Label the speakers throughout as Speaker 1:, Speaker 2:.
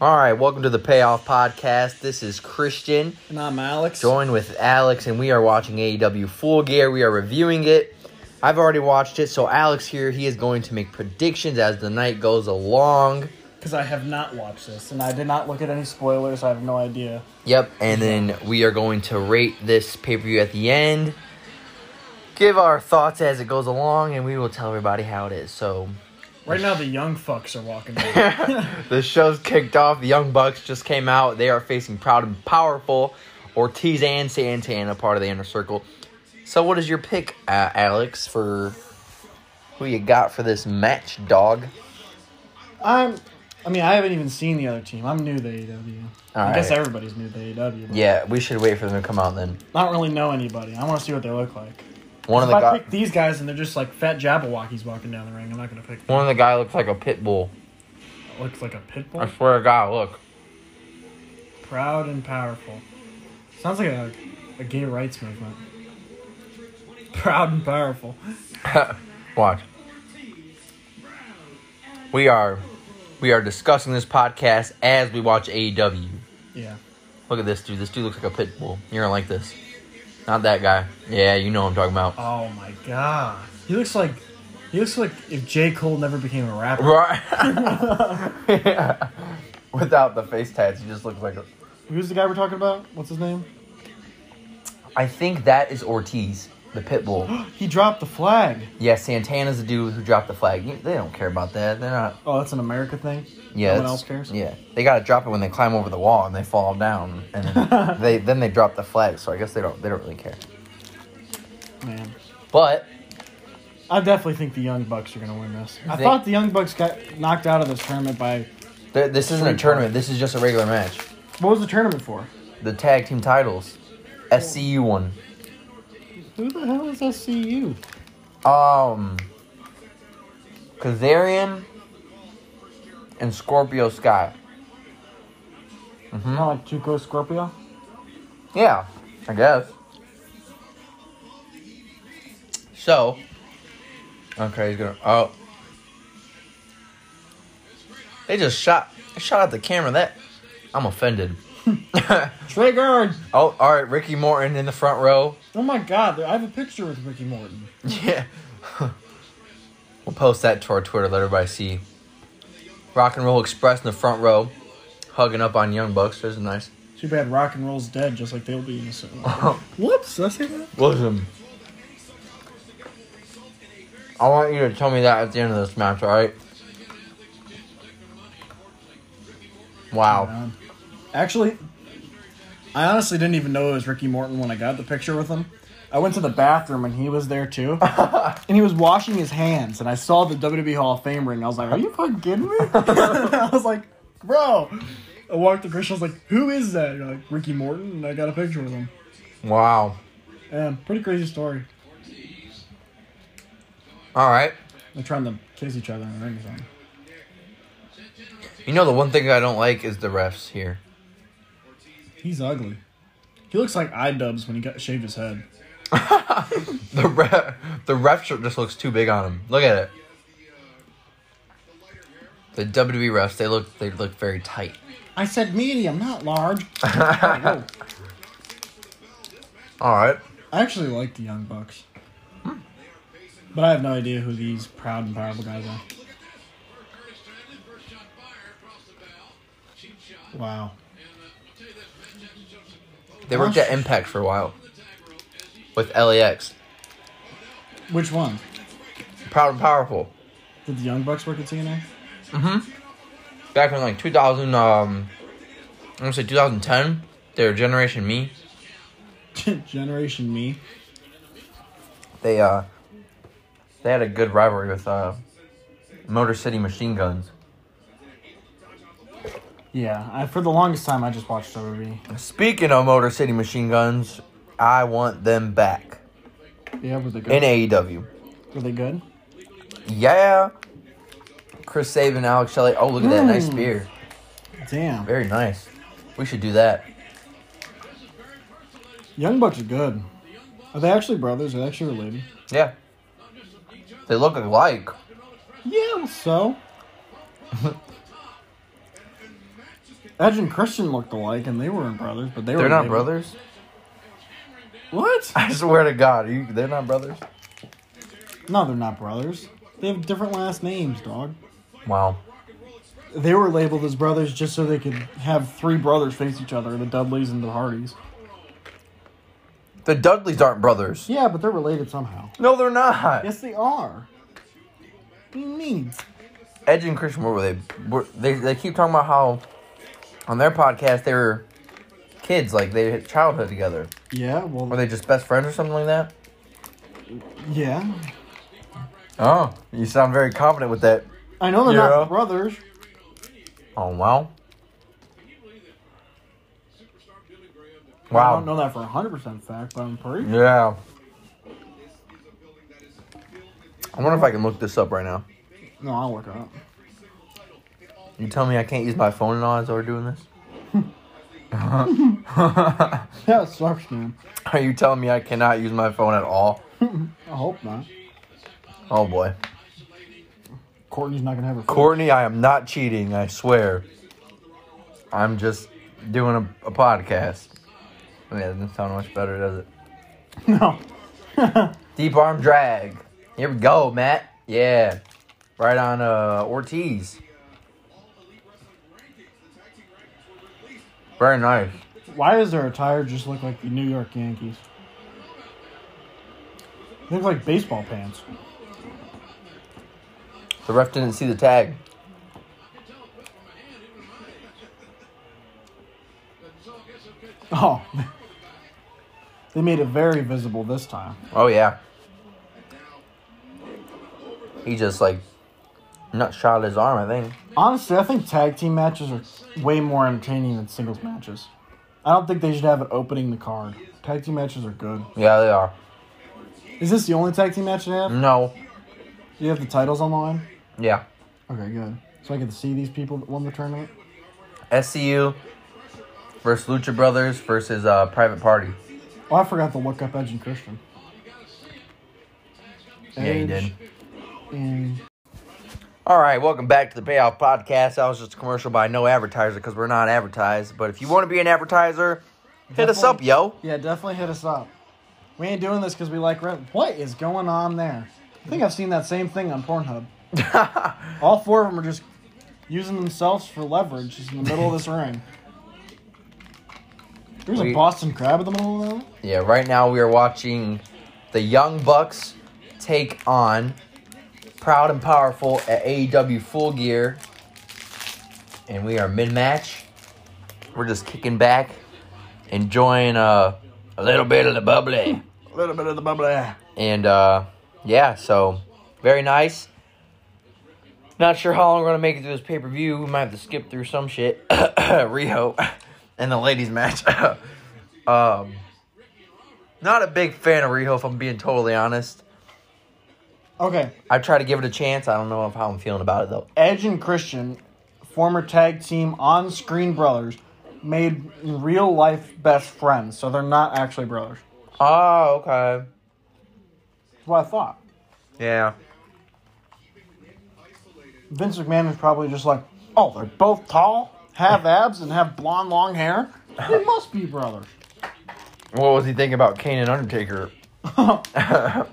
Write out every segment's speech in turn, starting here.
Speaker 1: All right, welcome to the Payoff Podcast. This is Christian,
Speaker 2: And I'm Alex.
Speaker 1: joined with Alex, and we are watching AEW Full Gear. We are reviewing it. I've already watched it, so Alex here, he is going to make predictions as the night goes along.
Speaker 2: Because I have not watched this, and I did not look at any spoilers. I have no idea.
Speaker 1: Yep, and then we are going to rate this pay per view at the end, give our thoughts as it goes along, and we will tell everybody how it is. So
Speaker 2: Right now, the young fucks are walking. in.
Speaker 1: the show's kicked off. The Young Bucks just came out. They are facing Proud and Powerful, Ortiz and Santana, part of the Inner Circle. So, what is your pick, uh, Alex, for who you got for this match, dog?
Speaker 2: I'm. I mean, I haven't even seen the other team. I'm new to AEW. I
Speaker 1: All
Speaker 2: guess
Speaker 1: right.
Speaker 2: everybody's new to AEW. But
Speaker 1: Yeah, we should wait for them to come out then.
Speaker 2: I don't really know anybody. I want to see what they look like.
Speaker 1: One of
Speaker 2: if
Speaker 1: the
Speaker 2: I
Speaker 1: guy,
Speaker 2: pick these guys and they're just like fat Jabberwockies walking down the ring, I'm not gonna pick. Them.
Speaker 1: one of the guy looks like a pit bull.
Speaker 2: Looks like a pit bull.
Speaker 1: I swear to God, look.
Speaker 2: Proud and powerful. Sounds like a, a gay rights movement. Proud and powerful.
Speaker 1: Watch. We are, we are discussing this podcast as we watch E AEW.
Speaker 2: Yeah.
Speaker 1: Look at this dude. This dude looks like a pit bull. You're gonna like this. Not that guy. Yeah, you know what I'm talking about.
Speaker 2: Oh my god. He looks like he looks like if J. Cole never became a rapper.
Speaker 1: Right. Without the face tats, he just looks like. A...
Speaker 2: Who's the guy we're talking about? What's his name?
Speaker 1: I think that is Ortiz, the pit bull.
Speaker 2: He dropped the flag.
Speaker 1: yeah, Santana's the dude who dropped the flag. You- They don't care about that. They're not.
Speaker 2: Oh, that's an America thing?
Speaker 1: Yeah.
Speaker 2: No one
Speaker 1: it's-
Speaker 2: else cares?
Speaker 1: Yeah, they gotta drop it when they climb over the wall and they fall down, and then they then they drop the flag. So I guess they don't they don't really care.
Speaker 2: Man.
Speaker 1: But
Speaker 2: I definitely think the Young Bucks are gonna win this. I
Speaker 1: They-
Speaker 2: thought the Young Bucks got knocked out of this tournament by
Speaker 1: th- this isn't a tournament. This is just a regular match.
Speaker 2: what was the tournament for?
Speaker 1: The tag team titles, SCU one.
Speaker 2: Who the hell is SCU?
Speaker 1: Um, Kazarian and Scorpio Sky. Hmm?
Speaker 2: Not like Chico Scorpio?
Speaker 1: Yeah, I guess. So, okay, he's gonna. Oh, they just shot shot at the camera. That I'm offended.
Speaker 2: Triggered!
Speaker 1: oh, all right, Ricky Morton in the front row.
Speaker 2: Oh my god, I have a picture with Ricky Morton.
Speaker 1: Yeah. we'll post that to our Twitter, let everybody see. Rock and Roll Express in the front row, hugging up on Young Bucks. Those are nice.
Speaker 2: Too bad rock and roll's dead just like they'll be innocent. Whoops, did I say that?
Speaker 1: Listen. I want you to tell me that at the end of this match, alright? Wow.
Speaker 2: Um, actually, I honestly didn't even know it was Ricky Morton when I got the picture with him. I went to the bathroom and he was there too, and he was washing his hands. And I saw the WWE Hall of Fame ring. I was like, "Are you fucking kidding me?" I was like, "Bro." I walked to Christian. I was like, "Who is that?" And you're like Ricky Morton, and I got a picture with him.
Speaker 1: Wow.
Speaker 2: Yeah, pretty crazy story.
Speaker 1: Alright.
Speaker 2: They're trying to kiss each other in the ring or something.
Speaker 1: You know the one thing I don't like is the refs here.
Speaker 2: He's ugly. He looks like iDubbbz when he got shaved his head.
Speaker 1: The ref, the ref shirt just looks too big on him. Look at it. The WWE refs, they look they look very tight.
Speaker 2: I said medium, not large. Oh, whoa.
Speaker 1: All right.
Speaker 2: I actually like the Young Bucks. But I have no idea who these proud and powerful guys are. Wow.
Speaker 1: They worked at Impact for a while with LAX.
Speaker 2: Which one?
Speaker 1: Proud and powerful.
Speaker 2: Did the Young Bucks work at TNA?
Speaker 1: Back in like 2000, um, I'm gonna say 2010. They were Generation Me.
Speaker 2: Generation Me.
Speaker 1: They uh, they had a good rivalry with uh, Motor City Machine Guns.
Speaker 2: Yeah, I, for the longest time I just watched WWE.
Speaker 1: Speaking of Motor City Machine Guns, I want them back
Speaker 2: Yeah, were they
Speaker 1: in E
Speaker 2: good?
Speaker 1: AEW.
Speaker 2: Were they good?
Speaker 1: Yeah. Chris Sabin, Alex Shelley. Oh, look at that nice
Speaker 2: Mm.
Speaker 1: beer.
Speaker 2: Damn.
Speaker 1: Very nice. We should do that.
Speaker 2: Young Bucks are good. Are they actually brothers? Are they actually related?
Speaker 1: Yeah. They look alike.
Speaker 2: Yeah, well, so? Edge and Christian looked alike, and they weren't brothers, but they were.
Speaker 1: They're not
Speaker 2: labeled-
Speaker 1: brothers.
Speaker 2: What?
Speaker 1: I swear to God, you, they're not brothers.
Speaker 2: No, they're not brothers. They have different last names, dog.
Speaker 1: Wow.
Speaker 2: They were labeled as brothers just so they could have three brothers face each other the Dudleys and the Hardys.
Speaker 1: The Dudleys aren't brothers.
Speaker 2: Yeah, but they're related somehow.
Speaker 1: No, they're not.
Speaker 2: Yes, they are. What do you mean?
Speaker 1: Edge and Christian, where were they? Were, they they keep talking about how on their podcast they were kids, like they had childhood together.
Speaker 2: Yeah,
Speaker 1: Were
Speaker 2: well,
Speaker 1: they just best friends or something like that?
Speaker 2: yeah.
Speaker 1: Oh, you sound very confident with that.
Speaker 2: I know they're
Speaker 1: Yeah.
Speaker 2: not brothers.
Speaker 1: Oh wow,
Speaker 2: I
Speaker 1: wow,
Speaker 2: don't know that for 100% fact, but I'm pretty
Speaker 1: yeah. I wonder if I can look this up right now.
Speaker 2: No, I'll look it up.
Speaker 1: You tell me I can't use my phone and all as we're doing this?
Speaker 2: That sucks, man.
Speaker 1: Are you telling me I cannot use my phone at all?
Speaker 2: I hope not.
Speaker 1: Oh boy.
Speaker 2: Courtney's not going to have her.
Speaker 1: Courtney, I am not cheating, I swear. I'm just doing a, a podcast. Yeah, it doesn't sound much better, does it?
Speaker 2: No.
Speaker 1: Deep arm drag. Here we go, Matt. Yeah. Right on uh, Ortiz. Very nice.
Speaker 2: Why does their attire just look like the New York Yankees? They look like baseball pants.
Speaker 1: The ref didn't see the tag.
Speaker 2: Oh. they made it very visible this time.
Speaker 1: Oh, yeah. He just, like, nut shot his arm, I think.
Speaker 2: Honestly, I think tag team matches are way more entertaining than singles matches. I don't think they should have it opening the card. Tag team matches are good.
Speaker 1: Yeah, they are.
Speaker 2: Is this the only tag team match they have?
Speaker 1: No.
Speaker 2: Do you have the titles online?
Speaker 1: Yeah.
Speaker 2: Okay, good. So I get to see these people that won the tournament?
Speaker 1: SCU versus Lucha Brothers versus uh, Private Party.
Speaker 2: Oh, I forgot to look up Edge and Christian.
Speaker 1: Yeah, you
Speaker 2: Edge
Speaker 1: did.
Speaker 2: And
Speaker 1: All right, welcome back to the Payoff Podcast. That was just a commercial by no advertiser because we're not advertised. But if you want to be an advertiser, hit us up,
Speaker 2: Definitely.
Speaker 1: yo.
Speaker 2: yeah, definitely hit us up. We ain't doing this because we like red. What is going on there? I think I've seen that same thing on Pornhub. All four of them are just using themselves for leverage just in the middle of this ring. There's
Speaker 1: We-
Speaker 2: a Boston crab in the middle of that.
Speaker 1: Yeah, right now we are watching the Young Bucks take on Proud and Powerful at AEW Full Gear. And we are mid match. We're just kicking back, enjoying uh, a little bit of the bubbly.
Speaker 2: A little bit of the bubble.
Speaker 1: And uh, yeah, so very nice. Not sure how long we're gonna make it through this pay per view. We might have to skip through some shit. Rio and the ladies match. um, not a big fan of Rio, if I'm being totally honest.
Speaker 2: Okay,
Speaker 1: I try to give it a chance. I don't know if how I'm feeling about it though.
Speaker 2: Edge and Christian, former tag team on screen brothers, made real life best friends, so they're not actually brothers.
Speaker 1: Oh, okay.
Speaker 2: That's what I thought.
Speaker 1: Yeah.
Speaker 2: Vince McMahon was probably just like, oh, they're both tall, have abs, and have blonde long hair. They must be brothers.
Speaker 1: What was he thinking about Kane and Undertaker?
Speaker 2: They're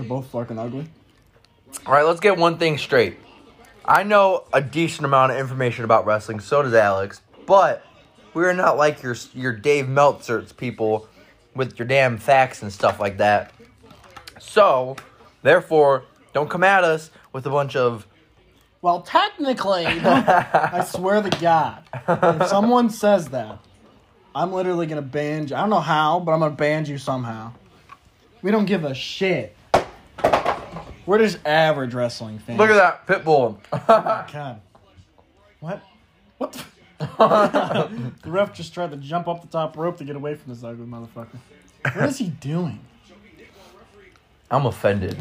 Speaker 2: both fucking ugly.
Speaker 1: All right, let's get one thing straight. I know a decent amount of information about wrestling, so does Alex, but we're not like your your Dave Meltzer's people with your damn facts and stuff like that. So, therefore, don't come at us with a bunch of
Speaker 2: Well, technically, I swear to God, if someone says that, I'm literally gonna ban you. I don't know how, but I'm gonna ban you somehow. We don't give a shit. We're just average wrestling fans.
Speaker 1: look at that pitbull.
Speaker 2: that. God. What? What the? the ref just tried to jump up the top rope to get away from this ugly motherfucker. What is he doing?
Speaker 1: I'm offended.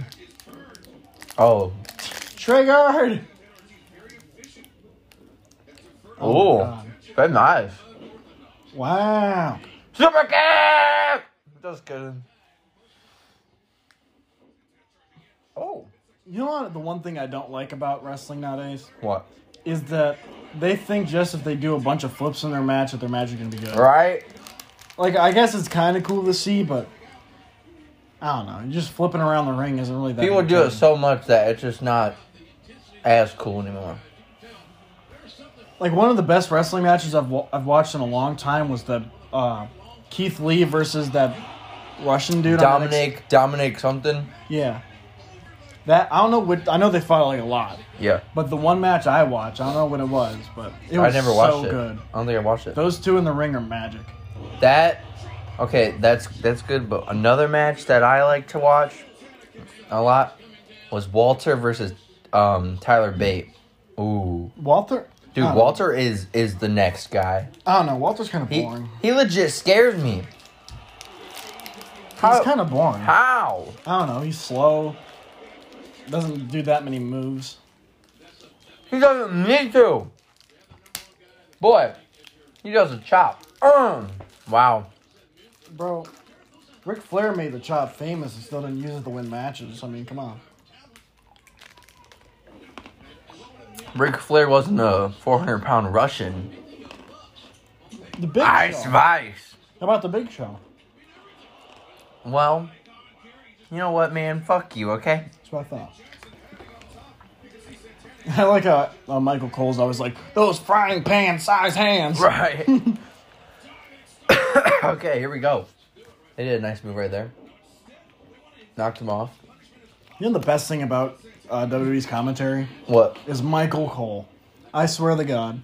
Speaker 1: Oh,
Speaker 2: Triggered!
Speaker 1: oh,
Speaker 2: God.
Speaker 1: very nice.
Speaker 2: Wow.
Speaker 1: Super kick. Just kidding. Oh, Oh.
Speaker 2: You know what? The one thing I don't like about wrestling nowadays?
Speaker 1: what?
Speaker 2: is that they think just if they do a bunch of flips in their match that their match is gonna be good.
Speaker 1: Right?
Speaker 2: Like I guess it's kind of cool to see, but I don't know. Just flipping around the ring isn't really that.
Speaker 1: People do it
Speaker 2: entertaining.
Speaker 1: so much that it's just not as cool anymore.
Speaker 2: Like one of the best wrestling matches I've wa- I've watched in a long time was the uh, Keith Lee versus that Russian dude. on NXT.
Speaker 1: Dominic, Dominic something.
Speaker 2: Yeah. That I don't know what I know they fought like a lot,
Speaker 1: Yeah.
Speaker 2: but the one match I watched, I don't know what it was, but it
Speaker 1: I
Speaker 2: was
Speaker 1: never watched
Speaker 2: so
Speaker 1: it.
Speaker 2: good.
Speaker 1: I don't think I watched it.
Speaker 2: Those two in the ring are magic.
Speaker 1: That okay, that's that's good, but another match that I like to watch a lot was Walter versus um, Tyler Bate. Ooh.
Speaker 2: Walter,
Speaker 1: Dude,
Speaker 2: I don't know.
Speaker 1: Walter is is the next guy.
Speaker 2: I don't know. Walter's kind of
Speaker 1: He
Speaker 2: boring.
Speaker 1: he legit scares me. How
Speaker 2: He's kind of boring.
Speaker 1: how?
Speaker 2: I don't know. He's slow. Doesn't do that many moves.
Speaker 1: He doesn't need to. Boy, he does a chop. Um, wow.
Speaker 2: Bro, Ric Flair made the chop famous and still didn't use it to win matches. I mean, come on.
Speaker 1: Ric Flair wasn't a 400 pound Russian.
Speaker 2: The Big
Speaker 1: Ice
Speaker 2: Show.
Speaker 1: Vice.
Speaker 2: How about the Big Show?
Speaker 1: Well, you know what, man? Fuck you, okay?
Speaker 2: That's what I thought. I like how uh, Michael Cole's always like, those frying pan size hands.
Speaker 1: Right. okay, here we go. They did a nice move right there. Knocked him off.
Speaker 2: You know the best thing about uh, WWE's commentary
Speaker 1: What?
Speaker 2: is Michael Cole. I swear to God.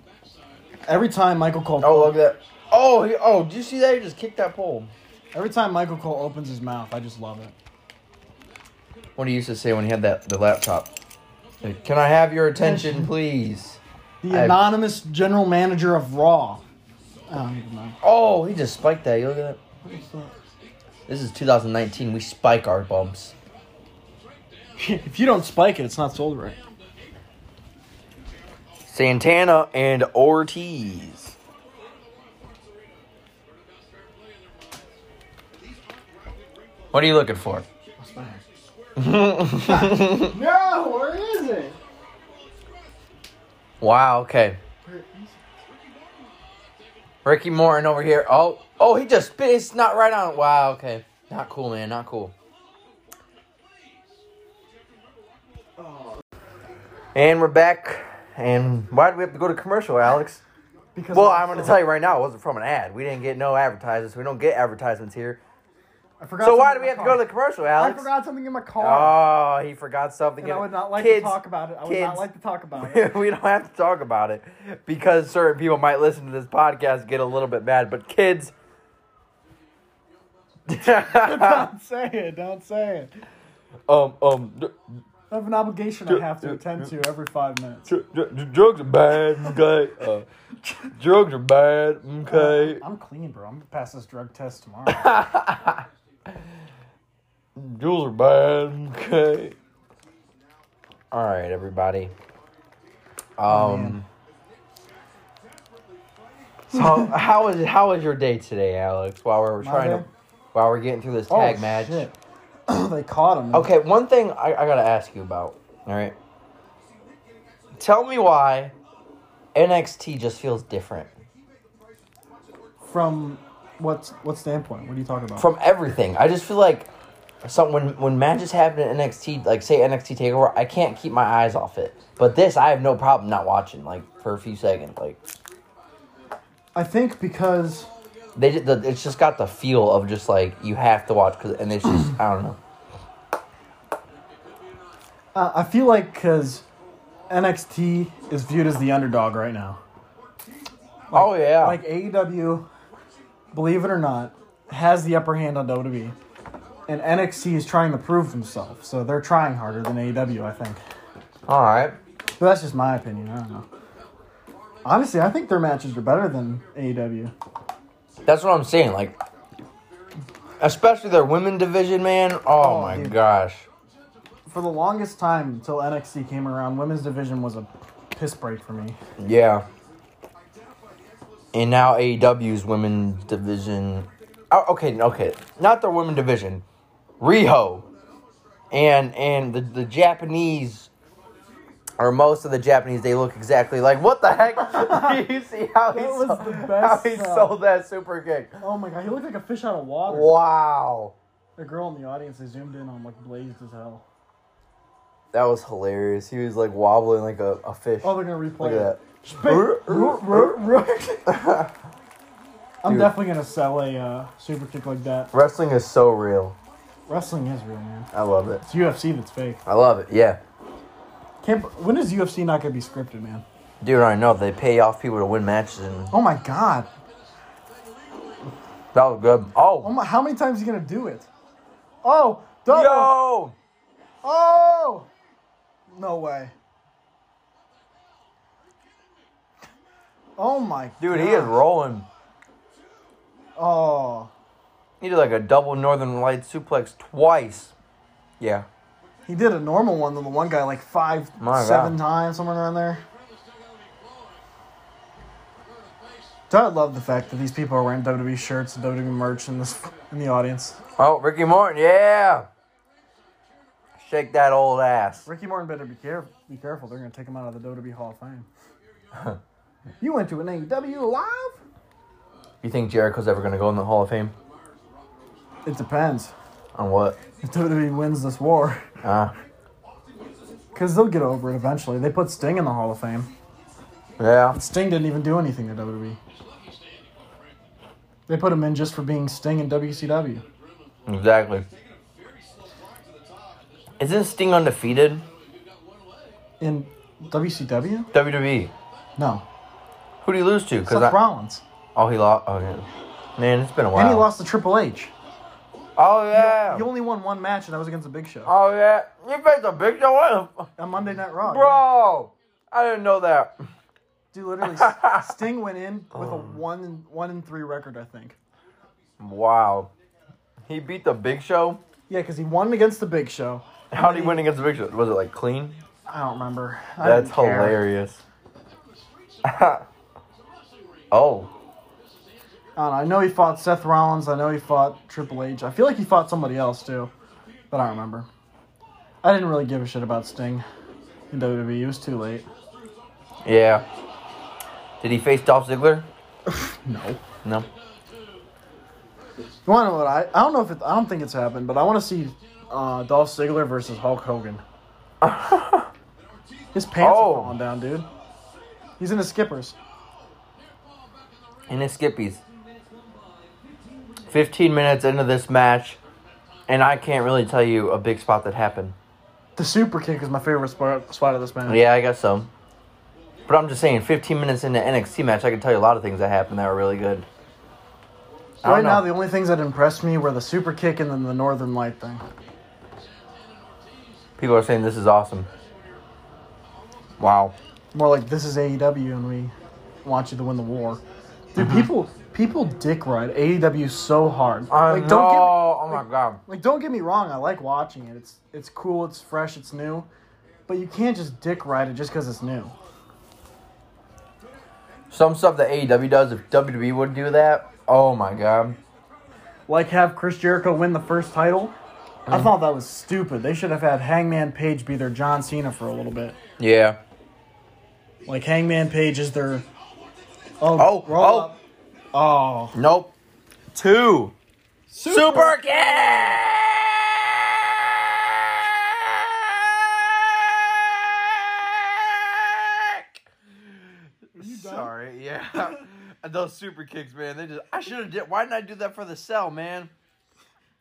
Speaker 2: Every time Michael Cole
Speaker 1: Oh, look at that. Oh, he, oh, did you see that? He just kicked that pole.
Speaker 2: every time Michael Cole opens his mouth, I just love it.
Speaker 1: What he used to say when he had that the laptop. Like, Can I have your attention, please?
Speaker 2: The
Speaker 1: I-
Speaker 2: anonymous general manager of Raw. Um, I don't even know.
Speaker 1: Oh, he just spiked that. You look at that.
Speaker 2: What is that?
Speaker 1: This is 2019. We spike our bumps.
Speaker 2: if you don't spike it, it's not sold right.
Speaker 1: Santana and Ortiz. What are you looking for?
Speaker 2: No, where is it?
Speaker 1: Wow, okay. Ricky Morton over here. Oh, oh, he just spit his snot right on. Wow, okay. Not cool, man. Not cool. And we're back. And why did we have to go to commercial, Alex?
Speaker 2: Because
Speaker 1: Well, I'm going to tell you right now, it wasn't from an ad. We didn't get no advertisements. We don't get advertisements here.
Speaker 2: I forgot
Speaker 1: So why do
Speaker 2: something
Speaker 1: we
Speaker 2: in
Speaker 1: have
Speaker 2: my
Speaker 1: to go
Speaker 2: car.
Speaker 1: to the commercial,
Speaker 2: I
Speaker 1: Alex?
Speaker 2: forgot something in my car.
Speaker 1: Oh, he forgot something.
Speaker 2: and I would not like to
Speaker 1: Kids-
Speaker 2: talk about it. I would
Speaker 1: kids,
Speaker 2: not like to talk about it.
Speaker 1: we don't have to talk about it because certain people might listen to this podcast and get a little bit mad, but kids. um,
Speaker 2: don't say it. Don't say it.
Speaker 1: um, d-
Speaker 2: I have an obligation I have to attend to every five minutes.
Speaker 1: dr- dr- dr- drugs are bad, okay? Uh, drugs are bad, okay?
Speaker 2: I'm clean, bro. I'm gonna pass this drug test tomorrow.
Speaker 1: Jewels are bad, okay? Alright, everybody. Um. so how is how was your day today, Alex? While we're
Speaker 2: My
Speaker 1: trying
Speaker 2: day?
Speaker 1: to, while we're getting through this tag match.
Speaker 2: Oh, shit. they caught him.
Speaker 1: Okay, one thing I, I gotta ask you about. All right, tell me why NXT just feels different
Speaker 2: From what what standpoint? What are you talking about?
Speaker 1: from everything. I just feel like some when when matches happen in NXT, like say NXT Takeover, I can't keep my eyes off it. But this, I have no problem not watching like for a few seconds. Like
Speaker 2: I think because
Speaker 1: they, ju- the, it's just got the feel of just like you have to watch 'cause- and it's just I don't know.
Speaker 2: uh, I feel like because NXT is viewed as the underdog right now.
Speaker 1: oh yeah,
Speaker 2: Like AEW, believe it or not, has the upper hand on WWE, and NXT is trying to prove themselves. So they're trying harder than AEW, I think.
Speaker 1: all right.
Speaker 2: But that's just my opinion. I don't know. Honestly, I think their matches are better than E AEW.
Speaker 1: That's what I'm saying. Like, especially their women division, man. Oh,
Speaker 2: Oh,
Speaker 1: my
Speaker 2: dude.
Speaker 1: gosh.
Speaker 2: For the longest time until NXT came around, women's division was a piss break for me.
Speaker 1: Yeah. And now AEW's women division. Oh, okay, okay, not their women division. Riho, and and the the Japanese or most of the Japanese, they look exactly like. What the heck? Do you see how he,
Speaker 2: That was
Speaker 1: sold,
Speaker 2: the best,
Speaker 1: how he
Speaker 2: uh,
Speaker 1: sold that super kick?
Speaker 2: Oh my god, he looked like a fish out of water.
Speaker 1: Wow,
Speaker 2: The girl in the audience, they zoomed in on, like blazed as hell.
Speaker 1: that was hilarious. He was like wobbling like a, a fish.
Speaker 2: Oh, they're gonna replay
Speaker 1: Look at that.
Speaker 2: it. I'm
Speaker 1: Dude.
Speaker 2: definitely gonna sell a uh, super kick like that.
Speaker 1: Wrestling is so real.
Speaker 2: Wrestling is real, man.
Speaker 1: I love it.
Speaker 2: It's UFC that's fake.
Speaker 1: I love it. Yeah,
Speaker 2: Can't, when is UFC not gonna be scripted, man?
Speaker 1: dude. I know they pay off people to win matches, and
Speaker 2: Oh my god.
Speaker 1: that was good.
Speaker 2: Oh
Speaker 1: Oh,
Speaker 2: my, how many times are you gonna do it? Oh, double.
Speaker 1: yo,
Speaker 2: Oh! No way. Oh my
Speaker 1: dude, he is rolling.
Speaker 2: Oh.
Speaker 1: He did like a double Northern Light suplex twice. Yeah.
Speaker 2: He did a normal one than the one guy like five,
Speaker 1: My
Speaker 2: seven
Speaker 1: God.
Speaker 2: times, somewhere around there. I love the fact that these people are wearing WWE shirts and WWE merch in this in the audience.
Speaker 1: Oh, Ricky Martin. Yeah. Shake that old ass.
Speaker 2: Ricky Martin better be careful. Be careful. They're gonna take him out of the WWE Hall of Fame. you went to an AEW live?
Speaker 1: You think Jericho's ever gonna go in the Hall of Fame?
Speaker 2: It depends.
Speaker 1: On what?
Speaker 2: If WWE wins this war.
Speaker 1: Ah.
Speaker 2: Because they'll get over it eventually. They put Sting in the Hall of Fame.
Speaker 1: Yeah.
Speaker 2: Sting didn't even do anything to WWE. They put him in just for being Sting in WCW.
Speaker 1: Exactly. Isn't Sting undefeated?
Speaker 2: In WCW?
Speaker 1: WWE.
Speaker 2: No.
Speaker 1: E. Who do you lose to? Because
Speaker 2: Seth Rollins.
Speaker 1: oh, he lost. Oh yeah. Man, it's been a while.
Speaker 2: And he lost to Triple H.
Speaker 1: Oh yeah.
Speaker 2: He only won one match, and that was against the Big Show.
Speaker 1: oh yeah. You faced a big show,
Speaker 2: On Monday Night Raw.
Speaker 1: bro. I didn't know that.
Speaker 2: Dude, literally, S- Sting went in with a one and one and three record, I think.
Speaker 1: Wow. He beat the Big Show.
Speaker 2: Yeah, because he won against the Big Show.
Speaker 1: How did he win against the Big Show? Was it like clean?
Speaker 2: I don't remember. I
Speaker 1: That's
Speaker 2: didn't care.
Speaker 1: hilarious. oh,
Speaker 2: I don't know. I know he fought Seth Rollins. I know he fought Triple H. I feel like he fought somebody else too, but I don't remember. I didn't really give a shit about Sting in WWE. It was too late.
Speaker 1: yeah. Did he face Dolph Ziggler?
Speaker 2: No. You
Speaker 1: No.
Speaker 2: want to know what I? I don't know if it, I don't think it's happened, but I want to see uh, Dolph Ziggler versus Hulk Hogan. His pants
Speaker 1: Oh.
Speaker 2: are falling down, dude. He's in his skippers.
Speaker 1: And his Skippies. 15 minutes into this match, and I can't really tell you a big spot that happened.
Speaker 2: The super kick is my favorite spot, spot of this match.
Speaker 1: Yeah, I guess so. But I'm just saying, 15 minutes into NXT match, I can tell you a lot of things that happened that were really good. I don't
Speaker 2: Right now,
Speaker 1: know.
Speaker 2: the only things that impressed me were the super kick and then the Northern Light thing.
Speaker 1: People are saying this is awesome. Wow.
Speaker 2: More like this is AEW and we want you to win the war. Dude,
Speaker 1: Mm-hmm.
Speaker 2: people people dick ride AEW so hard.
Speaker 1: I
Speaker 2: like
Speaker 1: know.
Speaker 2: don't get
Speaker 1: oh
Speaker 2: like-
Speaker 1: my god.
Speaker 2: like don't get me wrong, I like watching it. It's it's cool, it's fresh, it's new. But you can't just dick ride it just because it's new.
Speaker 1: Some stuff that AEW does, if WWE would do that, oh my god.
Speaker 2: Like have Chris Jericho win the first title.
Speaker 1: Mm.
Speaker 2: I thought that was stupid. They should have had Hangman Page be their John Cena for a little bit.
Speaker 1: Yeah.
Speaker 2: Like Hangman Page is their Oh,
Speaker 1: Oh,
Speaker 2: roll
Speaker 1: oh.
Speaker 2: up. Oh.
Speaker 1: Nope. Two. Super, kick. Sorry, yeah. Those super kicks, man. They just I should have did why didn't I do that for the cell, man?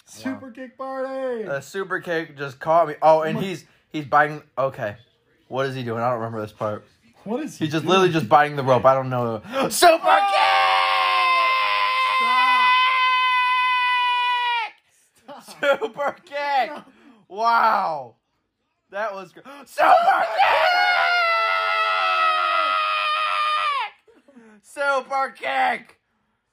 Speaker 2: Super kick party.
Speaker 1: The super kick just caught me. Oh, and he's he's biting okay. What is he doing? I don't remember this part.
Speaker 2: what is he?
Speaker 1: He's just literally just biting the rope. I don't know. Super kick! Super kick! Wow. That was good. Super kick! Super kick!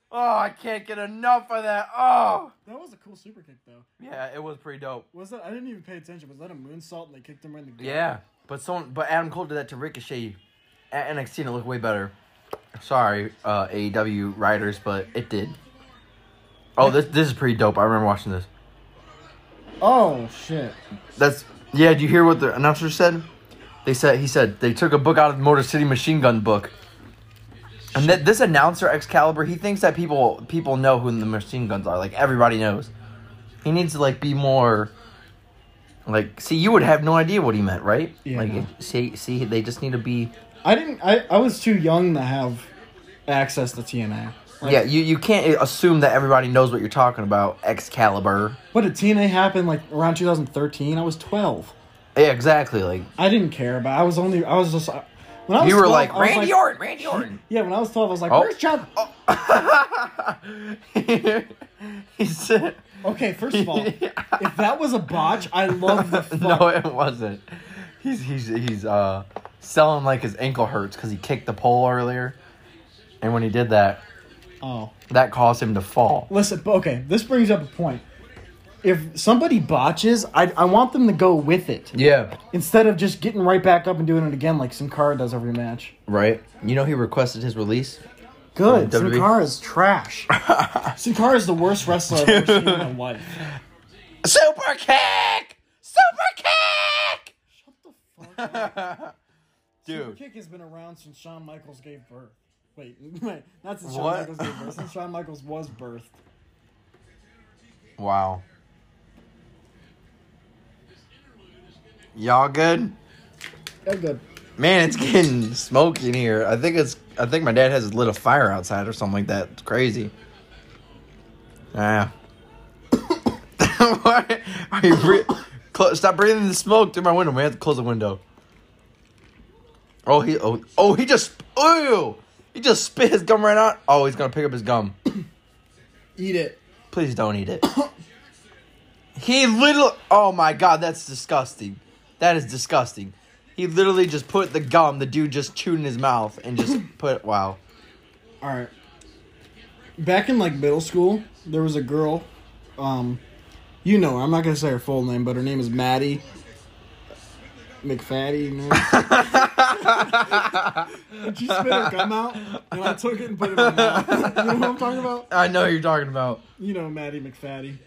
Speaker 1: Oh, I can't get enough of that. Oh.
Speaker 2: That was a cool super kick though.
Speaker 1: Yeah, it was pretty dope.
Speaker 2: Was that? I didn't even pay attention. Was that a moonsault and they kicked him right in the gut?
Speaker 1: Yeah, but someone, but Adam Cole did that to Ricochet at NXT and it looked way better. Sorry, uh, AEW writers, but it did. Oh, this this is pretty dope. I remember watching this.
Speaker 2: Oh shit.
Speaker 1: That's yeah. Do you hear what the announcer said? They said he said they took a book out of the Motor City Machine Gun book. And that this announcer Excalibur, he thinks that people people know who the machine guns are. Like everybody knows. He needs to like be more. Like, see, you would have no idea what he meant, right?
Speaker 2: Yeah,
Speaker 1: like,
Speaker 2: no.
Speaker 1: see, see, they just need to be.
Speaker 2: I didn't. I, I was too young to have access to TNA. Like,
Speaker 1: yeah, you you can't uh, assume that everybody knows what you're talking about. Excalibur.
Speaker 2: What did TNA happen like around 2013? I was 12.
Speaker 1: Yeah, exactly. Like
Speaker 2: I didn't care about. I was only. I was just. I- When I was
Speaker 1: you were
Speaker 2: 12,
Speaker 1: like
Speaker 2: I was
Speaker 1: Randy Orton, Randy Orton.
Speaker 2: Yeah, when I was 12, I was like,
Speaker 1: Oh.
Speaker 2: "Where's John?"
Speaker 1: he said,
Speaker 2: Okay, first of all, if that was a botch, I love the fuck.
Speaker 1: "No, it wasn't." He's he's he's uh selling like his ankle hurts because he kicked the pole earlier, and when he did that,
Speaker 2: Oh,
Speaker 1: that caused him to fall.
Speaker 2: listen. Okay, this brings up a point. If somebody botches, I I want them to go with it
Speaker 1: Yeah,
Speaker 2: instead of just getting right back up and doing it again like Sin Cara does every match.
Speaker 1: right. You know he requested his release.
Speaker 2: Good.
Speaker 1: From
Speaker 2: Sin
Speaker 1: WWE?
Speaker 2: Cara is trash. Sin Cara is the worst wrestler I've ever seen in my life.
Speaker 1: Super kick, super kick,
Speaker 2: Shut the fuck up.
Speaker 1: dude.
Speaker 2: Kick has been around since Shawn Michaels gave birth. Wait, wait, not since Shawn
Speaker 1: What?
Speaker 2: Michaels gave birth. Since Shawn Michaels was birthed.
Speaker 1: Wow. Y'all good?
Speaker 2: Oh, good.
Speaker 1: Man, it's getting smoky in here. I think it's. I think my dad has lit a fire outside or something like that. It's crazy. Yeah. Why are you bre- cl- stop breathing the smoke through my window, man. I have to close the window. Oh, he. Oh, oh, he just. Ew! He just spit his gum right out. Oh, he's gonna pick up his gum.
Speaker 2: Eat it.
Speaker 1: Please don't eat it. he literally. Oh my god, that's disgusting. That is disgusting. He literally just put the gum the dude just chewed in his mouth and just put. Wow.
Speaker 2: All right. Back in like middle school, there was a girl. Um, you know, her. I'm not gonna say her full name, but her name is Maddie McFatty. You know? she spit her gum out, and I took it and put it in my mouth. you know what I'm talking about?
Speaker 1: I know what you're talking about.
Speaker 2: You know, Maddie McFatty.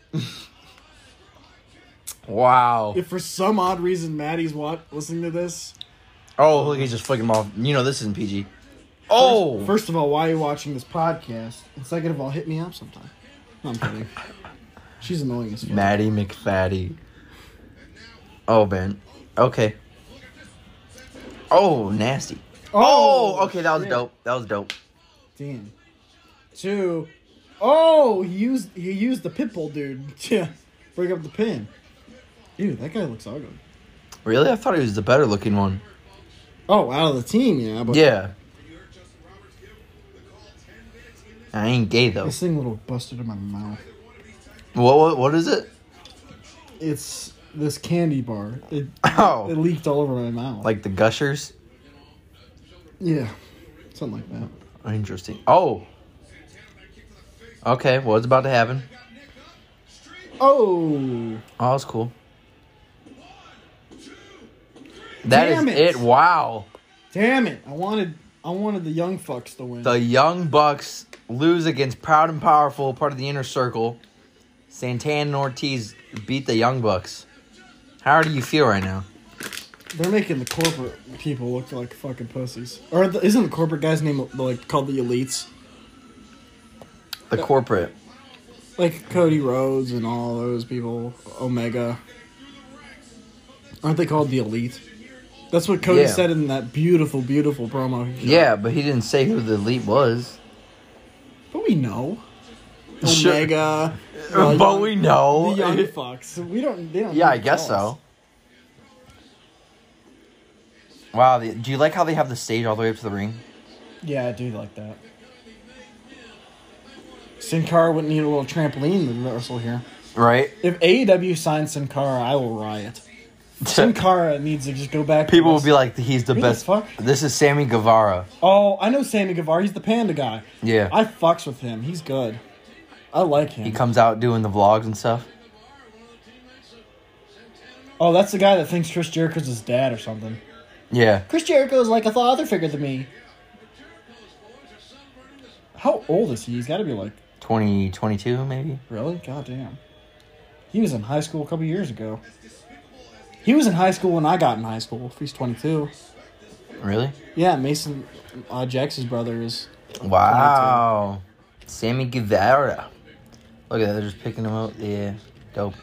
Speaker 1: Wow.
Speaker 2: If for some odd reason Maddie's what listening to this,
Speaker 1: Oh, look, he's just flicking him off. You know, this isn't PG. Oh!
Speaker 2: First of all, why are you watching this podcast? And second of all, hit me up sometime. No, I'm kidding. She's annoying as fuck.
Speaker 1: Maddie McFaddy. Oh, man. Okay. Oh, nasty. Oh, okay, that was
Speaker 2: shit.
Speaker 1: dope. That was dope.
Speaker 2: Damn. Two. Oh, he used he used the pitbull dude to break up the pin. Dude, that guy looks ugly.
Speaker 1: Really? I thought he was the better looking one.
Speaker 2: Oh, out of the team, yeah. But
Speaker 1: Yeah. I ain't gay though.
Speaker 2: this thing little busted in my mouth.
Speaker 1: What what, what is it?
Speaker 2: It's this candy bar. It it
Speaker 1: Oh,
Speaker 2: leaked all over my mouth.
Speaker 1: like the gushers.
Speaker 2: yeah, something like that.
Speaker 1: Interesting. Oh. Okay, well, it's about to happen.
Speaker 2: Oh.
Speaker 1: Oh, that's cool. That is
Speaker 2: Damn
Speaker 1: it.
Speaker 2: it.
Speaker 1: Wow.
Speaker 2: Damn it! I wanted I wanted the young fucks to win.
Speaker 1: The Young Bucks lose against Proud and Powerful, part of the inner circle. Santana and Ortiz beat the Young Bucks. How do you feel right now?
Speaker 2: They're making the corporate people look like fucking pussies. Or the, isn't the corporate guy's name like called the elites?
Speaker 1: The corporate.
Speaker 2: Like Cody Rhodes and all those people, Omega. Aren't they called the elite? That's what Cody
Speaker 1: Yeah.
Speaker 2: said in that beautiful, beautiful promo. he shot.
Speaker 1: Yeah, but he didn't say who the elite was.
Speaker 2: but we know
Speaker 1: Sure.
Speaker 2: Omega.
Speaker 1: but
Speaker 2: uh, young-
Speaker 1: we
Speaker 2: the
Speaker 1: know.
Speaker 2: young fucks. We don't. They don't
Speaker 1: yeah, I
Speaker 2: need to
Speaker 1: guess
Speaker 2: tell us.
Speaker 1: so. Wow, the, do you like how they have the stage all the way up to the ring?
Speaker 2: Yeah, I do like that. Sin Cara wouldn't need a little trampoline to wrestle here.
Speaker 1: Right?
Speaker 2: If AEW signs Sin Cara, I will riot. Sin Cara needs to just go back. to
Speaker 1: People will
Speaker 2: wrestling.
Speaker 1: be like, he's the
Speaker 2: Who the
Speaker 1: best.
Speaker 2: fuck?
Speaker 1: This is Sammy Guevara.
Speaker 2: "Oh, I know Sammy Guevara. He's the panda guy.
Speaker 1: Yeah.
Speaker 2: I fucks with him. He's good. I like
Speaker 1: he
Speaker 2: him.
Speaker 1: comes out doing the vlogs and stuff.
Speaker 2: oh, that's the guy that thinks Chris Jericho's his dad or something.
Speaker 1: Yeah.
Speaker 2: Chris Jericho's like a father figure to me. How old is he? He's got to be like
Speaker 1: 20, 22 maybe?
Speaker 2: really. God damn. He was in high school a couple years ago. He was in high school when I got in high school. He's 22.
Speaker 1: Really?
Speaker 2: Yeah, Mason uh, Jax's brother is.
Speaker 1: Wow. Sammy Guevara. Look at that. They're just picking him up. Yeah. Dope.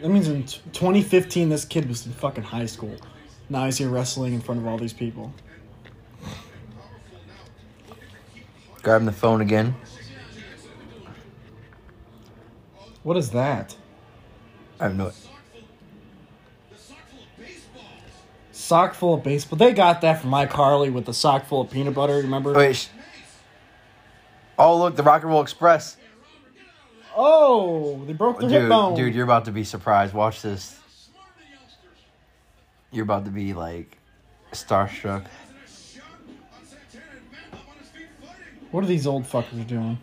Speaker 2: That means in t- 2015, this kid was in fucking high school. Now he's here wrestling in front of all these people.
Speaker 1: Grabbing the phone again.
Speaker 2: What is that?
Speaker 1: I have no.
Speaker 2: Sock full of baseball. They got that from iCarly with the sock full of peanut butter. Remember?
Speaker 1: Wait. sh- Oh, look. The Rock and Roll Express.
Speaker 2: Oh, they broke their hip
Speaker 1: Dude,
Speaker 2: bone.
Speaker 1: dude, you're about to be surprised. Watch this. You're about to be like starstruck.
Speaker 2: What are these old fuckers doing?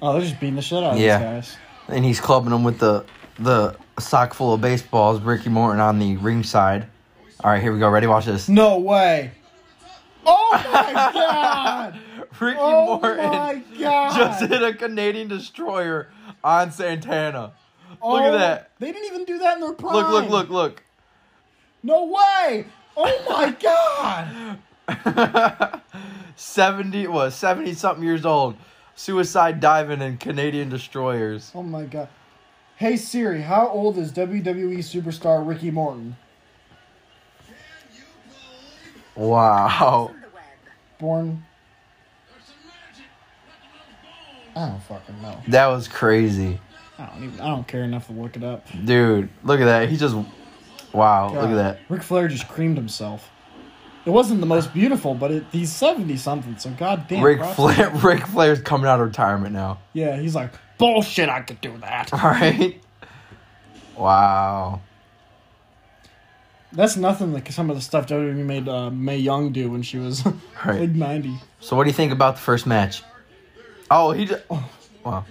Speaker 2: Oh, they're just beating the shit out of
Speaker 1: Yeah.
Speaker 2: these guys.
Speaker 1: And he's clubbing him with the the sock full of baseballs. Ricky Morton on the ringside. All right, here we go. Ready? Watch this.
Speaker 2: No way. Oh my god!
Speaker 1: Ricky
Speaker 2: Oh
Speaker 1: Morton
Speaker 2: my god!
Speaker 1: just hit a Canadian destroyer on Santana. Look
Speaker 2: Oh,
Speaker 1: at that.
Speaker 2: They didn't even do that in their prime.
Speaker 1: Look, look, look, look.
Speaker 2: No way! Oh my god!
Speaker 1: 70 was 70 something years old. Suicide diving and Canadian destroyers.
Speaker 2: Oh my god. Hey Siri, how old is WWE superstar Ricky Morton?
Speaker 1: Wow.
Speaker 2: Born. I don't fucking know.
Speaker 1: That was crazy.
Speaker 2: I don't even. I don't care enough to look it up.
Speaker 1: Dude, look at that. He just Wow, look at that.
Speaker 2: Ric Flair just creamed himself. It wasn't the most beautiful, but it, he's seventy something, so goddamn.
Speaker 1: Rick
Speaker 2: props-
Speaker 1: Flair Rick Flair's coming out of retirement now.
Speaker 2: Yeah, he's like bullshit. I could do that.
Speaker 1: All right. Wow.
Speaker 2: That's nothing like some of the stuff WWE made uh, May Young do when she was
Speaker 1: Right.
Speaker 2: like ninety.
Speaker 1: So what do you think about the first match? Oh, he just wow.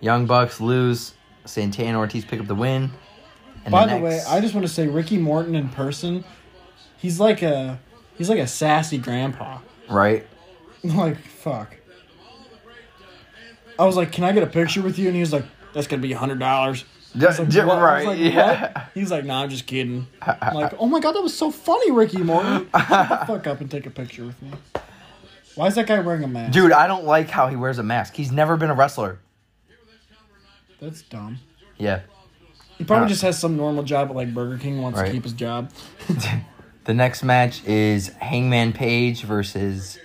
Speaker 1: Young Bucks lose. Santana Ortiz pick up the win. And
Speaker 2: By the
Speaker 1: next-
Speaker 2: way, I just want to say Ricky Morton in person, he's like a he's like a sassy grandpa.
Speaker 1: right.
Speaker 2: like fuck. I was like, "Can I get a picture with you?" And he was like, "That's gonna be a hundred dollars."
Speaker 1: Just,
Speaker 2: Like,
Speaker 1: ju-
Speaker 2: what? I was
Speaker 1: right.
Speaker 2: like,
Speaker 1: yeah.
Speaker 2: what? He's like, nah, I'm just kidding. I'm like, oh my god, that was so funny, Ricky Morton. Shut the fuck up and take a picture with me. Why is that guy wearing a mask?
Speaker 1: Dude, I don't like how he wears a mask. He's never been a wrestler.
Speaker 2: That's dumb.
Speaker 1: Yeah.
Speaker 2: He probably
Speaker 1: Uh,
Speaker 2: just has some normal job at like Burger King. Wants
Speaker 1: Right.
Speaker 2: to keep his job.
Speaker 1: The next match is Hangman Page versus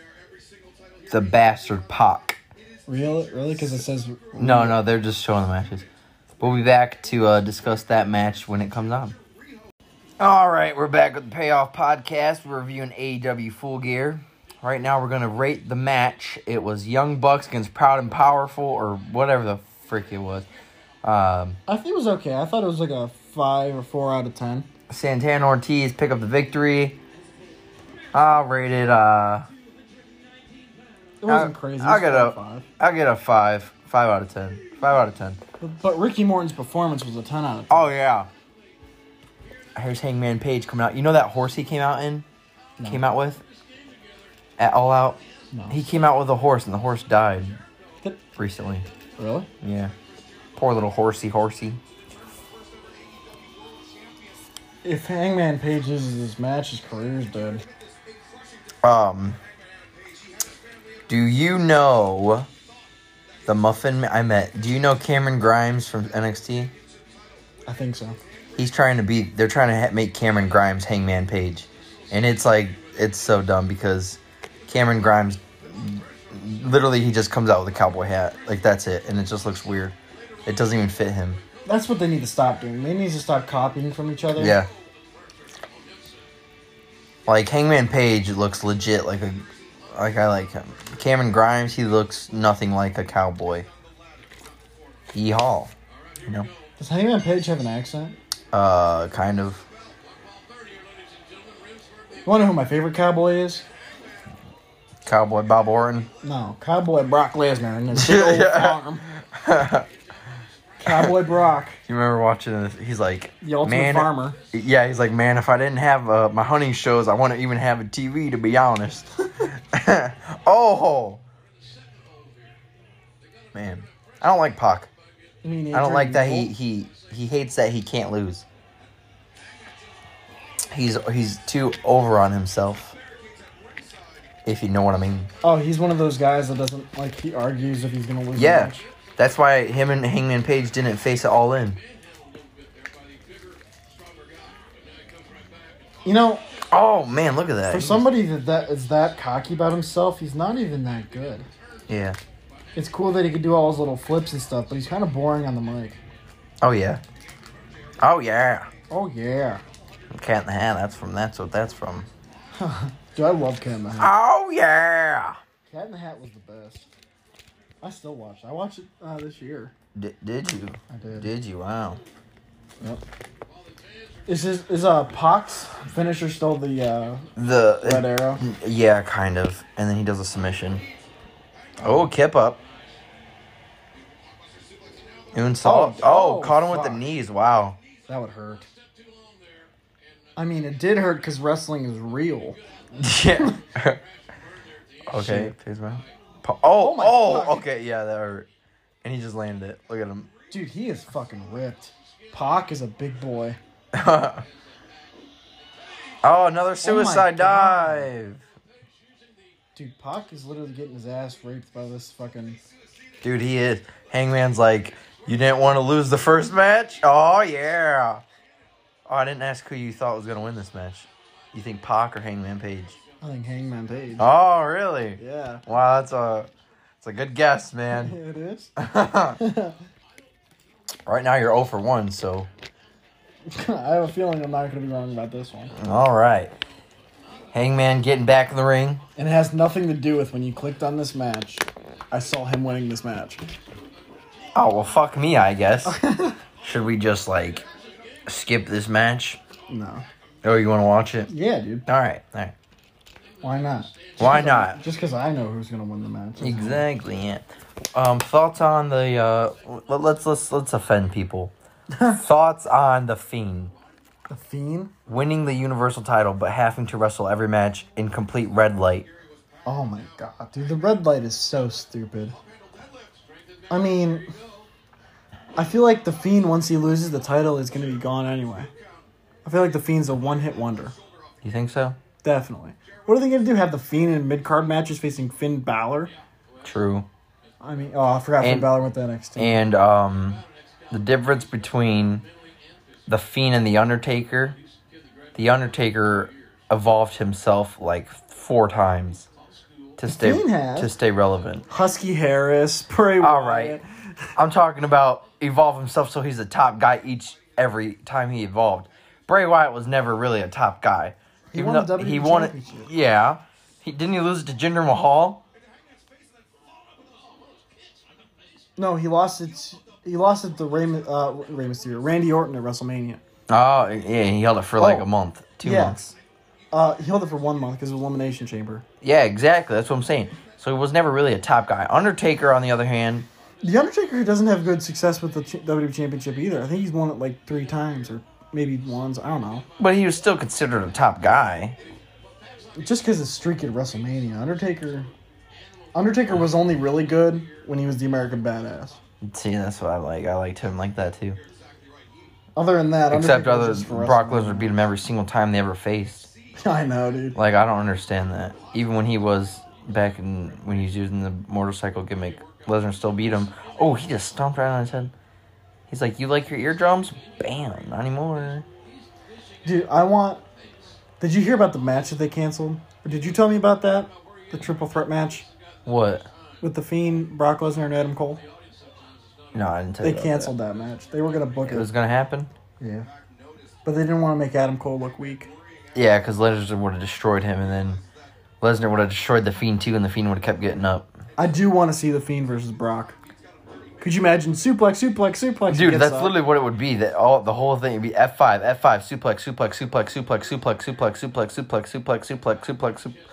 Speaker 1: the Bastard Pac.
Speaker 2: Real, really, because it says
Speaker 1: No, no, they're just showing the matches. We'll be back to uh, discuss that match when it comes on. All right, we're back with the Payoff Podcast. We're reviewing AEW Full Gear. Right now, we're going to rate the match. It was Young Bucks against Proud and Powerful, or whatever the frick it was. Um,
Speaker 2: I think it was okay. I thought it was like a five or four out of ten.
Speaker 1: Santana Ortiz pick up the victory. I'll rate it. Uh,
Speaker 2: It wasn't
Speaker 1: I-
Speaker 2: crazy. It
Speaker 1: I'll
Speaker 2: was
Speaker 1: get
Speaker 2: four or
Speaker 1: a.
Speaker 2: five.
Speaker 1: I'll get a five. Five out of ten. Five out of ten.
Speaker 2: But, but Ricky Morton's performance was a ten out of ten.
Speaker 1: Oh yeah. Here's Hangman Page coming out. You know that horse he came out in, came out with, at All Out.
Speaker 2: No.
Speaker 1: He came out with a horse, and the horse died
Speaker 2: Did-
Speaker 1: recently.
Speaker 2: Really?
Speaker 1: Yeah. Poor little horsey, horsey.
Speaker 2: If Hangman Page loses this match, his career's dead.
Speaker 1: Um. Do you know the muffin ma- I met? Do you know Cameron Grimes from NXT?
Speaker 2: I think so.
Speaker 1: He's trying to be. They're trying to ha- make Cameron Grimes Hangman Page, and it's like it's so dumb because Cameron Grimes, literally, he just comes out with a cowboy hat. Like that's it, and it just looks weird. It doesn't even fit him.
Speaker 2: That's what they need to stop doing. They need to stop copying from each other.
Speaker 1: Yeah. Like Hangman Page looks legit. Like a, like I like him. Cameron Grimes, he looks nothing like a cowboy. Yeehaw, you know,
Speaker 2: Does Hangman Page have an accent?
Speaker 1: uh, kind of.
Speaker 2: You wanna know who my favorite cowboy is?
Speaker 1: Cowboy Bob Orton.
Speaker 2: No, Cowboy Brock Lesnar in his big old
Speaker 1: Yeah.
Speaker 2: farm. cowboy Brock,
Speaker 1: You remember watching this? He's like,
Speaker 2: the ultimate
Speaker 1: man,
Speaker 2: farmer.
Speaker 1: Yeah, he's like, man, if I didn't have uh, my hunting shows, I wouldn't even have a TV, to be honest. oh, man, I don't like Pac.
Speaker 2: I mean,
Speaker 1: I don't like that he he he hates that he can't lose. He's he's too over on himself. If you know what I mean.
Speaker 2: Oh, he's one of those guys that doesn't like he argues if he's gonna lose. the
Speaker 1: Yeah.
Speaker 2: match.
Speaker 1: That's why him and Hangman Page didn't face it all in.
Speaker 2: You know,
Speaker 1: Oh man, look at that.
Speaker 2: for somebody that, that is that cocky about himself, he's not even that good.
Speaker 1: yeah.
Speaker 2: It's cool that he could do all his little flips and stuff, but he's kind of boring on the mic.
Speaker 1: Oh yeah. Oh yeah.
Speaker 2: Oh yeah,
Speaker 1: Cat in the Hat. That's from. That's what that's from.
Speaker 2: dude, I love Cat in the Hat.
Speaker 1: Oh yeah.
Speaker 2: Cat in the Hat was the best. I still watch. it. I watched it uh, this year.
Speaker 1: D- did you?
Speaker 2: I did.
Speaker 1: Did you? Wow.
Speaker 2: Yep. Is this is uh Pox finisher still the uh
Speaker 1: The
Speaker 2: Red Arrow?
Speaker 1: Yeah, kind of. And then he does a submission. Oh, Kip up. Insult.
Speaker 2: Oh,
Speaker 1: Oh,
Speaker 2: oh,
Speaker 1: caught him with
Speaker 2: fuck.
Speaker 1: the knees. Wow.
Speaker 2: That would hurt. I mean, it did hurt because wrestling is real.
Speaker 1: Yeah. okay. Please, man. Oh, oh,
Speaker 2: my fuck.
Speaker 1: okay. Yeah, that hurt. And he just landed it. Look at him.
Speaker 2: Dude, he is fucking ripped. Pac is a big boy.
Speaker 1: oh, another suicide
Speaker 2: God.
Speaker 1: dive.
Speaker 2: Dude, Pac is literally getting his ass raped by this fucking.
Speaker 1: Dude, he is. Hangman's like, you didn't want to lose the first match? Oh, yeah. Oh, I didn't ask who you thought was going to win this match. You think Pac or Hangman Page?
Speaker 2: I think Hangman Page.
Speaker 1: Oh, really?
Speaker 2: Yeah.
Speaker 1: Wow, that's a, that's a good guess, man.
Speaker 2: It is.
Speaker 1: right now, you're 0 for 1, so.
Speaker 2: I have a feeling I'm not gonna be wrong about this one.
Speaker 1: All right. Hangman getting back in the ring.
Speaker 2: And it has nothing to do with when you clicked on this match. I saw him winning this match.
Speaker 1: Oh, well, fuck me, I guess. Should we just, like, skip this match?
Speaker 2: No.
Speaker 1: Oh, you want to watch it?
Speaker 2: Yeah, dude.
Speaker 1: All right, all right.
Speaker 2: Why not?
Speaker 1: Why not?
Speaker 2: Just because I know who's gonna win the match.
Speaker 1: Exactly. Yeah. Um, thoughts on the uh, let- let's let's let's offend people. thoughts on the Fiend
Speaker 2: The Fiend.
Speaker 1: winning the Universal title but having to wrestle every match in complete red light.
Speaker 2: Oh my god, dude, the red light is so stupid. I mean, I feel like the Fiend once he loses the title is going to be gone anyway. I feel like the Fiend's a one-hit wonder,
Speaker 1: You think so?
Speaker 2: definitely. What are they going to do? Have the Fiend in mid-card matches facing Finn Balor?
Speaker 1: True.
Speaker 2: I mean, oh, I forgot Finn
Speaker 1: And-
Speaker 2: Balor went to NXT.
Speaker 1: And um, the difference between the Fiend and the Undertaker, the Undertaker evolved himself like four times to stay
Speaker 2: Fiend has.
Speaker 1: to stay relevant.
Speaker 2: Husky Harris, Bray Wyatt.
Speaker 1: All right. I'm talking about evolve himself so he's a top guy each every time he evolved. Bray Wyatt was never really a top guy. He
Speaker 2: won the WWE Championship.
Speaker 1: Yeah. He didn't he lose it to Jinder Mahal?
Speaker 2: No, he lost it. He lost it to Rey, My- uh, Rey Mysterio, Randy Orton at WrestleMania.
Speaker 1: Oh, yeah, he held it for like
Speaker 2: Oh.
Speaker 1: a month, 2
Speaker 2: Yeah.
Speaker 1: months.
Speaker 2: Uh, he held it for one month because of Elimination Chamber.
Speaker 1: Yeah, exactly. That's what I'm saying. So he was never really a top guy. Undertaker on the other hand,
Speaker 2: The Undertaker doesn't have good success with the ch- WWE Championship either. I think he's won it like three times or maybe once. I don't know.
Speaker 1: but he was still considered a top guy.
Speaker 2: Just because his streak at WrestleMania, Undertaker, Undertaker was only really good when he was the American Badass.
Speaker 1: See, that's what I like. I liked him like that too.
Speaker 2: Other than that,
Speaker 1: Except
Speaker 2: Undertaker was
Speaker 1: other
Speaker 2: just for
Speaker 1: Brock
Speaker 2: WrestleMania.
Speaker 1: Lesnar beat him every single time they ever faced.
Speaker 2: I know, dude.
Speaker 1: Like I don't understand that. Even when he was back in when he was using the motorcycle gimmick, Lesnar still beat him. Oh, he just stomped right on his head. He's like, "You like your eardrums? Bam! Not anymore."
Speaker 2: Dude, I want. Did you hear about the match that they canceled? Or did you tell me about that? The triple threat match
Speaker 1: What?
Speaker 2: with the Fiend, Brock Lesnar, and Adam Cole.
Speaker 1: No, I didn't. Tell you
Speaker 2: They
Speaker 1: about
Speaker 2: canceled that match. They were gonna book
Speaker 1: That. It
Speaker 2: it.
Speaker 1: was gonna happen.
Speaker 2: Yeah, but they didn't want to make Adam Cole look weak.
Speaker 1: Yeah, because Lesnar would have destroyed him, and then Lesnar would have destroyed the Fiend too, and the Fiend would have kept getting up.
Speaker 2: I do want to see the Fiend versus Brock. Could you imagine suplex, suplex, suplex? he
Speaker 1: Dude,
Speaker 2: gets
Speaker 1: that's
Speaker 2: up.
Speaker 1: literally what it would be. That all the whole thing would be F five, F five, suplex, suplex, suplex, suplex, suplex, suplex, suplex, suplex, suplex, suplex, suplex, suplex.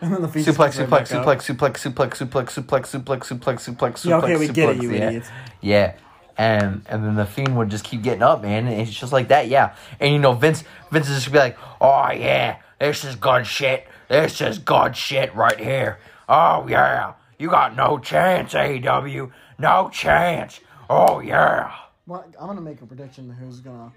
Speaker 2: And then the Fiend
Speaker 1: suplex,
Speaker 2: just
Speaker 1: suplex,
Speaker 2: gets right back up.
Speaker 1: suplex, suplex, suplex, suplex, suplex, suplex, suplex, suplex, suplex.
Speaker 2: Yeah, okay, we get it,
Speaker 1: suplex,
Speaker 2: you
Speaker 1: yeah.
Speaker 2: idiots.
Speaker 1: Yeah, and and then the fiend would just keep getting up, man. And it's just like that, yeah. And you know, Vince, Vince is just gonna be like, oh yeah, this is good shit. This is good shit right here. Oh E yeah, you got no chance, AEW, no chance. Oh yeah.
Speaker 2: Well, I'm gonna make a prediction who's gonna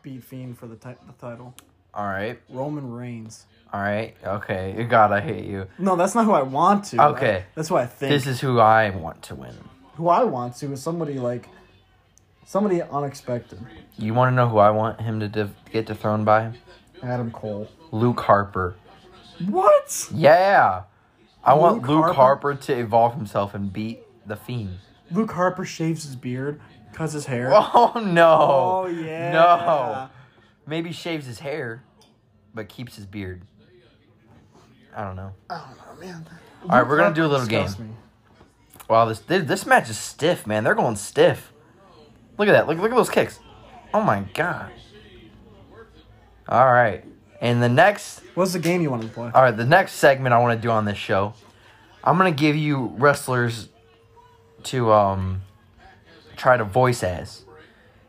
Speaker 2: beat Fiend for the, ti- the title.
Speaker 1: All right.
Speaker 2: Roman Reigns.
Speaker 1: All right. Okay. God, I hate you.
Speaker 2: No, that's not who I want to.
Speaker 1: Okay.
Speaker 2: I- that's what I think.
Speaker 1: This is who I want to win.
Speaker 2: who I want to is somebody like somebody unexpected.
Speaker 1: You want to know who I want him to div- get dethroned by?
Speaker 2: Adam Cole.
Speaker 1: Luke Harper.
Speaker 2: What?
Speaker 1: Yeah. I want
Speaker 2: Luke
Speaker 1: Luke
Speaker 2: Harper?
Speaker 1: Harper? to evolve himself and beat the Fiend.
Speaker 2: Luke Harper shaves his beard, cuts his hair.
Speaker 1: Oh no.
Speaker 2: Oh, yeah.
Speaker 1: No. Maybe shaves his hair, but keeps his beard. I don't know.
Speaker 2: I don't know, man. All
Speaker 1: right, we're gonna do a little game.
Speaker 2: Me.
Speaker 1: Wow, this thi- this match is stiff, man. They're going stiff. Look at that. Look look at those kicks. Oh my god. All right. And the next
Speaker 2: What's the game you want to play?
Speaker 1: All right, the next segment I want to do on this show, I'm gonna give you wrestlers to um try to voice as.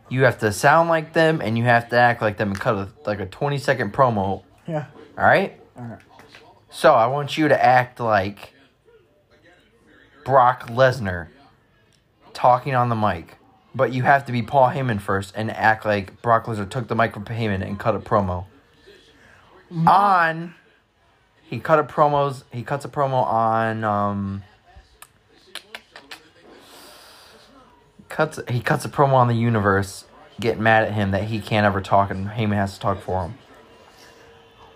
Speaker 1: You have to sound like them, and you have to act like them, and cut a, like a 20 second promo. All
Speaker 2: yeah.
Speaker 1: right.
Speaker 2: All right.
Speaker 1: So I want you to act like Brock Lesnar talking on the mic, but you have to be Paul Heyman first and act like Brock Lesnar took the mic from Heyman and cut a promo. On he cut a promos. He cuts a promo on um. Cuts he cuts a promo on the universe, get mad at him that he can't ever talk and Heyman has to talk for him.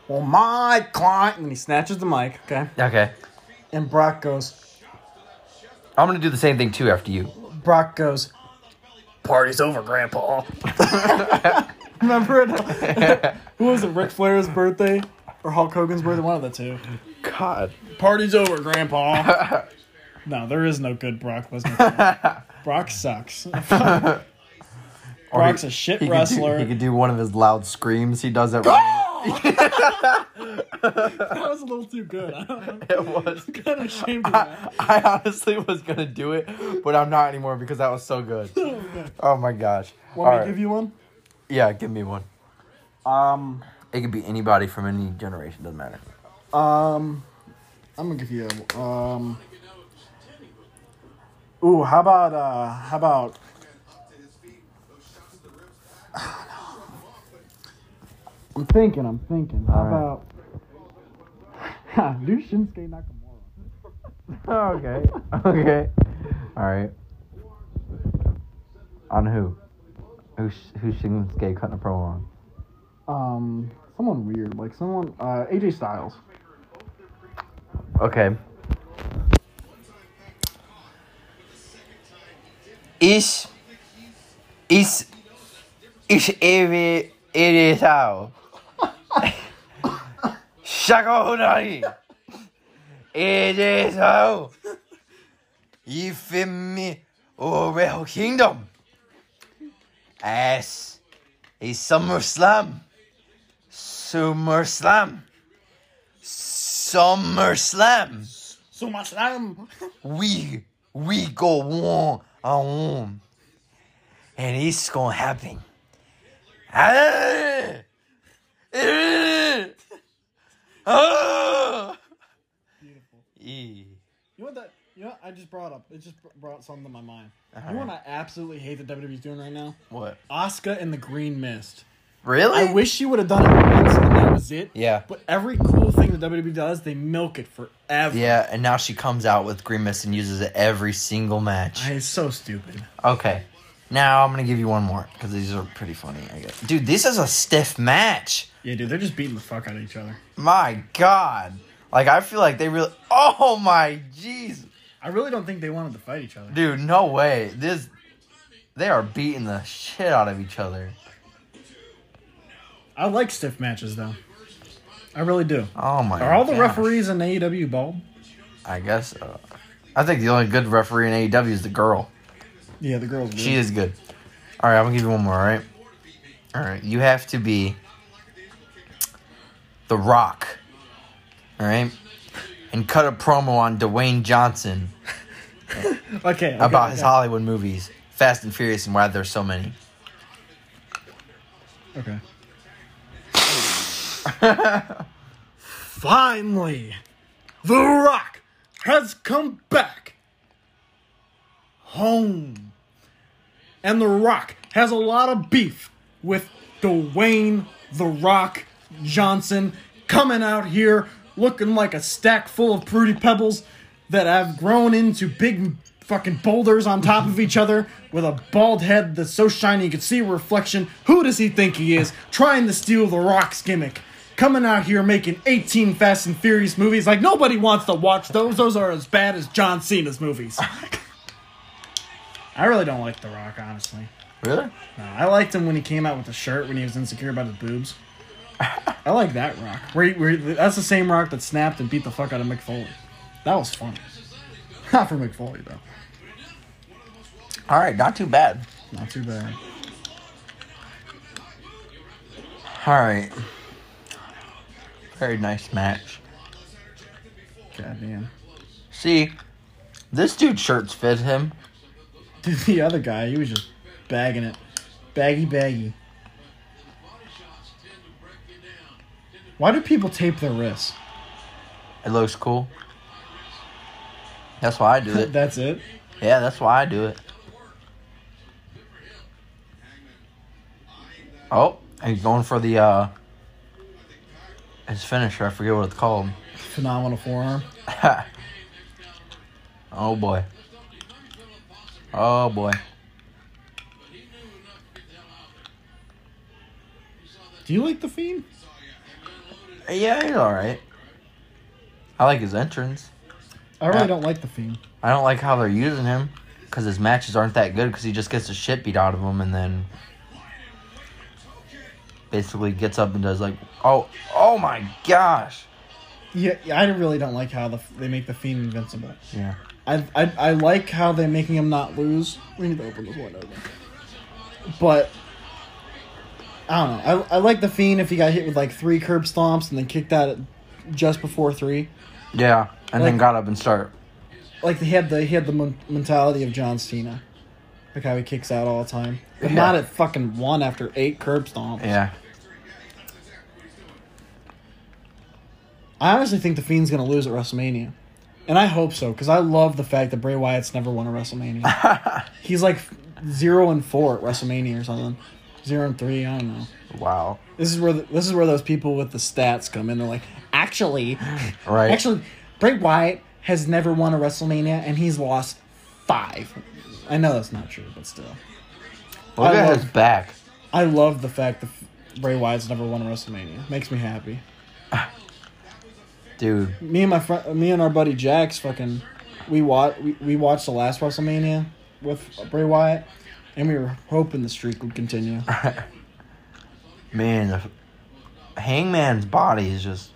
Speaker 2: Well, my client, and he snatches the mic. Okay.
Speaker 1: Okay,
Speaker 2: And Brock goes.
Speaker 1: I'm gonna do the same thing too after you.
Speaker 2: Brock goes.
Speaker 1: Party's over, Grandpa.
Speaker 2: Remember it? Who was it? Ric Flair's birthday or Hulk Hogan's birthday? One of the two.
Speaker 1: God.
Speaker 2: Party's over, Grandpa. no, there is no good Brock Lesnar. Brock sucks. Brock's a shit wrestler.
Speaker 1: he could do one of his loud screams. He does it. Right.
Speaker 2: that was a little too good. I don't know.
Speaker 1: It was.
Speaker 2: I'm kind of ashamed of that.
Speaker 1: I honestly was gonna do it, but I'm not anymore because that was so good. Oh my gosh.
Speaker 2: Want me
Speaker 1: All
Speaker 2: to give
Speaker 1: right.
Speaker 2: you one?
Speaker 1: Yeah, give me one.
Speaker 2: Um,
Speaker 1: It could be anybody from any generation. Doesn't matter.
Speaker 2: um, I'm gonna give you. a- Um. Ooh, how about uh, how about? I'm thinking. I'm thinking. How
Speaker 1: All
Speaker 2: about? Do Shinsuke Nakamura.
Speaker 1: Oh, okay. Okay. All right. On who? Who's who's Shinsuke cutting a promo on?
Speaker 2: Um, someone weird, like someone uh, AJ Styles.
Speaker 1: Okay. Ich. Ich. Ich ewig. Irisao. Shako Hunari. Irisao. Ifimi. Oreho oh, Kingdom. As. A Summer Slam. Summer Slam. Summer Slam
Speaker 2: So much time.
Speaker 1: we we go one on one, and it's gonna happen. Ah! Ah! Eh.
Speaker 2: You know what that? You know what I just brought up. It just br- brought something to my mind. You know what I absolutely hate that WWE's doing right now?
Speaker 1: What?
Speaker 2: Oscar and the Green Mist.
Speaker 1: Really?
Speaker 2: I wish she would have done it once and that was it.
Speaker 1: Yeah.
Speaker 2: But every cool thing that WWE does, they milk it forever.
Speaker 1: yeah, and now she comes out with Green Mist and uses it every single match.
Speaker 2: I, it's so stupid.
Speaker 1: Okay. Now I'm gonna give you one more because these are pretty funny. I guess. Dude, this is a stiff match.
Speaker 2: Yeah, dude, they're just beating the fuck out of each other.
Speaker 1: My God. Like I feel like they really. Oh my jeez.
Speaker 2: I really don't think they wanted to fight each other.
Speaker 1: Dude, no way. This they are beating the shit out of each other.
Speaker 2: I like stiff matches though. I really do.
Speaker 1: Oh my.
Speaker 2: Are all the
Speaker 1: gosh.
Speaker 2: referees in AEW bald?
Speaker 1: I guess. Uh, I think the only good referee in AEW is the girl.
Speaker 2: Yeah, the girls.
Speaker 1: She is good. All right, I'm gonna give you one more. All right. All right, you have to be the Rock. All right, and cut a promo on Dwayne Johnson
Speaker 2: Okay.
Speaker 1: about
Speaker 2: okay,
Speaker 1: his
Speaker 2: okay.
Speaker 1: Hollywood movies, Fast and Furious, and why there's so many.
Speaker 2: Okay. Finally, The Rock has come back home. and The Rock has a lot of beef with Dwayne The Rock Johnson coming out here looking like a stack full of Prudy Pebbles that have grown into big fucking boulders on top of each other with a bald head that's so shiny you can see a reflection. Who does he think he is trying to steal The Rock's gimmick? Coming out here making 18 Fast and Furious movies like nobody wants to watch those. Those are as bad as John Cena's movies. I really don't like The Rock, honestly.
Speaker 1: Really?
Speaker 2: No, I liked him when he came out with the shirt when he was insecure about his boobs. I like that rock. Where he, where he- that's the same rock that snapped and beat the fuck out of Mick Foley. That was fun. Not for Mick Foley though.
Speaker 1: All right, not too bad.
Speaker 2: Not too bad.
Speaker 1: All right. Very nice match.
Speaker 2: Goddamn.
Speaker 1: See, this dude's shirts fit him.
Speaker 2: Dude, the other guy, he was just bagging it, baggy, baggy. Why do people tape their wrists?
Speaker 1: It looks cool. That's why I do it.
Speaker 2: That's it.
Speaker 1: Yeah, that's why I do it. Oh, he's going for the uh his finisher. I forget what it's called.
Speaker 2: Phenomenal forearm.
Speaker 1: oh boy. Oh boy.
Speaker 2: Do you like the fiend?
Speaker 1: Yeah, he's all right. I like his entrance.
Speaker 2: I really
Speaker 1: Yeah.
Speaker 2: don't like the fiend.
Speaker 1: I don't like how they're using him because his matches aren't that good because he just gets the shit beat out of him and then basically gets up and does like, oh, oh my gosh.
Speaker 2: Yeah, yeah, I really don't like how the, they make the fiend invincible.
Speaker 1: Yeah.
Speaker 2: I, I, I like how they're making him not lose. We need to open this window again. But I don't know. I, I like the fiend if he got hit with like three curb stomps and then kicked out at just before three.
Speaker 1: Yeah. And then
Speaker 2: Like-
Speaker 1: got up and start.
Speaker 2: Like he had the he had the mon- mentality of John Cena, like how he kicks out all the time, but
Speaker 1: Yeah.
Speaker 2: not at fucking one after eight curb stomps.
Speaker 1: Yeah.
Speaker 2: I honestly think the Fiend's gonna lose at WrestleMania, and I hope so because I love the fact that Bray Wyatt's never won a WrestleMania. He's like zero and four at WrestleMania or something, zero and three. I don't know.
Speaker 1: Wow.
Speaker 2: This is where the, this is where those people with the stats come in. They're like, actually,
Speaker 1: Right.
Speaker 2: actually, Bray Wyatt has never won a WrestleMania and he's lost five. I know that's not true, but still,
Speaker 1: Look
Speaker 2: I
Speaker 1: at
Speaker 2: love-
Speaker 1: his back.
Speaker 2: I love the fact that Bray Wyatt's never won a WrestleMania. Makes me happy.
Speaker 1: Dude.
Speaker 2: me and my friend, me and our buddy Jax, fucking, we watch we, we watched the last WrestleMania with Bray Wyatt, and we were hoping the streak would continue.
Speaker 1: Man, the f- Hangman's body is just.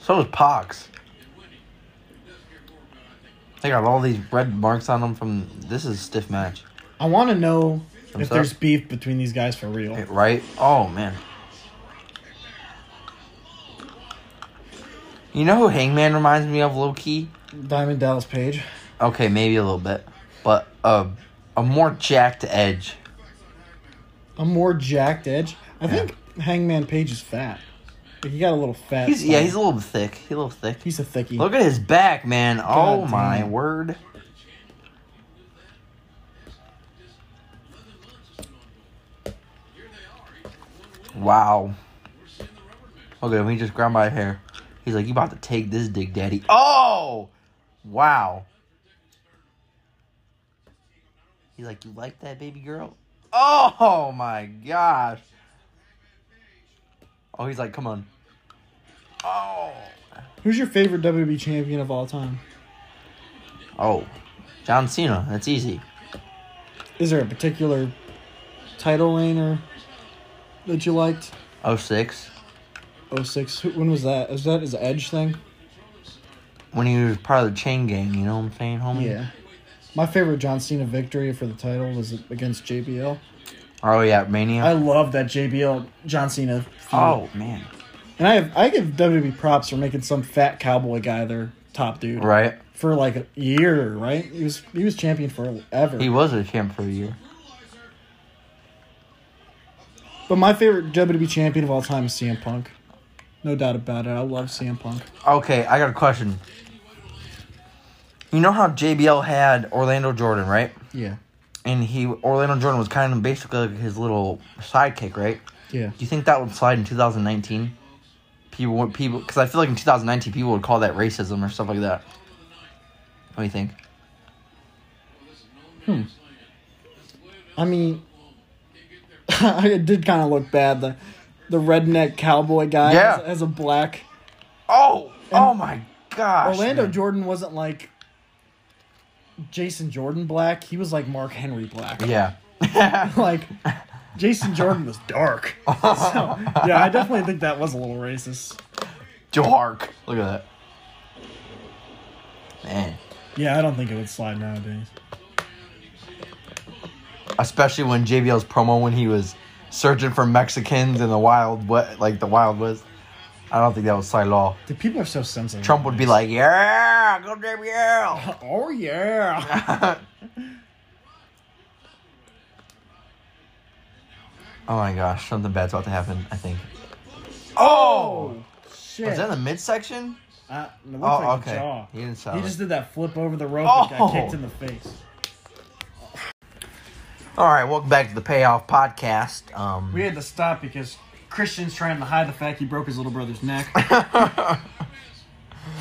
Speaker 1: So is Pox. They got all these red marks on them from. This is a stiff match.
Speaker 2: I want to know if
Speaker 1: Thumbs up.
Speaker 2: there's beef between these guys for real.
Speaker 1: Right? Oh, man. You know who Hangman reminds me of, low key?
Speaker 2: Diamond Dallas Page.
Speaker 1: Okay, maybe a little bit. But uh, a more jacked edge.
Speaker 2: A more jacked Edge. I think Hangman Page is fat. Like, he got a little fat.
Speaker 1: He's, yeah,
Speaker 2: stomach.
Speaker 1: he's a little thick. He's a little thick.
Speaker 2: he's a thickie.
Speaker 1: Look at his back, man. oh
Speaker 2: God
Speaker 1: my
Speaker 2: damn.
Speaker 1: word. Wow. Look at him. He just grabbed my hair. He's like, you about to take this dick, daddy. Oh! Wow. He's like, you like that, baby girl? Oh my gosh. Oh, he's like, come on. Oh.
Speaker 2: Who's your favorite WWE champion of all time?
Speaker 1: Oh, John Cena. That's easy.
Speaker 2: Is there a particular title lane or that you liked?
Speaker 1: Oh six,
Speaker 2: 06. Who- When was that? Is that his Edge thing?
Speaker 1: When he was part of the chain gang, you know what I'm saying, homie?
Speaker 2: Yeah. My favorite John Cena victory for the title was against JBL.
Speaker 1: Oh, yeah, Mania.
Speaker 2: I love that JBL John Cena. feud.
Speaker 1: oh, man.
Speaker 2: And I have, I give WWE props for making some fat cowboy guy their top dude.
Speaker 1: Right?
Speaker 2: For like a year, right? He was he was champion forever.
Speaker 1: He was a champ for a year.
Speaker 2: but my favorite WWE champion of all time is CM Punk. No doubt about it. I love CM Punk.
Speaker 1: Okay, I got a question. You know how JBL had Orlando Jordan, right?
Speaker 2: Yeah.
Speaker 1: and he Orlando Jordan was kind of basically like his little sidekick, right?
Speaker 2: Yeah.
Speaker 1: Do you think that would slide in 2019? People would people because I feel like in 2019 people would call that racism or stuff like that. What do you think?
Speaker 2: I mean, it did kind of look bad. The the redneck cowboy guy
Speaker 1: Yeah.
Speaker 2: as, as a black.
Speaker 1: Oh, oh my gosh!
Speaker 2: Orlando
Speaker 1: man.
Speaker 2: Jordan wasn't like Jason Jordan black. He was like Mark Henry black.
Speaker 1: Yeah.
Speaker 2: like Jason Jordan was dark. So, yeah, I definitely think that was a little racist.
Speaker 1: Dark. Look at that. Man.
Speaker 2: Yeah, I don't think it would slide nowadays.
Speaker 1: Especially when JBL's promo when he was searching for Mexicans in the wild what like the wild west. I don't think that would slide at all.
Speaker 2: The people are so sensitive.
Speaker 1: Trump would be like, Yeah, go JBL.
Speaker 2: "Oh yeah."
Speaker 1: oh Oh my gosh, something bad's about to happen, I think. Oh!
Speaker 2: shit.
Speaker 1: Was that the midsection?
Speaker 2: Uh, it looked
Speaker 1: Oh,
Speaker 2: like
Speaker 1: okay.
Speaker 2: a jaw.
Speaker 1: He didn't sell
Speaker 2: He
Speaker 1: it.
Speaker 2: just did that flip over the rope and
Speaker 1: Oh.
Speaker 2: got kicked in the face.
Speaker 1: All right, welcome back to the Payoff Podcast. Um,
Speaker 2: We had to stop because Christian's trying to hide the fact he broke his little brother's neck.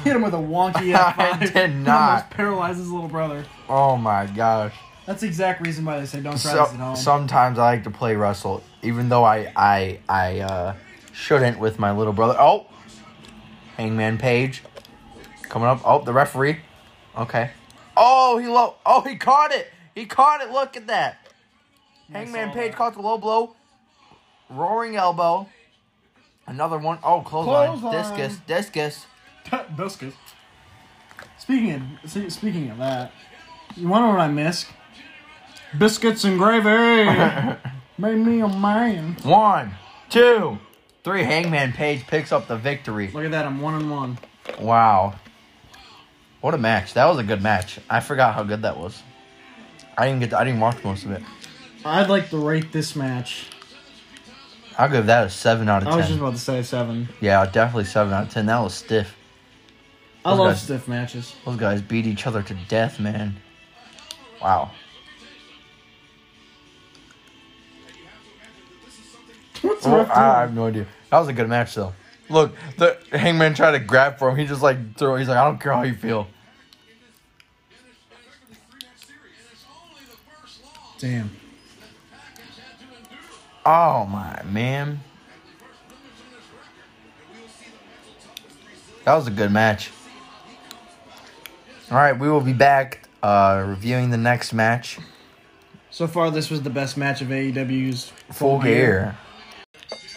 Speaker 2: Hit him with a wonky F5.
Speaker 1: I did
Speaker 2: and
Speaker 1: not.
Speaker 2: Almost paralyzed his little brother.
Speaker 1: oh my gosh.
Speaker 2: That's the exact reason why they say don't try
Speaker 1: So,
Speaker 2: this at home.
Speaker 1: sometimes I like to play wrestle, even though I I I uh, shouldn't with my little brother. Oh, Hangman Page, coming up. Oh, the referee. Okay. Oh, he low. Oh, he caught it. He caught it. Look at that. Hangman
Speaker 2: saw
Speaker 1: Page
Speaker 2: that.
Speaker 1: caught the low blow, roaring elbow. Another one. Oh, clothesline,
Speaker 2: Clothesline.
Speaker 1: discus, discus.
Speaker 2: Biscuit. Speaking of see, speaking of that, you wanna know what I miss? Biscuits and gravy made me a man.
Speaker 1: One, two, three. Hangman Page picks up the victory.
Speaker 2: Look at that, I'm one and one.
Speaker 1: Wow. What a match. That was a good match. I forgot how good that was. I didn't get to, I didn't watch most of it.
Speaker 2: I'd like to rate this match.
Speaker 1: I'll give that a 7 out
Speaker 2: I
Speaker 1: of
Speaker 2: was just
Speaker 1: 10.
Speaker 2: about to say seven.
Speaker 1: Yeah, definitely 7 out of 10. That was stiff.
Speaker 2: I
Speaker 1: Those
Speaker 2: love
Speaker 1: guys-
Speaker 2: stiff matches.
Speaker 1: Those guys beat each other to death, man. Wow.
Speaker 2: What's
Speaker 1: Well, uh,
Speaker 2: rough doing?
Speaker 1: I, I have no idea. That was a good match, though. Look, the hangman tried to grab for him. He just like threw. He's like, I don't care how you feel.
Speaker 2: Damn.
Speaker 1: Oh my man. That was a good match. All right, we will be back uh, reviewing the next match.
Speaker 2: So far, this was the best match of E AEW's
Speaker 1: Full gear.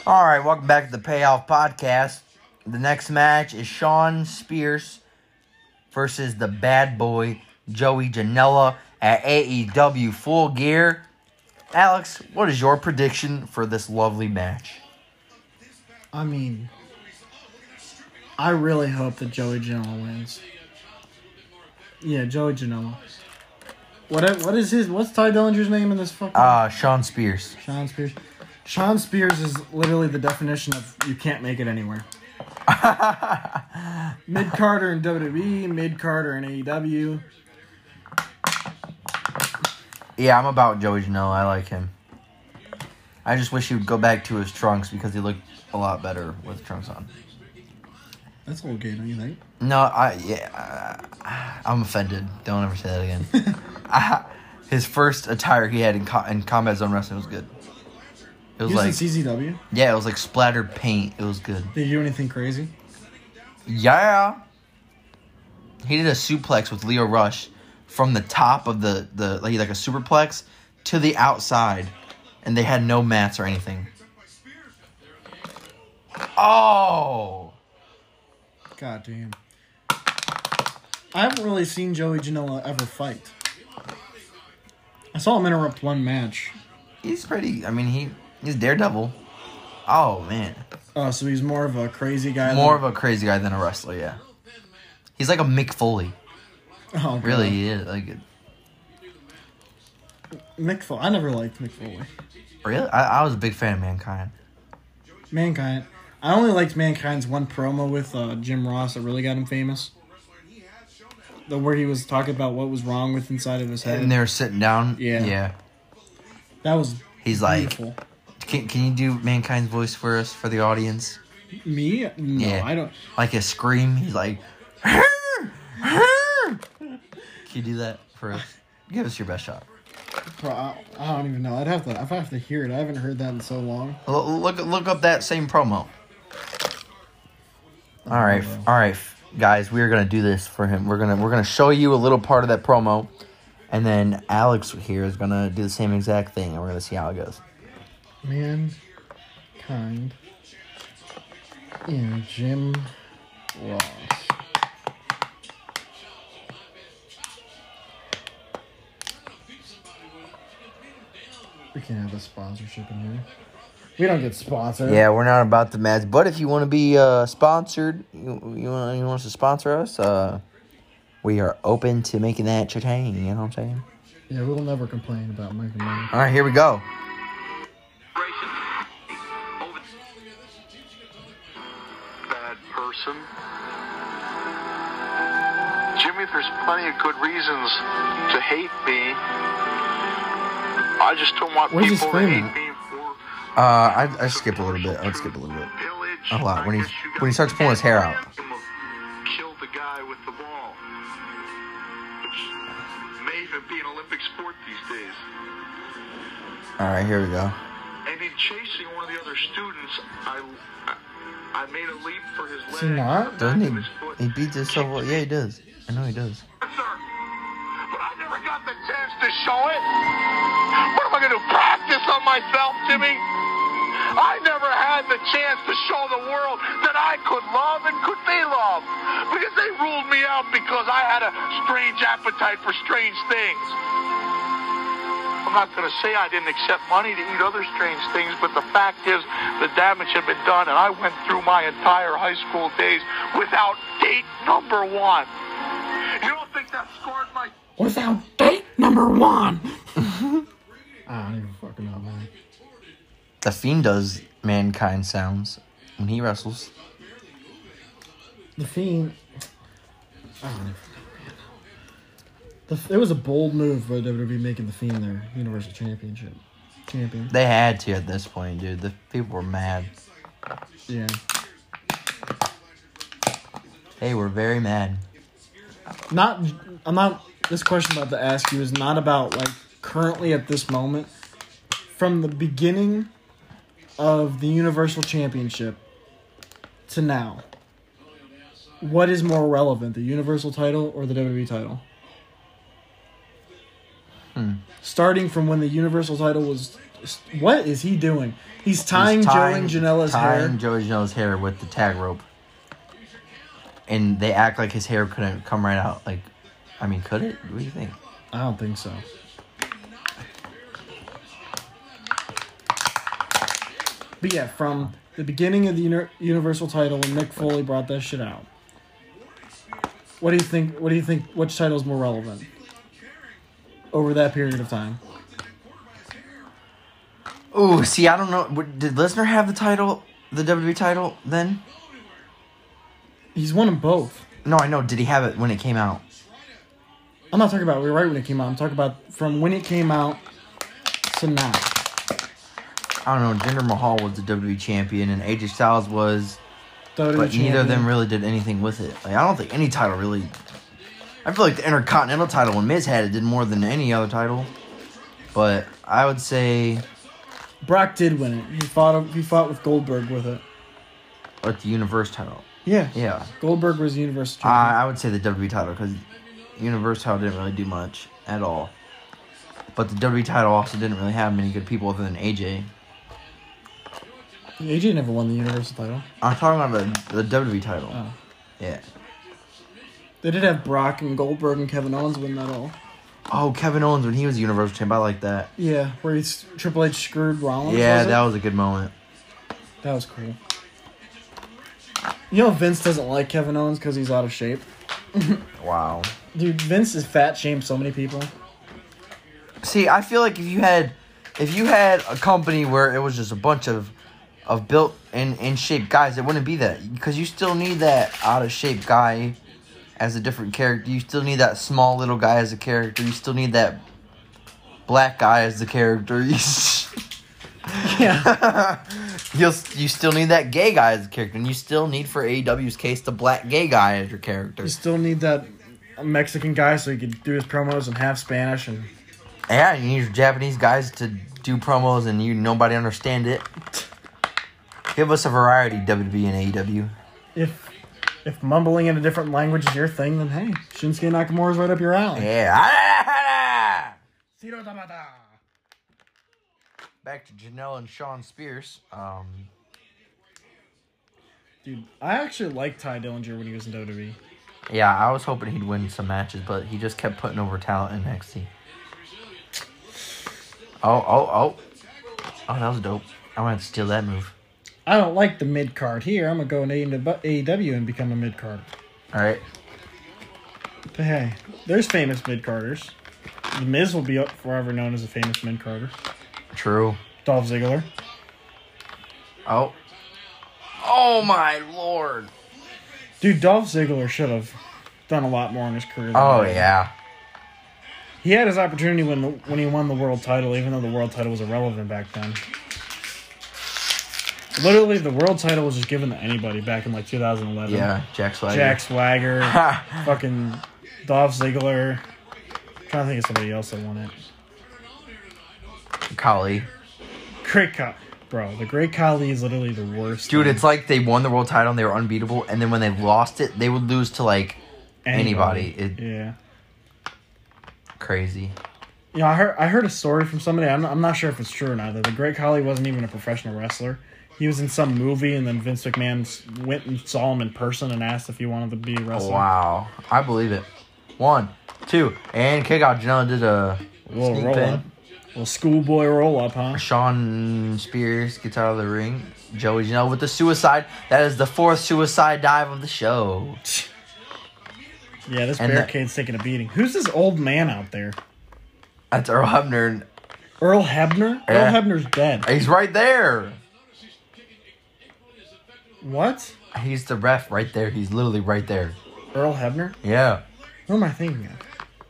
Speaker 1: All right, welcome back to the Payoff Podcast. The next match is Sean Spears versus the bad boy Joey Janela at AEW Full Gear. Alex, what is your prediction for this lovely match?
Speaker 2: I mean, I really hope that Joey Janela wins. Yeah, Joey Janela. What what is his? What's Ty Dillinger's name in this fucking?
Speaker 1: Uh, Sean Spears.
Speaker 2: Sean Spears. Sean Spears is literally the definition of you can't make it anywhere. mid Carter in WWE, mid Carter in E AEW.
Speaker 1: Yeah, I'm about Joey Janela. I like him. I just wish he would go back to his trunks because he looked a lot better with trunks on.
Speaker 2: That's all okay, don't you think?
Speaker 1: No, I yeah, uh, I'm offended. Don't ever say that again. I- his first attire he had in, co- in Combat Zone Wrestling was good. It was
Speaker 2: He was
Speaker 1: like
Speaker 2: in CZW.
Speaker 1: yeah, it was like splattered paint. It was good.
Speaker 2: Did he do anything crazy?
Speaker 1: Yeah. He did a suplex with Leo Rush from the top of the the like, like a superplex to the outside, and they had no mats or anything. Oh,
Speaker 2: God damn. I haven't really seen Joey Janela ever fight. I saw him interrupt one match.
Speaker 1: he's pretty. I mean, he he's Daredevil. Oh man,
Speaker 2: Oh, so he's more of a crazy guy.
Speaker 1: more of a crazy guy than a wrestler. Yeah, he's like a Mick Foley.
Speaker 2: than, oh, God.
Speaker 1: Really, he is like.
Speaker 2: Mick Foley. I never liked Mick Foley.
Speaker 1: Really, I, I was a big fan of Mankind.
Speaker 2: Mankind. I only liked Mankind's one promo with uh, Jim Ross that really got him famous. the where he was talking about what was wrong with inside of his head.
Speaker 1: And they're sitting down.
Speaker 2: Yeah.
Speaker 1: Yeah.
Speaker 2: that was
Speaker 1: He's like,
Speaker 2: beautiful.
Speaker 1: can, can you do mankind's voice for us for the audience?
Speaker 2: Me? No,
Speaker 1: Yeah.
Speaker 2: I don't.
Speaker 1: Like a scream. He's like, "Arr! Arr!" can you do that for us? Give us your best shot.
Speaker 2: Pro- I I don't even know. I'd have to. I'd have to hear it. I haven't heard that in so long.
Speaker 1: L- look look up that same promo. All right, f- all right, f- guys. We are gonna do this for him. We're gonna we're gonna show you a little part of that promo, and then Alex here is gonna do the same exact thing, and we're gonna see how it goes.
Speaker 2: Mankind and Jim Ross. We can't have a sponsorship in here. We don't get sponsored.
Speaker 1: Yeah, we're not about the match, but if you want to be uh, sponsored, you you want you want us to sponsor us, uh, we are open to making that cha-ching. You know what I'm saying?
Speaker 2: Yeah, we'll never complain about making money.
Speaker 1: All right, here we go.
Speaker 3: bad person. Jimmy, there's plenty of good reasons to hate me. I just don't want
Speaker 2: Where's his
Speaker 3: people to hate
Speaker 2: frame at?
Speaker 3: me
Speaker 1: Uh,
Speaker 3: for
Speaker 1: I I skip a little bit. I would skip a little bit.
Speaker 3: pillage.
Speaker 1: A lot. When
Speaker 3: I
Speaker 1: he-
Speaker 3: guess you
Speaker 1: when
Speaker 3: got
Speaker 1: he starts pulling his hair out.
Speaker 3: Kill the guy with the ball, which may even be an Olympic sport these days.
Speaker 1: All right, here we go.
Speaker 3: And in chasing one of the other students, I I, I made a leap for his leg.
Speaker 2: he not?
Speaker 1: Doesn't
Speaker 3: Back of his foot.
Speaker 1: he? He beats himself. up. Yeah, he does. I know he does.
Speaker 3: sir. But I never got the chance to show it. What am I going to practice on myself, Jimmy? I never had the chance to show the world that I could love and could be loved because they ruled me out because I had a strange appetite for strange things. I'm not going to say I didn't accept money to eat other strange things, but the fact is the damage had been done, and I went through my entire high school days without date number one. You don't think that scarred my
Speaker 2: Without date number one. I don't even fucking know, man.
Speaker 1: The Fiend does mankind sounds when he wrestles.
Speaker 2: The Fiend. I don't know. The, it was a bold move by WWE E making the Fiend their Universal Championship champion.
Speaker 1: They had to at this point, dude. The people were mad.
Speaker 2: Yeah,
Speaker 1: They were very mad.
Speaker 2: not. I'm not. This question I'm about to ask you is not about like currently at this moment. From the beginning of the Universal Championship to now, what is more relevant, the Universal title or the WWE title?
Speaker 1: Hmm.
Speaker 2: starstarting from when the Universal title was. What is he doing? He's tying,
Speaker 1: He's
Speaker 2: Joey Janela's
Speaker 1: tying
Speaker 2: hair.
Speaker 1: Joey Janela's hair with the tag rope, and they act like his hair couldn't come right out. Like, I mean, could it? What do you think?
Speaker 2: I don't think so. But yeah, from the beginning of the uni- Universal title when Mick Foley brought that shit out. What do you think? What do you think? Which title is more relevant over that period of time?
Speaker 1: Ooh, see, I don't know. What- Did Lesnar have the title, the WWE title? Then
Speaker 2: He's won them both.
Speaker 1: no, I know. Did he have it when it came out?
Speaker 2: I'm not talking about we were right when it came out. I'm talking about from when it came out to now.
Speaker 1: I don't know. Jinder Mahal was the WWE champion, and AJ Styles was
Speaker 2: WWE
Speaker 1: But neither of them
Speaker 2: champion.
Speaker 1: really did anything with it. Like, I don't think any title really. I feel like the Intercontinental title when Miz had it did more than any other title. But I would say
Speaker 2: Brock did win it. He fought. He fought with Goldberg with it.
Speaker 1: like the Universe title.
Speaker 2: Yeah.
Speaker 1: Yeah,
Speaker 2: Goldberg was Universal
Speaker 1: I,
Speaker 2: Champion.
Speaker 1: I would say the WWE title because Universe title didn't really do much at all. But the WWE title also didn't really have many good people other than AJ.
Speaker 2: AJ never won the Universal title.
Speaker 1: I'm talking about the, the WWE title.
Speaker 2: Oh.
Speaker 1: Yeah.
Speaker 2: They did have Brock and Goldberg and Kevin Owens win that all.
Speaker 1: Oh, Kevin Owens when he was Universal champ, I like that.
Speaker 2: Yeah, where he's Triple H screwed Rollins.
Speaker 1: yeah,
Speaker 2: Oh, was it?
Speaker 1: that was a good moment.
Speaker 2: that was cool. You know Vince doesn't like Kevin Owens because he's out of shape.
Speaker 1: Wow.
Speaker 2: Dude, Vince is fat shamed so many people.
Speaker 1: See, I feel like if you had, if you had a company where it was just a bunch of, of built and in shape guys, it wouldn't be that because you still need that out of shape guy as a different character. You still need that small little guy as a character. You still need that black guy as the character. You s-
Speaker 2: Yeah.
Speaker 1: You'll s- you still need that gay guy as a character, and you still need for AEW's case the black gay guy as your character.
Speaker 2: you still need that Mexican guy so he could do his promos in half Spanish and
Speaker 1: Yeah, you need your Japanese guys to do promos, and you nobody understand it. Give us a variety, WWE and E AEW.
Speaker 2: if if mumbling in a different language is your thing, then hey, Shinsuke Nakamura's right up your alley.
Speaker 1: Yeah.
Speaker 2: Zero da da da.
Speaker 1: Back to Janelle and Sean Spears. Um,
Speaker 2: Dude, I actually liked Ty Dillinger when he was in E. WWE.
Speaker 1: yeah, I was hoping he'd win some matches, but he just kept putting over talent in NXT. Oh, oh, oh. Oh, that was dope. I wanted to steal that move.
Speaker 2: I don't like the mid card here. I'm gonna go in AEW and become a mid card.
Speaker 1: All right.
Speaker 2: But hey, there's famous mid carders. The Miz will be up forever known as a famous mid carder.
Speaker 1: True.
Speaker 2: Dolph Ziggler.
Speaker 1: Oh. Oh, my lord.
Speaker 2: Dude, Dolph Ziggler should have done a lot more in his career. than
Speaker 1: Oh,
Speaker 2: he did.
Speaker 1: yeah.
Speaker 2: He had his opportunity when the, when he won the world title, even though the world title was irrelevant back then. Literally, the world title was just given to anybody back in like 2011.
Speaker 1: Yeah, Jack Swagger.
Speaker 2: Jack Swagger,
Speaker 1: Ha.
Speaker 2: fucking Dolph Ziggler. I'm trying to think of somebody else that won it.
Speaker 1: Kali.
Speaker 2: Great Khali, bro. The Great Khali is literally the worst.
Speaker 1: Dude,
Speaker 2: thing.
Speaker 1: it's like they won the world title and they were unbeatable, and then when they lost it, they would lose to, like, anybody. It-
Speaker 2: yeah.
Speaker 1: crazy.
Speaker 2: Yeah, I heard I heard a story from somebody. I'm not, I'm not sure if it's true or not. That the Great Khali wasn't even a professional wrestler. He was in some movie, and then Vince McMahon s- went and saw him in person and asked if he wanted to be a wrestler.
Speaker 1: Wow, I believe it. One, two, and kick out. Janela did a
Speaker 2: Little
Speaker 1: sneak
Speaker 2: roll up,
Speaker 1: pin.
Speaker 2: little schoolboy roll up, huh?
Speaker 1: Sean Spears gets out of the ring. Joey Janela with the suicide. That is the fourth suicide dive of the show.
Speaker 2: Yeah, this
Speaker 1: And the-
Speaker 2: barricade's taking a beating. Who's this old man out there?
Speaker 1: That's Earl Hebner.
Speaker 2: Earl Hebner.
Speaker 1: Yeah.
Speaker 2: Earl Hebner's dead.
Speaker 1: He's right there.
Speaker 2: What?
Speaker 1: He's the ref right there. He's literally right there.
Speaker 2: Earl Hebner?
Speaker 1: Yeah.
Speaker 2: Who am I thinking of?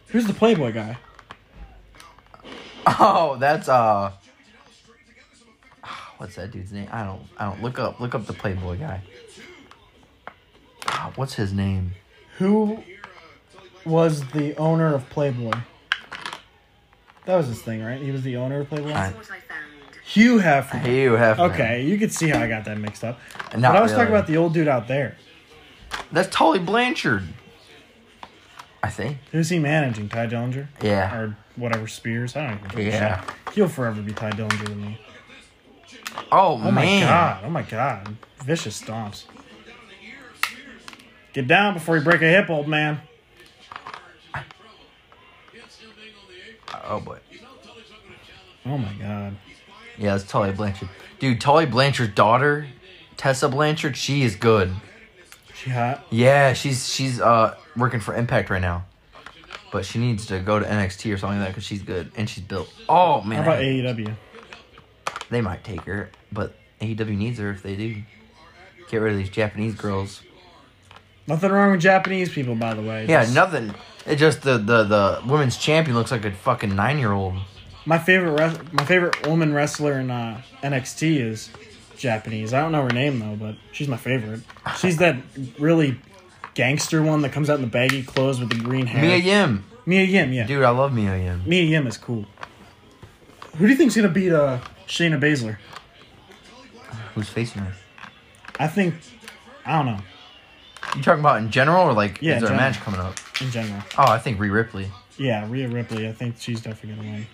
Speaker 2: Who's the Playboy guy?
Speaker 1: Oh, that's uh. ah, What's that dude's name? I don't. I don't. Look up. Look up the Playboy guy. Ah, What's his name?
Speaker 2: Who was the owner of Playboy? That was his thing, right? He was the owner of Playboy.
Speaker 1: I-
Speaker 4: What I found.
Speaker 2: Hugh Hefner.
Speaker 1: Hugh Hefner.
Speaker 2: Okay, you can see how I got that mixed up.
Speaker 1: Not
Speaker 2: but I was
Speaker 1: really.
Speaker 2: talking about the old dude out there.
Speaker 1: That's Tully Blanchard. I think.
Speaker 2: Who's he managing? Ty Dillinger?
Speaker 1: Yeah.
Speaker 2: Or whatever Spears? I don't even give a
Speaker 1: Yeah.
Speaker 2: shit. He'll forever be Ty Dillinger to me.
Speaker 1: Oh,
Speaker 2: Oh
Speaker 1: man.
Speaker 2: my god. Oh my god. Vicious stomps. Get down before you break a hip, old man.
Speaker 1: Oh boy.
Speaker 2: Oh my god.
Speaker 1: Yeah, that's Tully Blanchard. Dude, Tully Blanchard's daughter, Tessa Blanchard, she is good.
Speaker 2: She hot?
Speaker 1: Yeah, she's she's uh working for Impact right now. But she needs to go to NXT or something like that because she's good and she's built. Oh man,
Speaker 2: How about E uh, AEW?
Speaker 1: they might take her, but AEW needs her if they do. Get rid of these Japanese girls.
Speaker 2: Nothing wrong with Japanese people, by the way.
Speaker 1: Yeah,
Speaker 2: Just-
Speaker 1: nothing. It just the the the women's champion looks like a fucking nine year old.
Speaker 2: My favorite res- my favorite woman wrestler in uh, NXT is Japanese. I don't know her name though, but she's my favorite. She's that really gangster one that comes out in the baggy clothes with the green hair.
Speaker 1: Mia Yim,
Speaker 2: Mia Yim, yeah.
Speaker 1: dude, I love Mia Yim.
Speaker 2: Mia Yim is cool. Who do you think's gonna beat uh, Shayna Baszler?
Speaker 1: Who's facing her?
Speaker 2: I think I don't know
Speaker 1: You talking about in general or like
Speaker 2: Yeah,
Speaker 1: is there a
Speaker 2: general.
Speaker 1: match coming up?
Speaker 2: in general.
Speaker 1: Oh, I think Rhea Ripley.
Speaker 2: Yeah, Rhea Ripley. I think she's definitely gonna win.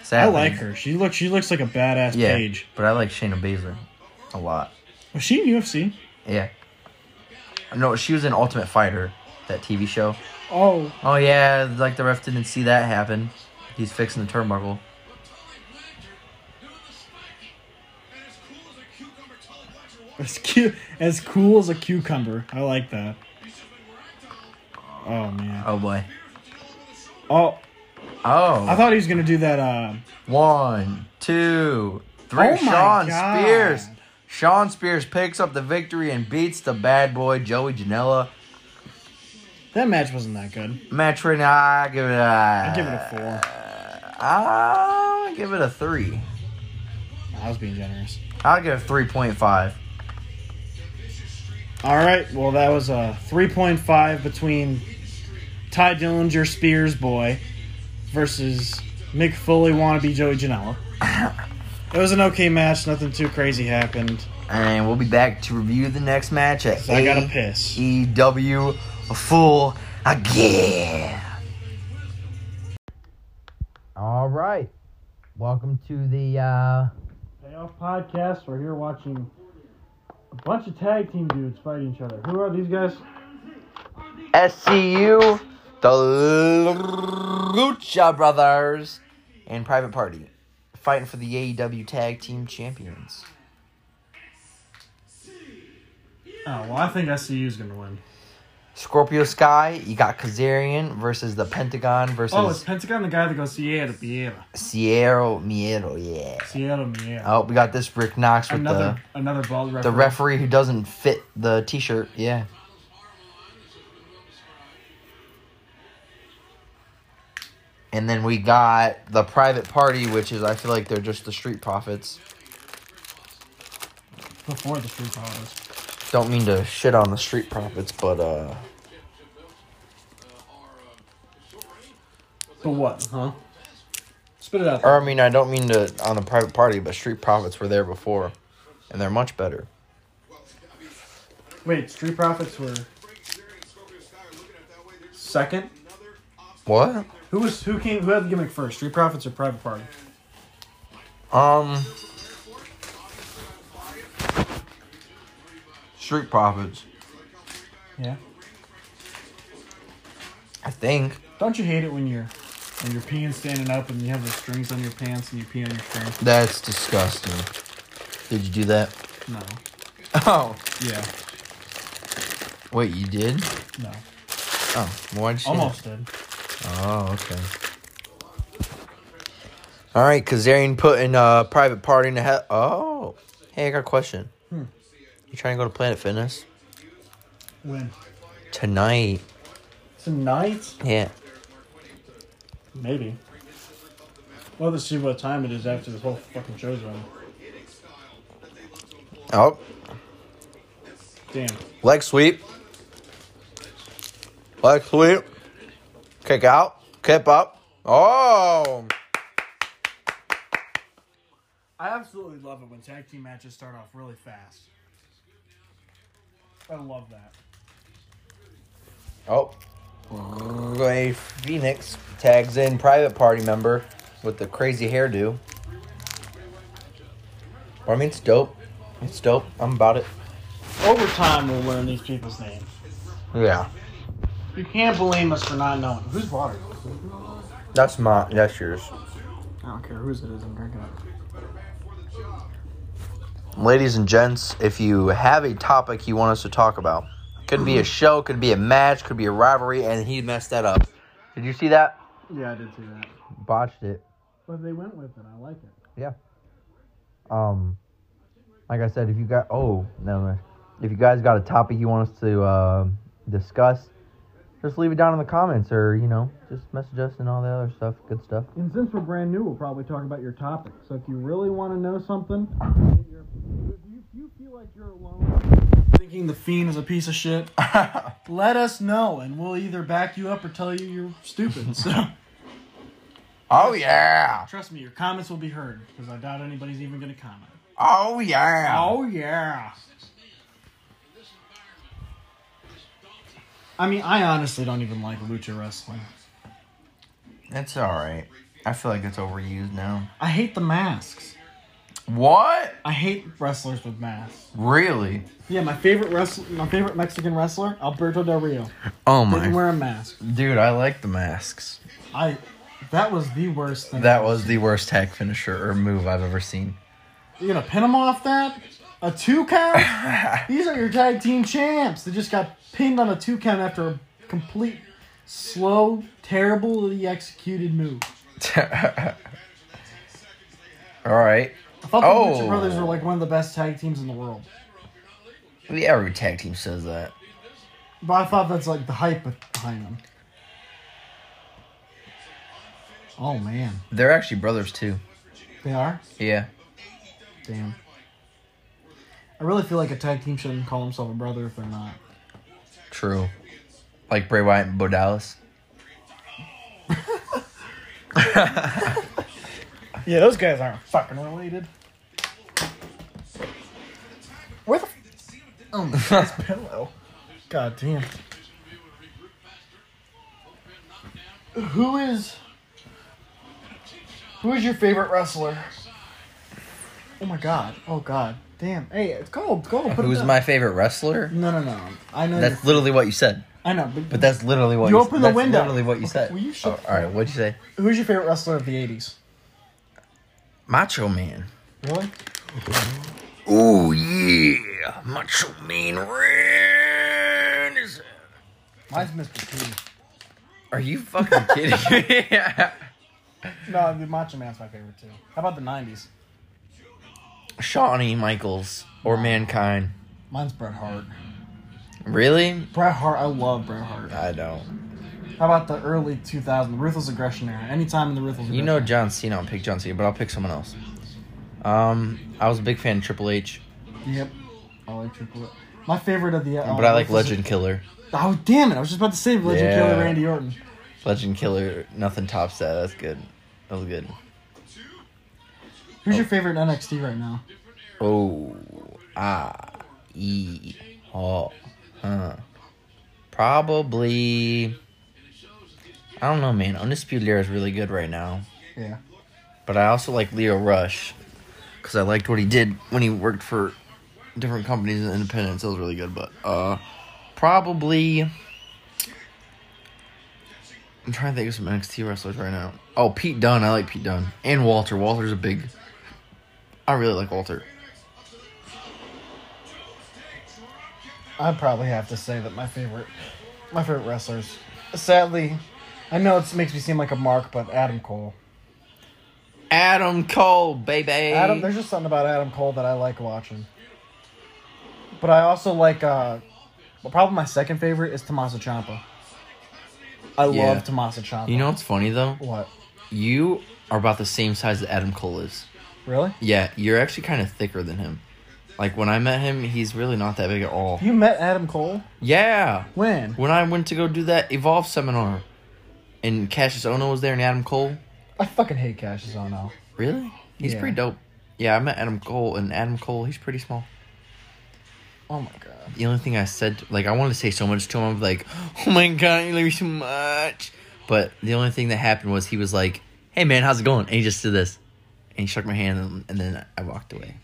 Speaker 2: I
Speaker 1: Sadly.
Speaker 2: like her. She looks she looks like a badass
Speaker 1: Yeah,
Speaker 2: page.
Speaker 1: but I like Shayna Baszler a lot.
Speaker 2: Was she in UFC?
Speaker 1: Yeah. No, she was in Ultimate Fighter, that TV show.
Speaker 2: Oh,
Speaker 1: Oh yeah, like the ref didn't see that happen. He's fixing the turnbuckle.
Speaker 2: As cute, as cool as a cucumber. I like that. Oh man.
Speaker 1: Oh boy.
Speaker 2: Oh, I
Speaker 1: Oh.
Speaker 2: thought he was gonna do that. Uh,
Speaker 1: One, two, three.
Speaker 2: Oh my
Speaker 1: Sean
Speaker 2: God.
Speaker 1: Spears. Sean Spears picks up the victory and beats the bad boy Joey Janela.
Speaker 2: That match wasn't that good.
Speaker 1: Match right now, I give it a.
Speaker 2: I give it a four.
Speaker 1: I'll give it a three.
Speaker 2: I was being generous.
Speaker 1: I'll give it three point five.
Speaker 2: All right. Well, that was a 3.5 between Ty Dillinger, Spears boy, versus Mick Foley wannabe Joey Janela. it was an okay match. Nothing too crazy happened.
Speaker 1: And we'll be back to review the next match at
Speaker 2: So I gotta piss.
Speaker 1: EW Full Again. All right. Welcome to the. Uh,
Speaker 2: Payoff podcast. We're here watching a bunch of tag team dudes fight each other. Who are these guys?
Speaker 1: SCU, the Lucha Brothers, and Private Party fighting for the AEW Tag Team Champions.
Speaker 2: Oh well, I think SCU is gonna win.
Speaker 1: Scorpio Sky, you got Kazarian versus the Pentagon versus
Speaker 2: Oh, it's Pentagon, the guy that goes Sierra, Sierra,
Speaker 1: Sierra Miedo, yeah.
Speaker 2: Sierra, Sierra.
Speaker 1: Oh, we got this Rick Knox with
Speaker 2: another another bald
Speaker 1: the, the
Speaker 2: referee.
Speaker 1: referee who doesn't fit the t shirt, yeah. And then we got the private party, which is, I feel like they're just the street profits.
Speaker 2: before the street powers.
Speaker 1: Don't mean to shit on the street profits, but uh,
Speaker 2: But what? Huh? Er- Spit it out.
Speaker 1: or I mean, I don't mean to on the private party, but street profits were there before, and they're much better.
Speaker 2: Wait, Street Profits were second.
Speaker 1: What?
Speaker 2: Who was who came? Who had the gimmick first? Street Profits or Private Party?
Speaker 1: Um, street profits.
Speaker 2: Yeah.
Speaker 1: I think.
Speaker 2: Don't you hate it when you're when you're peeing standing up and you have the strings on your pants and you pee on your strings?
Speaker 1: That's disgusting. Did you do that?
Speaker 2: No.
Speaker 1: Oh,
Speaker 2: Yeah.
Speaker 1: wait, you did?
Speaker 2: No.
Speaker 1: Oh, why'd you? do that?
Speaker 2: Almost did.
Speaker 1: Oh, okay. All right, Kazarian putting uh, private party in the head. Oh, hey, I got a question. You trying to go to Planet Fitness
Speaker 2: When
Speaker 1: tonight?
Speaker 2: tonight?
Speaker 1: Yeah.
Speaker 2: Maybe. Well, let's see what time it is after this whole fucking show's over.
Speaker 1: Oh,
Speaker 2: Damn.
Speaker 1: leg sweep. Leg sweep. Kick out. Kip up. Oh.
Speaker 2: I absolutely love it when tag team matches start off really fast. I love that.
Speaker 1: Oh. Ray Phoenix tags in private party member with the crazy hairdo. I mean, it's dope. It's dope. I'm about it.
Speaker 2: Over time, we'll learn these people's names.
Speaker 1: Yeah.
Speaker 2: You can't blame us for not knowing. Who's water?
Speaker 1: That's my. That's yours.
Speaker 2: I don't care whose it is. I'm drinking it.
Speaker 1: Ladies and gents, if you have a topic you want us to talk about, could be a show, could be a match, could be a rivalry, and he messed that up. Did you see that?
Speaker 2: Yeah, I did see that.
Speaker 1: Botched it.
Speaker 2: But they went with it. I like it.
Speaker 1: Yeah. Um, like I said, if you got oh no, no. if you guys got a topic you want us to uh, discuss, just leave it down in the comments or you know just message us and all the other stuff, good stuff.
Speaker 2: And since we're brand new, we'll probably talk about your topic. So if you really want to know something, you're- if you, if you feel like you're alone, thinking the fiend is a piece of shit, let us know, and we'll either back you up or tell you you're stupid. So.
Speaker 1: Oh yeah!
Speaker 2: Trust me, your comments will be heard because I doubt anybody's even going to comment.
Speaker 1: Oh yeah!
Speaker 2: Oh, yeah. I mean, I honestly don't even like lucha wrestling.
Speaker 1: That's all right. I feel like it's overused now.
Speaker 2: I hate the masks.
Speaker 1: What?
Speaker 2: I hate wrestlers with masks.
Speaker 1: Really?
Speaker 2: Yeah, my favorite wrestler, my favorite Mexican wrestler, Alberto Del Rio,
Speaker 1: Oh
Speaker 2: didn't wear a mask.
Speaker 1: dude! I like the masks.
Speaker 2: I, that was the worst thing.
Speaker 1: That was the worst tag finisher or move I've ever seen.
Speaker 2: you gonna pin him off that? A two count? These are your tag team champs. They just got pinned on a two count after a complete, slow, terribly executed move.
Speaker 1: all right.
Speaker 2: I thought the
Speaker 1: Oh.
Speaker 2: Lucha Brothers were like one of the best tag teams in the world.
Speaker 1: Every tag team says that.
Speaker 2: But I thought that's like the hype behind them. Oh man,
Speaker 5: They're actually brothers too.
Speaker 2: they are.
Speaker 5: Yeah.
Speaker 2: Damn. I really feel like a tag team shouldn't call themselves a brother if they're not.
Speaker 5: True. Like Bray Wyatt and Bo Dallas.
Speaker 2: Yeah, those guys aren't fucking related. Where the? f- Oh my God, this pillow. God damn. Who is? Who is your favorite wrestler? Oh my god! Oh god! Damn! Hey, go go! Put it
Speaker 5: Who's
Speaker 2: down.
Speaker 5: my favorite wrestler?
Speaker 2: No no no! I know.
Speaker 5: That's
Speaker 2: your-
Speaker 5: literally what you said.
Speaker 2: I know, but,
Speaker 5: But that's literally what
Speaker 2: You
Speaker 5: you,
Speaker 2: opened the
Speaker 5: that's
Speaker 2: window.
Speaker 5: Literally what you
Speaker 2: Okay,
Speaker 5: said.
Speaker 2: will you shut the
Speaker 5: all right. What'd you say?
Speaker 2: who's your favorite wrestler of the '80s?
Speaker 5: Macho Man.
Speaker 2: Really?
Speaker 5: Oh yeah, Macho Man Randy.
Speaker 2: Mine's Mr. T.
Speaker 5: Are you fucking kidding me?
Speaker 2: No, the Macho Man's my favorite too. How about the '90s?
Speaker 5: Shawnee Michaels or Mankind?
Speaker 2: Mine's Bret Hart.
Speaker 5: Really?
Speaker 2: Bret Hart, I love Bret Hart.
Speaker 5: I don't.
Speaker 2: How about the early 2000s, Ruthless Aggression era? Anytime in the Ruthless
Speaker 5: You
Speaker 2: Aggression
Speaker 5: know
Speaker 2: era.
Speaker 5: John Cena. I'll pick John Cena, but I'll pick someone else. Um, I was a big fan of Triple H,
Speaker 2: Yep. I like Triple H. My favorite of the. uh,
Speaker 5: but I like
Speaker 2: Ruthless-
Speaker 5: Legend Killer.
Speaker 2: Oh, damn it. I was just about to say Legend
Speaker 5: Yeah.
Speaker 2: Killer Randy Orton.
Speaker 5: Legend Killer. Nothing tops that. That's good. That was good.
Speaker 2: Who's your favorite NXT right now?
Speaker 5: Oh, ah, e, oh, huh. Probably. I don't know, man. Undisputed Era is really good right now,
Speaker 2: Yeah.
Speaker 5: but I also like Leo Rush because I liked what he did when he worked for different companies and independents. That was really good, but uh, probably. I'm trying to think of some NXT wrestlers right now. Oh, Pete Dunne. I like Pete Dunne and Walter. Walter's a big. I really like Walter.
Speaker 2: I'd probably have to say that my favorite, my favorite wrestlers, sadly, I know it makes me seem like a mark, but Adam Cole.
Speaker 5: Adam Cole, baby.
Speaker 2: Adam, there's just something about Adam Cole that I like watching. But I also like. uh well, Probably my second favorite is Tommaso Ciampa. I
Speaker 5: Yeah.
Speaker 2: love Tommaso Ciampa.
Speaker 5: you know what's funny though?
Speaker 2: what?
Speaker 5: You are about the same size that Adam Cole is.
Speaker 2: Really?
Speaker 5: Yeah, you're actually kind of thicker than him. Like when I met him, he's really not that big at all.
Speaker 2: You met Adam Cole
Speaker 5: Yeah.
Speaker 2: when?
Speaker 5: When I went to go do that Evolve seminar, and Cassius Ono was there and Adam Cole.
Speaker 2: I fucking hate Cassius Ohno.
Speaker 5: Really? He's
Speaker 2: Yeah.
Speaker 5: pretty dope. Yeah, I met Adam Cole, and Adam Cole, he's pretty small.
Speaker 2: Oh my god.
Speaker 5: The only thing I said, like, I wanted to say so much to him. I was like, oh my God, you love me so much. But the only thing that happened was he was like, hey, man, how's it going? And he just did this. And he shook my hand, and, and then I walked away.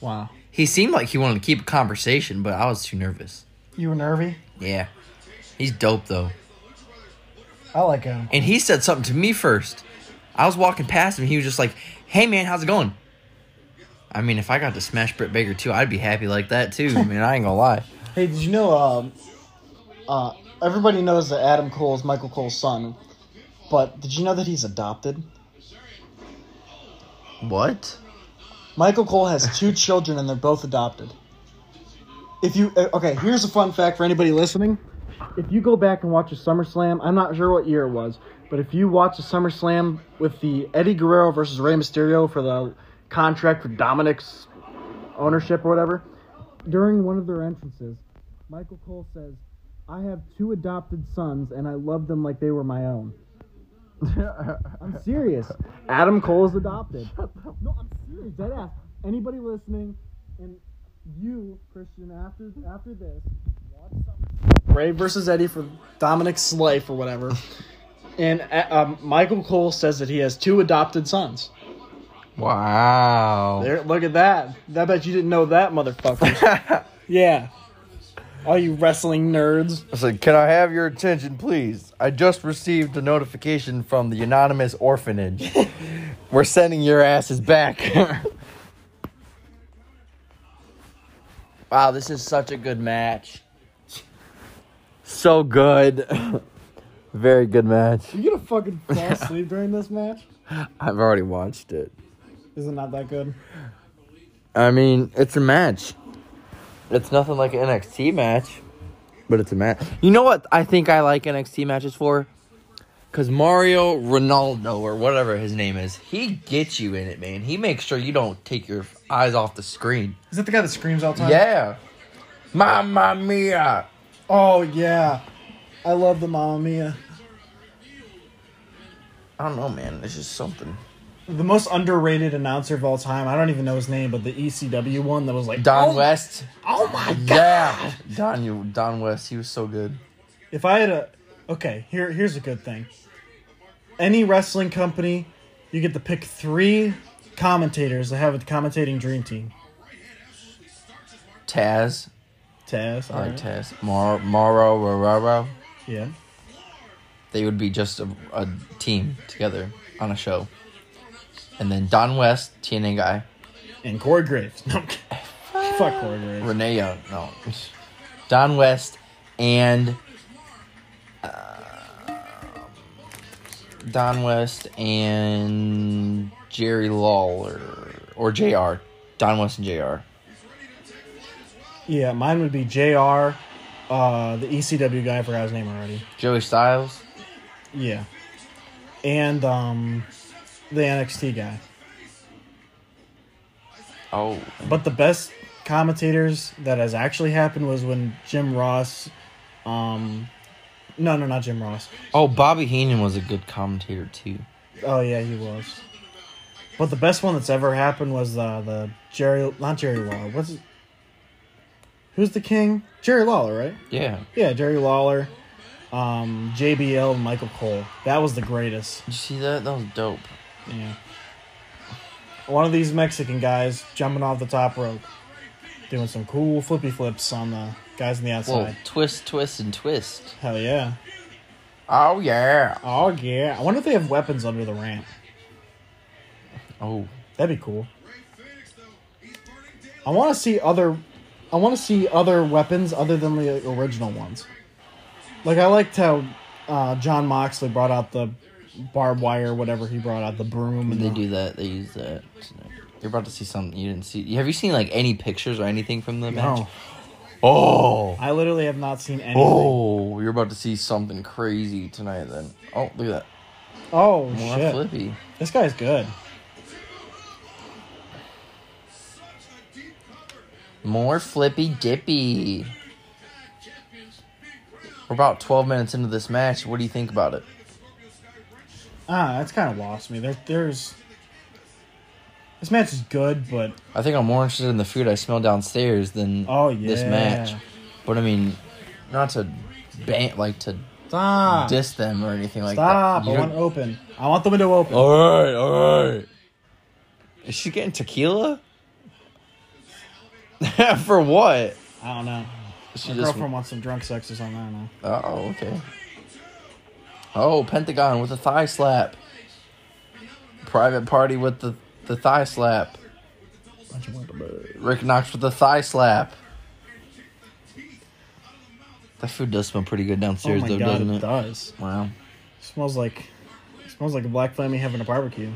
Speaker 2: Wow.
Speaker 5: He seemed like he wanted to keep a conversation, but I was too nervous.
Speaker 2: You were nervy.
Speaker 5: Yeah. He's dope, though.
Speaker 2: I like him.
Speaker 5: And he said something to me first. I was walking past him, and he was just like, hey, man, how's it going? I mean, if I got to smash Britt Baker, too, I'd be happy like that, too. I mean, I ain't gonna lie.
Speaker 2: Hey, did you know? Um, uh, everybody knows that Adam Cole is Michael Cole's son, but did you know that he's adopted?
Speaker 5: What?
Speaker 2: Michael Cole has two children and they're both adopted. If you uh, okay, here's a fun fact for anybody listening. If you go back and watch a SummerSlam, I'm not sure what year it was, but if you watch a SummerSlam with the Eddie Guerrero versus Rey Mysterio for the contract for Dominic's ownership or whatever, during one of their entrances, Michael Cole says, "I have two adopted sons and I love them like they were my own." I'm serious. Adam Cole is adopted. No, I'm serious. Dead ass. Anybody listening, and you, Christian, after after this, watch something. Ray versus Eddie for Dominic's life or whatever. And uh, um, Michael Cole says that he has two adopted sons.
Speaker 5: Wow.
Speaker 2: There, look at that. I bet you didn't know that, motherfucker. yeah. All you wrestling nerds.
Speaker 5: I said, Can I have your attention, please? I just received a notification from the anonymous orphanage. We're sending your asses back. wow, this is such a good match. So good. Very good match.
Speaker 2: You gonna fucking fall asleep during this match?
Speaker 5: I've already watched it.
Speaker 2: Is it not that good?
Speaker 5: I mean, it's a match. It's nothing like an NXT match. but it's a match. You know what I think I like NXT matches for? Because Mario Ronaldo, or whatever his name is, he gets you in it, man. He makes sure you don't take your eyes off the screen.
Speaker 2: Is that the guy that screams all the time?
Speaker 5: Yeah. Mamma mia.
Speaker 2: Oh yeah. I love the Mamma Mia.
Speaker 5: I don't know, man. It's just something.
Speaker 2: The most underrated announcer of all time. I don't even know his name, but the ECW one that was like
Speaker 5: Don
Speaker 2: oh,
Speaker 5: West.
Speaker 2: Oh my god.
Speaker 5: Yeah. Don, you, Don West. He was so good.
Speaker 2: If I had a okay, here here's a good thing. Any wrestling company, you get to pick three commentators that have a commentating dream team.
Speaker 5: Taz.
Speaker 2: Taz,
Speaker 5: I like
Speaker 2: alright.
Speaker 5: Taz. Mar- Maro Roraro.
Speaker 2: yeah.
Speaker 5: They would be just a, a team together on a show. And then Don West, TNA guy.
Speaker 2: And Corey Graves. No, I'm kidding. fuck Corey Graves.
Speaker 5: Renee Young. No. Don West and. um, Don West and Jerry Lawler. Or JR. Don West and JR.
Speaker 2: Yeah, mine would be Jr. Uh, the ECW guy. I forgot his name already.
Speaker 5: Joey Styles.
Speaker 2: Yeah, and um, the NXT guy.
Speaker 5: Oh.
Speaker 2: But the best commentators that has actually happened was when Jim Ross, um, no, no, not Jim Ross.
Speaker 5: Oh, Bobby Heenan was a good commentator, too.
Speaker 2: Oh yeah, he was. But the best one that's ever happened was uh, the Jerry, not Jerry Lawler. What's it? Who's the king? Jerry Lawler, right?
Speaker 5: Yeah.
Speaker 2: Yeah, Jerry Lawler, um, JBL, and Michael Cole. That was the greatest.
Speaker 5: Did you see that? That was dope.
Speaker 2: Yeah. One of these Mexican guys jumping off the top rope, doing some cool flippy flips on the guys on the
Speaker 5: Well,
Speaker 2: outside.
Speaker 5: twist, twist, and twist.
Speaker 2: Hell yeah.
Speaker 5: Oh, yeah.
Speaker 2: Oh yeah. I wonder if they have weapons under the ramp.
Speaker 5: Oh.
Speaker 2: That'd be cool. I want to see other. I want to see other weapons other than the original ones. Like I liked how uh, John Moxley brought out the barbed wire, whatever he brought out the broom. And
Speaker 5: They
Speaker 2: the-
Speaker 5: do that. They use that. You're about to see something you didn't see. Have you seen like any pictures or anything from the match?
Speaker 2: No,
Speaker 5: Oh.
Speaker 2: I literally have not seen anything. Oh,
Speaker 5: Oh, you're about to see something crazy tonight then. Oh, look at that. More
Speaker 2: Oh, shit!
Speaker 5: flippy.
Speaker 2: This guy's good.
Speaker 5: More flippy dippy. We're about 12 minutes into this match. What do you think about it?
Speaker 2: Ah, that's kind of lost me. There, there's. This match is good, but
Speaker 5: I think I'm more interested in the food I smell downstairs than
Speaker 2: Oh,
Speaker 5: this
Speaker 2: yeah.
Speaker 5: match. But I mean, not to ban like to
Speaker 2: stop,
Speaker 5: diss them or anything like
Speaker 2: stop!
Speaker 5: that.
Speaker 2: I
Speaker 5: You
Speaker 2: want it
Speaker 5: don't-
Speaker 2: open. I want the window open.
Speaker 5: all right, all right. Is she getting tequila? For what?
Speaker 2: I don't know.
Speaker 5: She
Speaker 2: My girlfriend wants some drunk sex or something. I don't know.
Speaker 5: Oh, okay. Oh, Pentagon with a thigh slap. Private Party with the, the thigh slap. Rick Knox with the thigh slap. That food does smell pretty good
Speaker 2: Oh
Speaker 5: downstairs,
Speaker 2: my
Speaker 5: though,
Speaker 2: god,
Speaker 5: doesn't
Speaker 2: it
Speaker 5: it?
Speaker 2: does.
Speaker 5: Wow.
Speaker 2: smells like smells like a black flammy having a barbecue.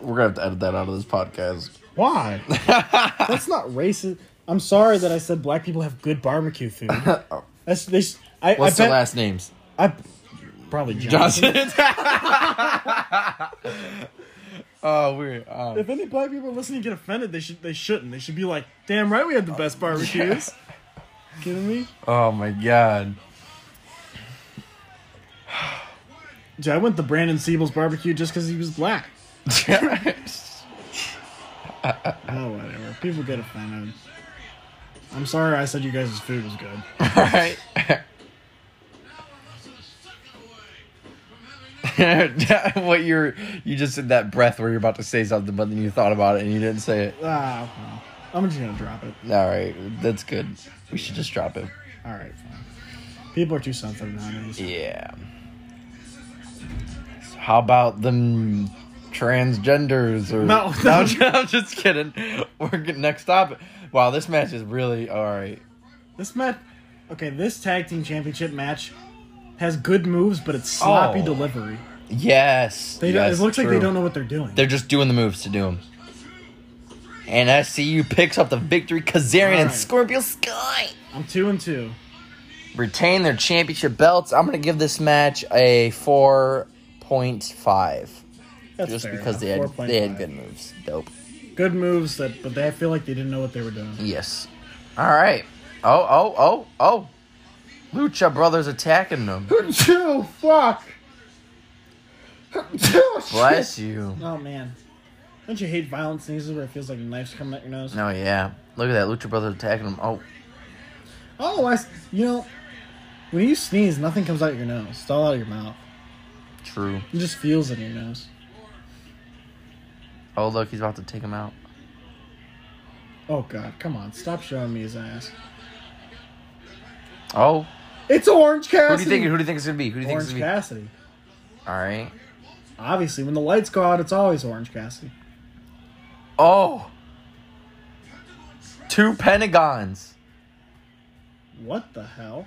Speaker 5: We're gonna have to edit that out of this podcast.
Speaker 2: Why? That's not racist. I'm sorry that I said black people have good barbecue food. That's they. s- I,
Speaker 5: What's
Speaker 2: I
Speaker 5: their
Speaker 2: bet,
Speaker 5: last names?
Speaker 2: I probably Johnson.
Speaker 5: Johnson. oh, weird. Oh.
Speaker 2: If any black people listening get offended, they should they shouldn't. They should be like, "Damn right, we had the best barbecues." Kidding me?
Speaker 5: oh my god.
Speaker 2: Dude, I went to Brandon Siebel's barbecue just because he was black. Oh, whatever. People get offended. I'm sorry I said you guys' food was good.
Speaker 5: Alright. what you're you just did that breath where you're about to say something, but then you thought about it and you didn't say it.
Speaker 2: Ah, well, I'm just gonna drop it.
Speaker 5: Alright, that's good. We should just drop it.
Speaker 2: All right, fine. People are too sensitive nowadays.
Speaker 5: Yeah. So how about them transgenders or
Speaker 2: No,
Speaker 5: no,
Speaker 2: no.
Speaker 5: I'm just kidding. We're good. next topic. Wow, this match is really all right.
Speaker 2: This match, okay, this tag team championship match has good moves, but it's sloppy
Speaker 5: Oh.
Speaker 2: delivery.
Speaker 5: Yes,
Speaker 2: They don't-
Speaker 5: yes,
Speaker 2: it looks like
Speaker 5: true.
Speaker 2: they don't know what they're doing.
Speaker 5: They're just doing the moves to do them. And SCU picks up the victory. Kazarian and
Speaker 2: Alright.
Speaker 5: Scorpio Sky.
Speaker 2: I I'm two and two.
Speaker 5: retain their championship belts. I'm going to give this match a 4.5
Speaker 2: That's
Speaker 5: just
Speaker 2: fair
Speaker 5: because they
Speaker 2: enough.
Speaker 5: had, they had
Speaker 2: 4.5.
Speaker 5: good moves. Dope.
Speaker 2: good moves that, but they I feel like they didn't know what they were doing.
Speaker 5: Yes. All right. Oh, oh, oh, oh. Lucha Brothers attacking them.
Speaker 2: two, fuck. Two,
Speaker 5: Bless you.
Speaker 2: Oh man, don't you hate violent sneezes where it feels like knives coming out your nose?
Speaker 5: Oh, yeah. Look at that. Lucha Brothers attacking them. Oh,
Speaker 2: Oh, I, s- you know, when you sneeze, nothing comes out your nose. It's all out of your mouth.
Speaker 5: true.
Speaker 2: It just feels in your nose.
Speaker 5: Oh, look. He's about to take him out.
Speaker 2: Oh god, come on, stop showing me his ass.
Speaker 5: Oh.
Speaker 2: It's Orange
Speaker 5: Who do
Speaker 2: Cassidy.
Speaker 5: you think, who do you think it's going to be? Who do you think it's
Speaker 2: Orange
Speaker 5: going to be?
Speaker 2: Cassidy.
Speaker 5: All right.
Speaker 2: Obviously, when the lights go out, it's always Orange Cassidy.
Speaker 5: Oh. Two pentagons.
Speaker 2: What the hell?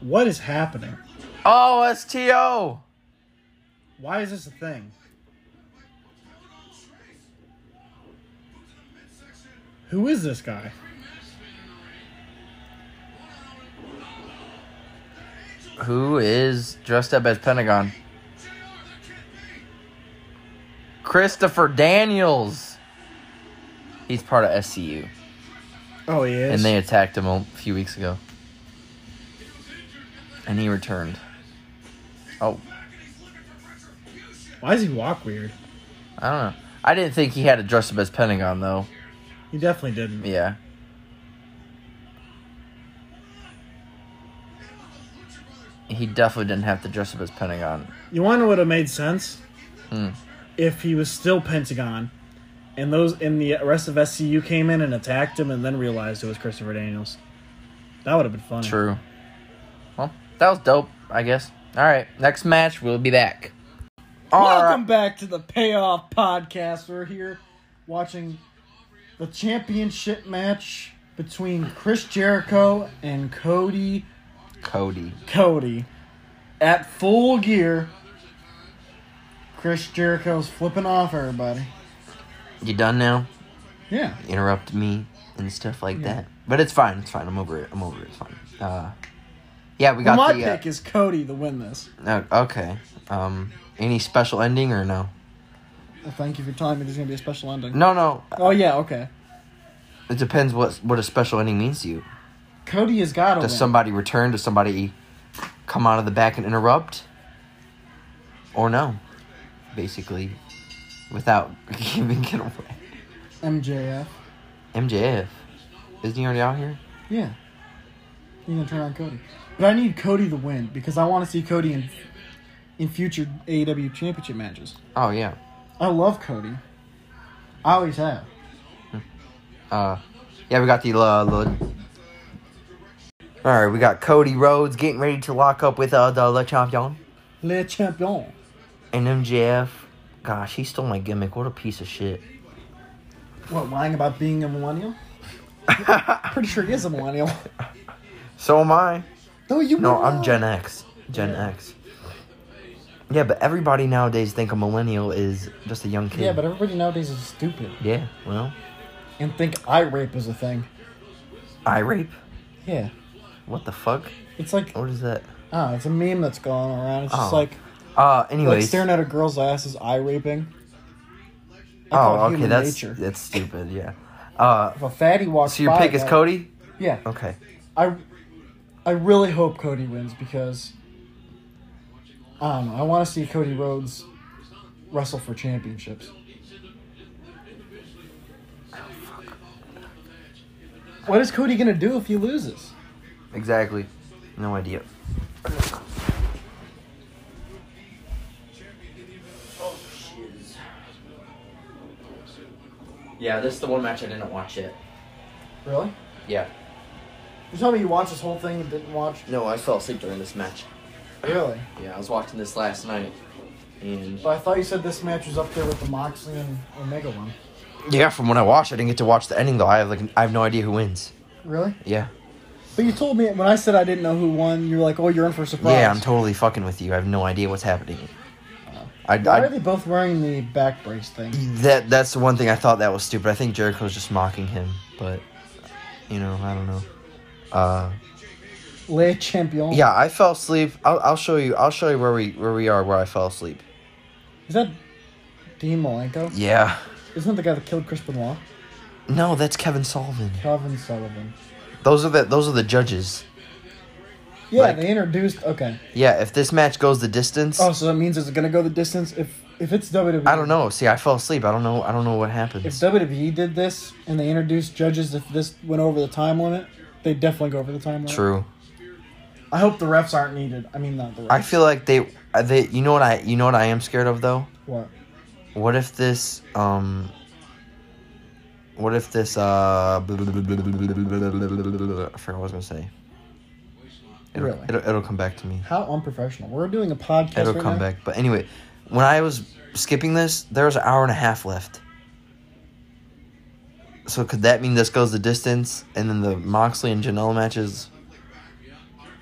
Speaker 2: What is happening?
Speaker 5: Oh, STO.
Speaker 2: Why is this a thing? Who is this guy?
Speaker 5: Who is dressed up as Pentagon? Christopher Daniels. He's part of SCU.
Speaker 2: Oh, he is.
Speaker 5: And they attacked him a few weeks ago. And he returned. Oh,
Speaker 2: Why does he walk weird?
Speaker 5: I don't know. I didn't think he had to dress up as Pentagon, though.
Speaker 2: He definitely didn't.
Speaker 5: Yeah. He definitely didn't have to dress up as Pentagon.
Speaker 2: You want to know what have made sense?
Speaker 5: Hmm.
Speaker 2: If he was still Pentagon, and those and the rest of SCU came in and attacked him, and then realized it was Christopher Daniels. That would have been funny.
Speaker 5: True. Well, that was dope, I guess. All right, next match, we'll be back. All
Speaker 2: Welcome
Speaker 5: right.
Speaker 2: back to the Payoff Podcast. We're here watching the championship match between Chris Jericho and Cody
Speaker 5: Cody.
Speaker 2: Cody at full gear. Chris Jericho's flipping off everybody.
Speaker 5: You done now?
Speaker 2: Yeah.
Speaker 5: Interrupt me and stuff like that. But it's fine. It's fine. I'm over it. I'm over it. It's fine. Uh, yeah, we got
Speaker 2: My
Speaker 5: the.
Speaker 2: pick is Cody to win this.
Speaker 5: uh, no, okay. Um, any special ending or no?
Speaker 2: Well, Thank you for telling me there's going to be a special ending.
Speaker 5: No, no.
Speaker 2: Oh, yeah, okay.
Speaker 5: It depends what what a special ending means to you.
Speaker 2: Cody has got to win.
Speaker 5: Does somebody return? Does somebody come out of the back and interrupt? Or no? Basically, without giving it away.
Speaker 2: MJF.
Speaker 5: MJF. Isn't he already out here?
Speaker 2: Yeah. You're gonna turn on Cody. But I need Cody to win because I want to see Cody in in future AEW championship matches.
Speaker 5: Oh yeah.
Speaker 2: I love Cody. I always have.
Speaker 5: Uh, yeah, we got the uh, the. All right, we got Cody Rhodes getting ready to lock up with uh, the Le Champion
Speaker 2: Le champion.
Speaker 5: and MJF. Gosh, he stole my gimmick. What a piece of shit.
Speaker 2: What, lying about being a millennial? Pretty sure he is a millennial.
Speaker 5: So am I.
Speaker 2: No, you
Speaker 5: No,
Speaker 2: were
Speaker 5: I'm
Speaker 2: not.
Speaker 5: Gen X. Gen
Speaker 2: Yeah.
Speaker 5: X. Yeah, but everybody nowadays think a millennial is just a young kid.
Speaker 2: Yeah, but everybody nowadays is stupid
Speaker 5: yeah. Well,
Speaker 2: and think eye rape is a thing.
Speaker 5: I rape.
Speaker 2: Yeah.
Speaker 5: What the fuck?
Speaker 2: It's like,
Speaker 5: What is that?
Speaker 2: ah, it's a meme that's going around. It's just
Speaker 5: Oh.
Speaker 2: like,
Speaker 5: Uh,
Speaker 2: like
Speaker 5: anyways.
Speaker 2: staring at a girl's ass is eye raping. I call it
Speaker 5: oh, okay.
Speaker 2: human
Speaker 5: That's
Speaker 2: nature.
Speaker 5: that's stupid. Yeah. Uh,
Speaker 2: If a fatty walks
Speaker 5: so your
Speaker 2: by,
Speaker 5: pick is
Speaker 2: that-
Speaker 5: Cody.
Speaker 2: Yeah.
Speaker 5: Okay.
Speaker 2: I I really hope Cody wins because I don't know. I want to see Cody Rhodes wrestle for championships. What is Cody gonna do if he loses?
Speaker 5: Exactly. No idea. Yeah, this is the one match I didn't watch yet.
Speaker 2: Really?
Speaker 5: Yeah.
Speaker 2: You told me you watched this whole thing and didn't watch.
Speaker 5: No, I fell asleep during this match.
Speaker 2: Really?
Speaker 5: Yeah, I was watching this last night. And
Speaker 2: But I thought you said this match was up there with the Moxley and Omega one.
Speaker 5: Yeah, from when I watched, I didn't get to watch the ending though. I have like I have no idea who wins.
Speaker 2: Really?
Speaker 5: Yeah.
Speaker 2: But you told me when I said I didn't know who won, you were like, "Oh, you're in for a surprise."
Speaker 5: Yeah, I'm totally fucking with you. I have no idea what's happening. I,
Speaker 2: Why are
Speaker 5: I
Speaker 2: they both wearing the back brace thing?
Speaker 5: that that's the one thing I thought that was stupid. I think Jericho was just mocking him, but you know, I don't know. Uh,
Speaker 2: Le Champion.
Speaker 5: yeah, I fell asleep. I'll, I'll show you. I'll show you where we where we are where I fell asleep.
Speaker 2: Is that Dean Malenko?
Speaker 5: Yeah.
Speaker 2: Isn't that the guy that killed Chris Benoit?
Speaker 5: No, that's Kevin Sullivan.
Speaker 2: Calvin Sullivan.
Speaker 5: Those are the those are the judges.
Speaker 2: Yeah,
Speaker 5: Like-
Speaker 2: they introduced. Okay.
Speaker 5: Yeah, if this match goes the distance,
Speaker 2: Oh, so that means is it gonna go the distance? If if it's WWE,
Speaker 5: I don't know. See, I fell asleep. I don't know. I don't know what
Speaker 2: If
Speaker 5: happens.
Speaker 2: WWE did this and they introduced judges, if this went over the time limit, they definitely go over the time limit.
Speaker 5: True.
Speaker 2: I hope the refs aren't needed. I mean, not the refs.
Speaker 5: I feel like they uh, they you know what I you know what I am scared of though.
Speaker 2: what?
Speaker 5: What if this um what if this uh I forgot what I was gonna say. It'll,
Speaker 2: Really?
Speaker 5: it'll, it'll come back to me.
Speaker 2: How unprofessional. We're doing a podcast.
Speaker 5: It'll
Speaker 2: right
Speaker 5: come
Speaker 2: now.
Speaker 5: back. But anyway, when I was skipping this, there was an hour and a half left. So could that mean this goes the distance and then the Moxley and Janela matches?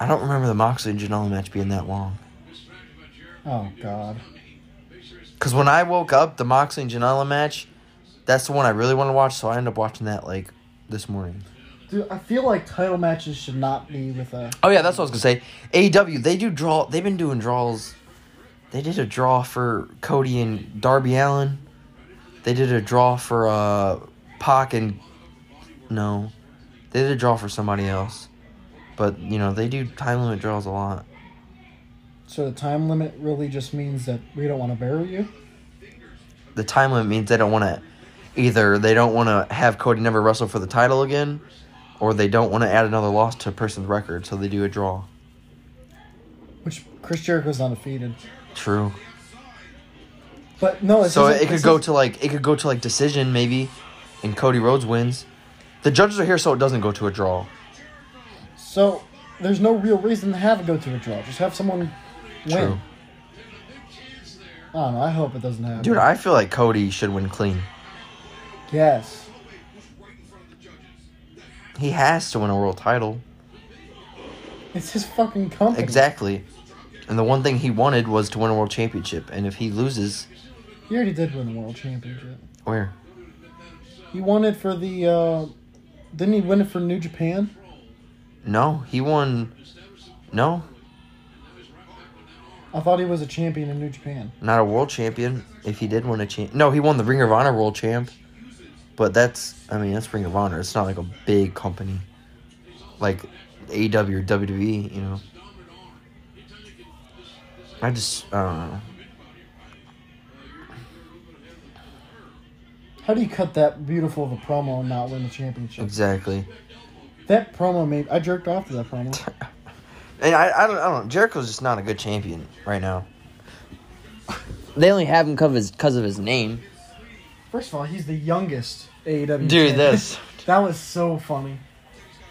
Speaker 5: I don't remember the Moxley and Janela match being that long.
Speaker 2: Oh God.
Speaker 5: Because when I woke up, the Moxley and Janela match, that's the one I really want to watch, so I ended up watching that like this morning.
Speaker 2: Dude, I feel like title matches should not be with a.
Speaker 5: Oh yeah, that's what I was gonna say. AEW, they do draw. They've been doing draws. They did a draw for Cody and Darby Allen. They did a draw for uh Pac and no, they did a draw for somebody else. But you know they do time limit draws a lot.
Speaker 2: So the time limit really just means that we don't want to bury you.
Speaker 5: The time limit means they don't want to either they don't want to have Cody never wrestle for the title again, or they don't want to add another loss to a person's record, so they do a draw.
Speaker 2: Which Chris Jericho's undefeated.
Speaker 5: True.
Speaker 2: But no, this
Speaker 5: So
Speaker 2: isn't-
Speaker 5: it
Speaker 2: this
Speaker 5: could go
Speaker 2: is-
Speaker 5: to like it could go to like decision maybe, and Cody Rhodes wins. The judges are here, so it doesn't go to a draw.
Speaker 2: So there's no real reason to have it go to a draw. Just have someone win.
Speaker 5: True.
Speaker 2: I don't know. I hope it doesn't happen.
Speaker 5: Dude, I feel like Cody should win clean.
Speaker 2: yes.
Speaker 5: He has to win a world title.
Speaker 2: It's his fucking company.
Speaker 5: Exactly. And the one thing he wanted was to win a world championship. And if he loses,
Speaker 2: He already did win the world championship.
Speaker 5: where?
Speaker 2: He won it for the. uh Didn't he win it for New Japan?
Speaker 5: No, he won. No,
Speaker 2: I thought he was a champion in New Japan.
Speaker 5: not a world champion. If he did win a champ, no, he won the Ring of Honor world champ. But that's, I mean, that's Ring of Honor. It's not like a big company, like AEW or WWE. You know, I just, I don't know.
Speaker 2: How do you cut that beautiful of a promo and not win the championship?
Speaker 5: exactly.
Speaker 2: That promo made I jerked off to that promo.
Speaker 5: And I, I don't, I don't. Jericho's just not a good champion right now. They only have him because because of his name,
Speaker 2: First of all, he's the youngest AEW.
Speaker 5: dude.
Speaker 2: champion.
Speaker 5: This
Speaker 2: that was so funny.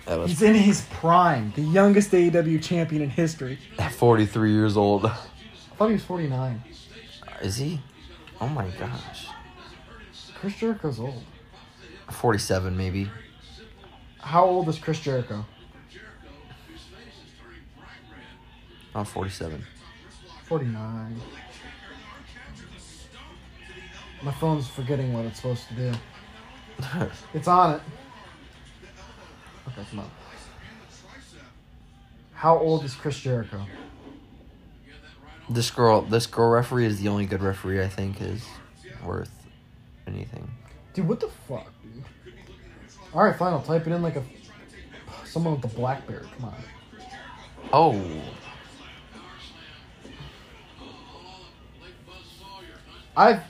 Speaker 5: that was
Speaker 2: He's in his prime, the youngest AEW champion in history.
Speaker 5: forty three years old.
Speaker 2: I thought he was 49.
Speaker 5: Is he? Oh my gosh,
Speaker 2: Chris Jericho's old.
Speaker 5: forty seven maybe.
Speaker 2: How old is Chris Jericho?
Speaker 5: Not forty seven.
Speaker 2: 49. My phone's forgetting what it's supposed to do. It's on it. Okay, come on. How old is Chris Jericho?
Speaker 5: This girl, this girl referee is the only good referee I think is worth anything.
Speaker 2: Dude, what the fuck, dude? Alright, fine, I'll type it in like a. Someone with a black beard, come on.
Speaker 5: Oh,
Speaker 2: I've.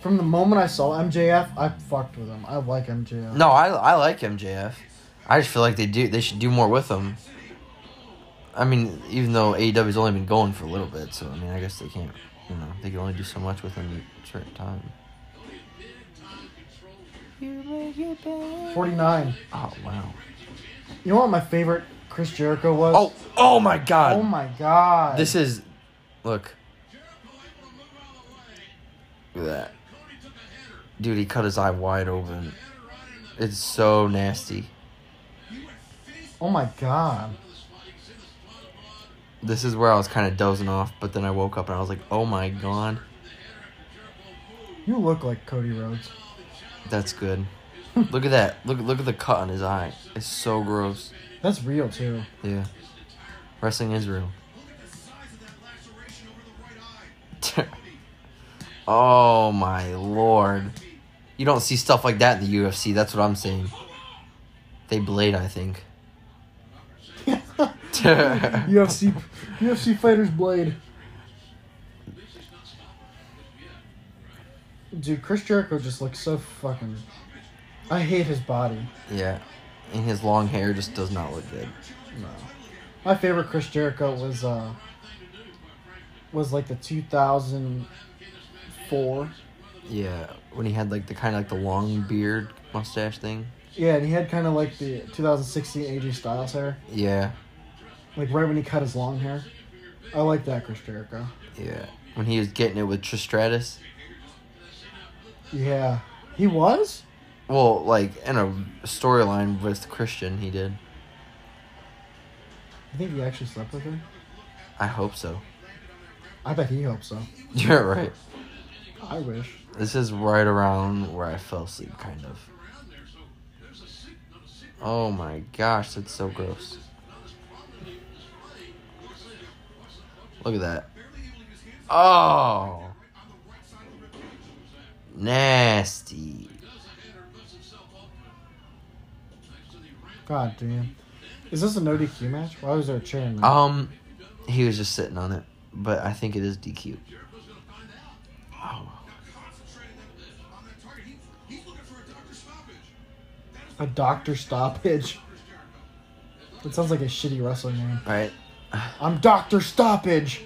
Speaker 2: From the moment I saw MJF, I fucked with him. I like MJF.
Speaker 5: no, I I like MJF. I just feel like they do they should do more with him. I mean, even though AEW's only been going for a little bit, so I mean, I guess they can't. You know, they can only do so much with him at a certain time.
Speaker 2: 49.
Speaker 5: Oh wow.
Speaker 2: You know what my favorite Chris Jericho was?
Speaker 5: Oh oh my God.
Speaker 2: Oh my god.
Speaker 5: This is, look. Look at that. Dude, he cut his eye wide open. It's so nasty.
Speaker 2: Oh my god.
Speaker 5: This is where I was kind of dozing off, but then I woke up and I was like, oh my god.
Speaker 2: You look like Cody Rhodes.
Speaker 5: That's good. look at that. Look look at the cut on his eye. It's so gross.
Speaker 2: That's real too.
Speaker 5: Yeah. Wrestling is real. oh my lord. You don't see stuff like that in the UFC, that's what I'm saying. They blade, I think.
Speaker 2: UFC UFC fighters blade. Dude, Chris Jericho just looks so fucking. I hate his body.
Speaker 5: yeah. And his long hair just does not look good.
Speaker 2: My favorite Chris Jericho was uh was like the 2004.
Speaker 5: Yeah. When he had like the kind of like the long beard mustache thing.
Speaker 2: Yeah, and he had kind of like the 2016 AJ Styles hair,
Speaker 5: Yeah.
Speaker 2: like right when he cut his long hair. I like that Chris Jericho.
Speaker 5: Yeah. When he was getting it with Tristratus.
Speaker 2: Yeah, he was.
Speaker 5: Well, like in a storyline with Christian, he did.
Speaker 2: I think he actually slept with her.
Speaker 5: I hope so.
Speaker 2: I bet he hopes so.
Speaker 5: You're right.
Speaker 2: I wish.
Speaker 5: This is right around where I fell asleep, kind of. Oh my gosh, that's so gross. Look at that. Oh! Nasty.
Speaker 2: God damn. Is this a no DQ match? Why was there a chair in there?
Speaker 5: Um, he was just sitting on it, but I think it is DQ.
Speaker 2: A doctor stoppage. It sounds like a shitty wrestling name.
Speaker 5: Right?
Speaker 2: I'm Doctor Stoppage.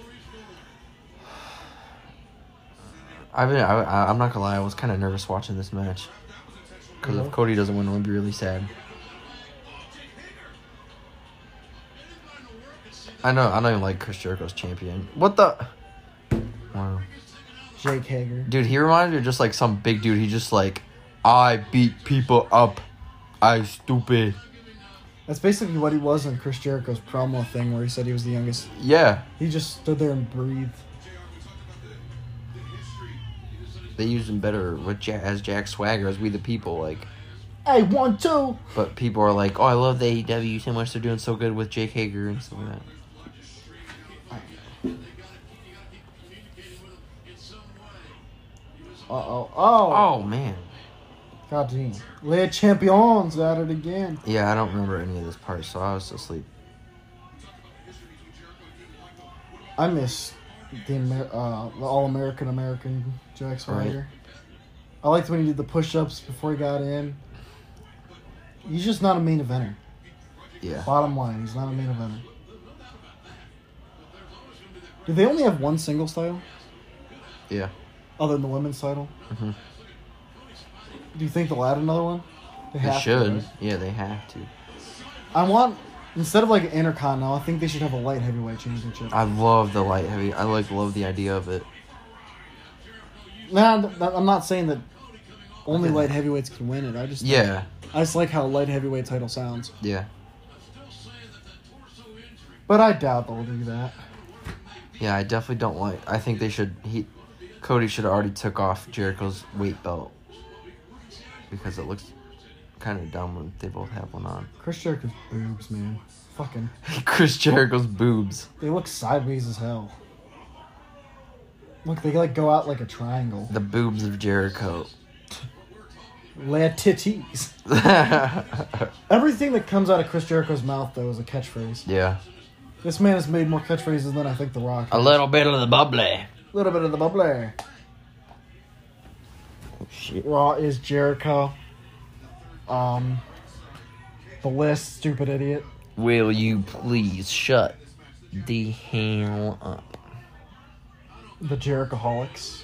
Speaker 5: I've been. I, I, I'm not gonna lie. I was kind of nervous watching this match because if
Speaker 2: Mhm.
Speaker 5: Cody doesn't win, I'll be really sad. I know. I don't even like Chris Jericho's champion. What the? Wow,
Speaker 2: Jake Hager.
Speaker 5: dude. He reminded me of just like some big dude. He just like, I beat people up. I stupid.
Speaker 2: That's basically what he was in Chris Jericho's promo thing, where he said he was the youngest.
Speaker 5: Yeah,
Speaker 2: He just stood there and breathed.
Speaker 5: they used him better with ja as Jack Swagger as We the People. Like,
Speaker 2: Hey, one, two.
Speaker 5: but people are like, oh, I love the AEW so much. They're doing so good with Jake Hager and stuff like that.
Speaker 2: Uh oh. Oh.
Speaker 5: Oh man.
Speaker 2: God damn. Le Champions at it again.
Speaker 5: Yeah, I don't remember any of this part, so I was asleep.
Speaker 2: I miss the Amer- uh, the All American American Jack Swagger. I liked when he did the push ups before he got in. He's just not a main eventer.
Speaker 5: Yeah.
Speaker 2: Bottom line, he's not a main eventer. Do they only have one singles title
Speaker 5: Yeah.
Speaker 2: other than the women's title?
Speaker 5: Mhm.
Speaker 2: Do you think they'll add another one?
Speaker 5: They
Speaker 2: have to,
Speaker 5: should.
Speaker 2: right?
Speaker 5: Yeah, they have to.
Speaker 2: I want instead of like an intercontinental, I think they should have a light heavyweight championship.
Speaker 5: I love the light heavy. I like love the idea of it.
Speaker 2: Nah, th- I'm not saying that only light heavyweights can win it. I just
Speaker 5: Yeah.
Speaker 2: I just like how light heavyweight title sounds.
Speaker 5: Yeah.
Speaker 2: But I doubt they'll do that.
Speaker 5: Yeah, I definitely don't like I think they should he Cody should have already took off Jericho's weight belt. Because it looks kinda dumb when they both have one on.
Speaker 2: Chris Jericho's boobs, man. Fucking.
Speaker 5: Chris Jericho's boobs.
Speaker 2: They look sideways as hell. Look, they like go out like a triangle.
Speaker 5: The boobs of Jericho.
Speaker 2: La titties. Everything that comes out of Chris Jericho's mouth, though, is a catchphrase.
Speaker 5: yeah.
Speaker 2: This man has made more catchphrases than I think The Rock.
Speaker 5: A little bit of the bubbly.
Speaker 2: little bit of the bubbler.
Speaker 5: Oh, Shit.
Speaker 2: Raw is Jericho. Um, the list, stupid idiot.
Speaker 5: Will you please shut the hell up?
Speaker 2: The Jerichoholics.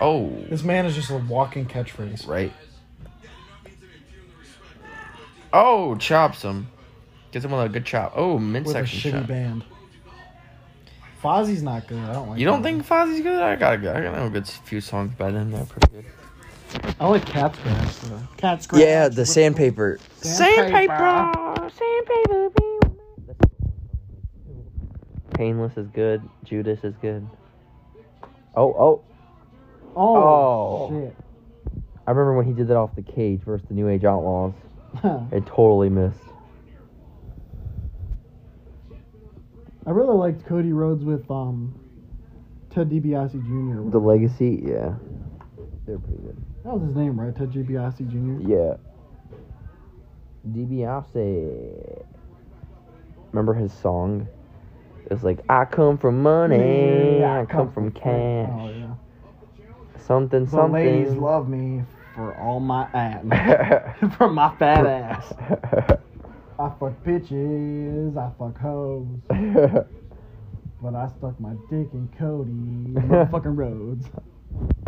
Speaker 5: Oh,
Speaker 2: This man is just a walking catchphrase.
Speaker 5: right. Oh, chops him. Gives him a good chop. Oh,
Speaker 2: with a
Speaker 5: midsection
Speaker 2: shitty
Speaker 5: chop.
Speaker 2: band. Fozzie's not good. I don't like.
Speaker 5: You don't
Speaker 2: him.
Speaker 5: think Fozzie's good? I got a, I got a good few songs by them that are pretty good.
Speaker 2: I like cat scratch though. Cat scratch.
Speaker 5: Yeah, the sandpaper. Sandpaper. Sandpaper. Painless is good. Judas is good. Oh, oh. Oh.
Speaker 2: Oh,
Speaker 5: I remember when he did that off the cage versus the New Age Outlaws.
Speaker 2: shit.
Speaker 5: It totally missed.
Speaker 2: I really liked Cody Rhodes with um Ted DiBiase Jr.
Speaker 5: The Legacy, yeah. They're pretty good.
Speaker 2: That was his name, right? Ted DiBiase Jr.
Speaker 5: Yeah. DiBiase. Remember his song? It's like I come from money, I come from
Speaker 2: Oh
Speaker 5: cash,
Speaker 2: yeah.
Speaker 5: something,
Speaker 2: The ladies
Speaker 5: something.
Speaker 2: love me for all my ass, for my fat ass. I fuck bitches, I fuck hoes, but I stuck my dick in Cody motherfucking Rhodes.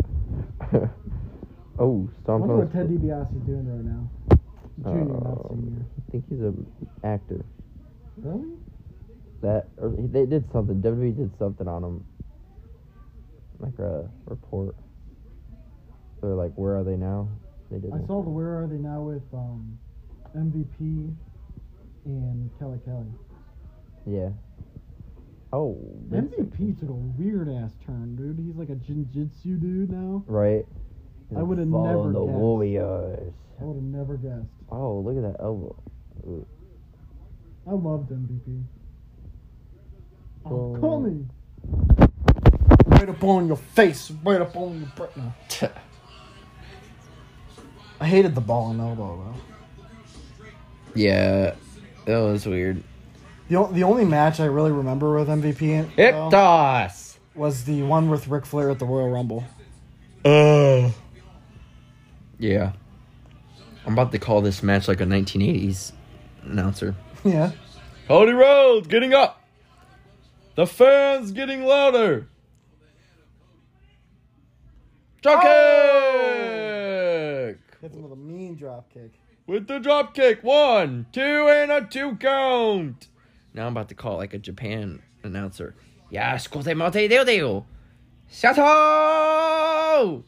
Speaker 5: oh,
Speaker 2: I
Speaker 5: stomp
Speaker 2: wonder
Speaker 5: on
Speaker 2: what
Speaker 5: his
Speaker 2: Ted
Speaker 5: foot.
Speaker 2: DiBiase is doing right now. Junior, not
Speaker 5: Um,
Speaker 2: senior.
Speaker 5: I think he's an actor.
Speaker 2: Really?
Speaker 5: That or he- they did something. WWE did something on him, like a report. They're like, where are they now? They did.
Speaker 2: I
Speaker 5: it.
Speaker 2: saw the Where Are They Now with um, MVP and Kelly Kelly.
Speaker 5: Yeah. Oh. that's-
Speaker 2: MVP took a weird ass turn, dude. He's like a jiu-jitsu dude now.
Speaker 5: Right. He's
Speaker 2: I
Speaker 5: like,
Speaker 2: would've
Speaker 5: "Follow
Speaker 2: never
Speaker 5: the
Speaker 2: guessed."
Speaker 5: Warriors.
Speaker 2: I would have never guessed.
Speaker 5: Oh, look at that elbow.
Speaker 2: I loved MVP. I'm
Speaker 5: Oh.
Speaker 2: coming. Right up on your face. Right up on your butt. No. I hated the ball and elbow though.
Speaker 5: Yeah. That was weird.
Speaker 2: The, o- the only match I really remember with MVP in,
Speaker 5: Hip
Speaker 2: though,
Speaker 5: toss.
Speaker 2: was the one with Ric Flair at the Royal Rumble.
Speaker 5: Oh. Yeah. I'm about to call this match like a 1980s announcer.
Speaker 2: yeah.
Speaker 5: Cody Rhodes getting up. The fans getting louder. Drop kick
Speaker 2: Hits him with a mean drop kick.
Speaker 5: with the drop kick. One, two, and a two count. Now I'm about to call like a Japan announcer. Yes, kote mate deo deo. Shato.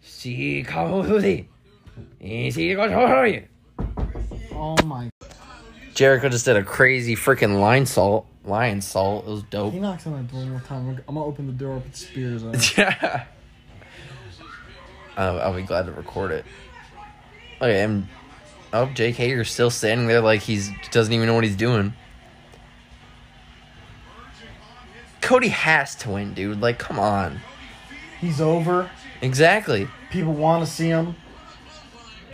Speaker 5: Si kahoudi.
Speaker 2: Oh my!
Speaker 5: Jericho just did a crazy freaking line salt. Lion salt. It was dope.
Speaker 2: He knocks on that door one more time. I'm gonna open the door up with spears. on it.
Speaker 5: Yeah. Uh, I'll be glad to record it. Okay, and oh, Jake Hager's still standing there like he's doesn't even know what he's doing. Cody has to win, dude. Like, come on.
Speaker 2: He's over.
Speaker 5: Exactly.
Speaker 2: People want to see him.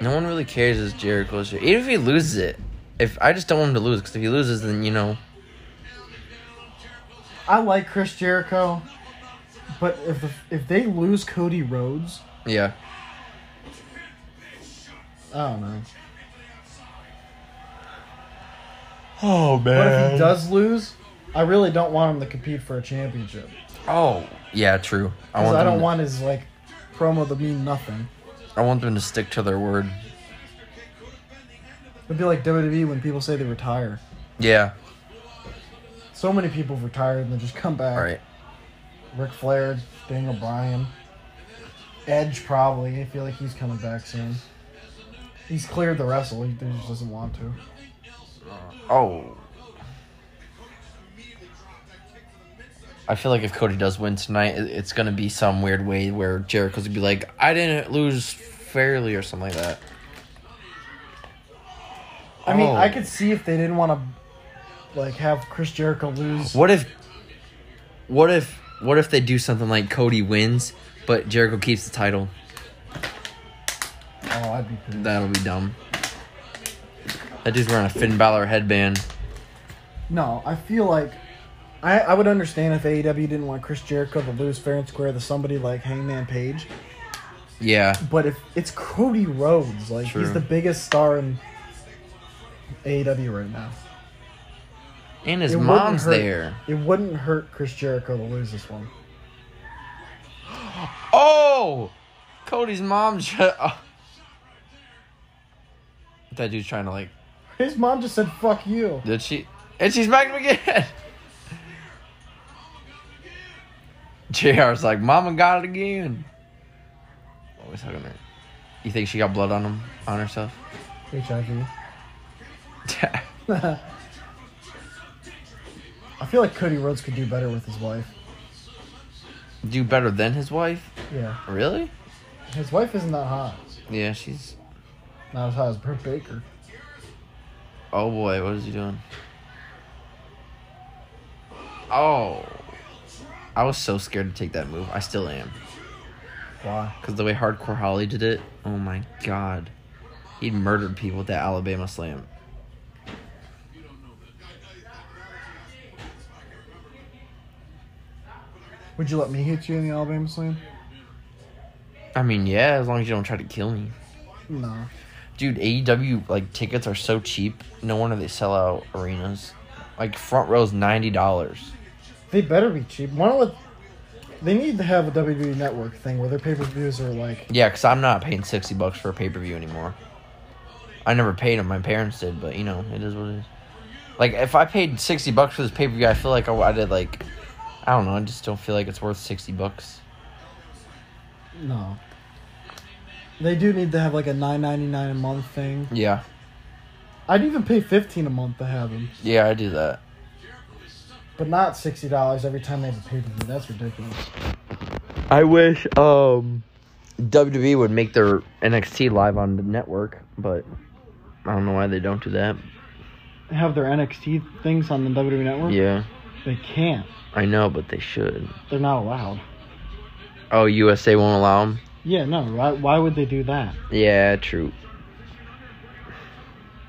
Speaker 5: No one really cares as Jericho's here. Even if he loses it, if I just don't want him to lose, because if he loses, then you know.
Speaker 2: I like Chris Jericho, but if the, if they lose Cody Rhodes,
Speaker 5: Yeah.
Speaker 2: I don't know.
Speaker 5: Oh
Speaker 2: But if he does lose, I really don't want him to compete for a championship
Speaker 5: Oh yeah, true. I
Speaker 2: because
Speaker 5: want.
Speaker 2: I,
Speaker 5: them
Speaker 2: don't
Speaker 5: to-
Speaker 2: want his like promo to mean nothing.
Speaker 5: I want them to stick to their word.
Speaker 2: It'd be like WWE when people say they retire.
Speaker 5: Yeah.
Speaker 2: So many people have retired and then just come back.
Speaker 5: All right.
Speaker 2: Ric Flair, Daniel Bryan, Edge probably. I feel like he's coming back soon. He's cleared the wrestle. He just doesn't want to.
Speaker 5: Oh. I feel like if Cody does win tonight, it- it's gonna be some weird way where Jericho's gonna be like, "I didn't lose fairly" or something like that.
Speaker 2: I mean,
Speaker 5: Oh.
Speaker 2: I could see if they didn't want to, like, have Chris Jericho lose.
Speaker 5: What if? What if? What if they do something like Cody wins, but Jericho keeps the title?
Speaker 2: Oh, I'd be pissed.
Speaker 5: That'll be dumb. That dude's wearing a Finn Balor headband.
Speaker 2: No, I feel like I, I would understand if AEW didn't want Chris Jericho to lose fair and square to somebody like Hangman Page.
Speaker 5: Yeah,
Speaker 2: But if it's Cody Rhodes, like,
Speaker 5: True.
Speaker 2: he's the biggest star in AEW right now.
Speaker 5: and his
Speaker 2: It wouldn't
Speaker 5: mom's
Speaker 2: hurt-
Speaker 5: there.
Speaker 2: It wouldn't hurt Chris Jericho to lose this one.
Speaker 5: Oh, Cody's mom. ju- oh. That dude's trying to like.
Speaker 2: His mom just said "fuck you."
Speaker 5: Did she? And she smacked him again. JR's like, Mama got it again. Always hugging her. You think she got blood on him on herself?
Speaker 2: HIV. I feel like Cody Rhodes could do better with his wife.
Speaker 5: Do better than his wife?
Speaker 6: Yeah.
Speaker 5: Really?
Speaker 6: His wife isn't that hot.
Speaker 5: Yeah, she's.
Speaker 6: Not as hot as Britt Baker.
Speaker 5: Oh boy, what is he doing? Oh. I was so scared to take that move. I still am.
Speaker 6: Why?
Speaker 5: Because the way Hardcore Holly did it, oh my god. He murdered people with that Alabama slam.
Speaker 2: Would you let me hit you in the Alabama slam?
Speaker 5: I mean, yeah, as long as you don't try to kill me.
Speaker 2: No.
Speaker 5: Dude, AEW, like, tickets are so cheap. No wonder they sell out arenas. Like, front row's $90.
Speaker 6: They better be cheap. Why don't let, they need to have a
Speaker 2: E
Speaker 6: WWE network thing where their pay per views are like
Speaker 5: Yeah, because I'm not paying 60 bucks for a pay per view anymore. I never paid them. My parents did, but, you know, it is what it is. Like, if I paid 60 bucks for this pay per view, I feel like I, I did, like, I don't know. I just don't feel like it's worth 60 bucks.
Speaker 6: no.
Speaker 2: They do need to have like a nine ninety nine a month thing.
Speaker 5: Yeah.
Speaker 6: I'd even pay fifteen a month to have them,
Speaker 5: Yeah, I do that.
Speaker 6: but not sixty dollars every time they have a pay per view. That's ridiculous.
Speaker 5: I wish um WWE would make their NXT live on the network, but I don't know why they don't do that.
Speaker 2: Have their NXT things on the WWE network?
Speaker 5: Yeah,
Speaker 2: They can't.
Speaker 5: I know, but they should.
Speaker 2: They're not allowed.
Speaker 5: Oh, USA won't allow them.
Speaker 2: Yeah, no. Why, why would they do that?
Speaker 5: Yeah, true.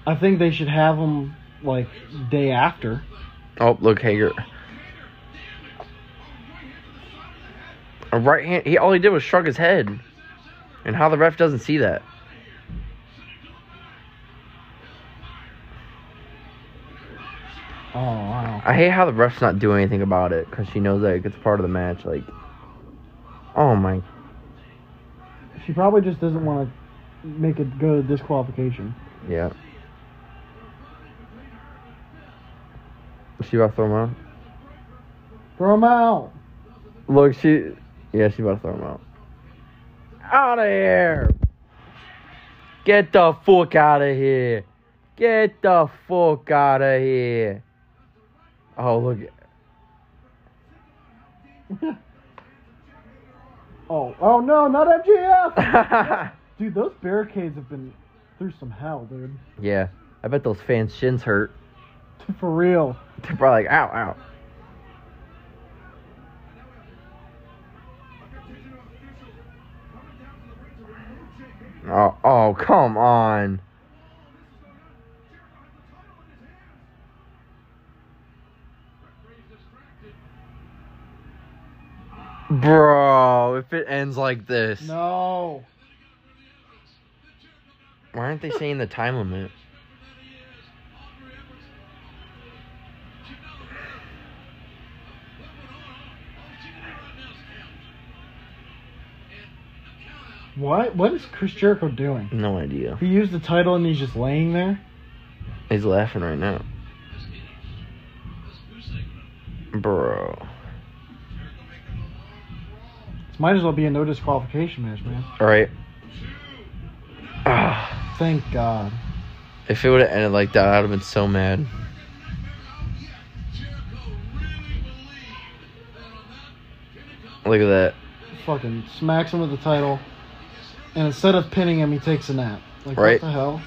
Speaker 2: I think they should have them like day after.
Speaker 5: Oh, look, Hager. A right hand. He all he did was shrug his head, and how the ref doesn't see that.
Speaker 2: Oh wow.
Speaker 5: I hate how the ref's not doing anything about it because she knows that it's part of the match. Like, oh my
Speaker 2: She probably just doesn't want to make it go to disqualification.
Speaker 5: Yeah. She about to throw him out.
Speaker 2: Throw them out.
Speaker 5: Look, she. Yeah, she about to throw him out. Out of here! Get the fuck out of here! Get the fuck out of here! Oh look!
Speaker 2: Oh oh no, not MGF.
Speaker 5: yeah,
Speaker 2: Dude, those barricades have been through some hell, dude.
Speaker 5: I bet those fans' shins hurt.
Speaker 2: For real.
Speaker 5: They're probably like, ow, ow. Oh, oh, come on. Bro, if it ends like this,
Speaker 2: No.
Speaker 5: why aren't they saying the time limit?
Speaker 2: What? What is Chris Jericho doing?
Speaker 5: No idea.
Speaker 2: He used the title and he's just laying there.
Speaker 5: He's laughing right now. Bro.
Speaker 2: This might as well be a no disqualification match, man.
Speaker 5: Alright. Ah,
Speaker 2: Thank God.
Speaker 5: if it would have ended like that, I'd have been so mad. Look at that.
Speaker 2: Fucking smacks him with the title, and instead of pinning him, he takes a nap. Like
Speaker 5: Right.
Speaker 2: what the hell?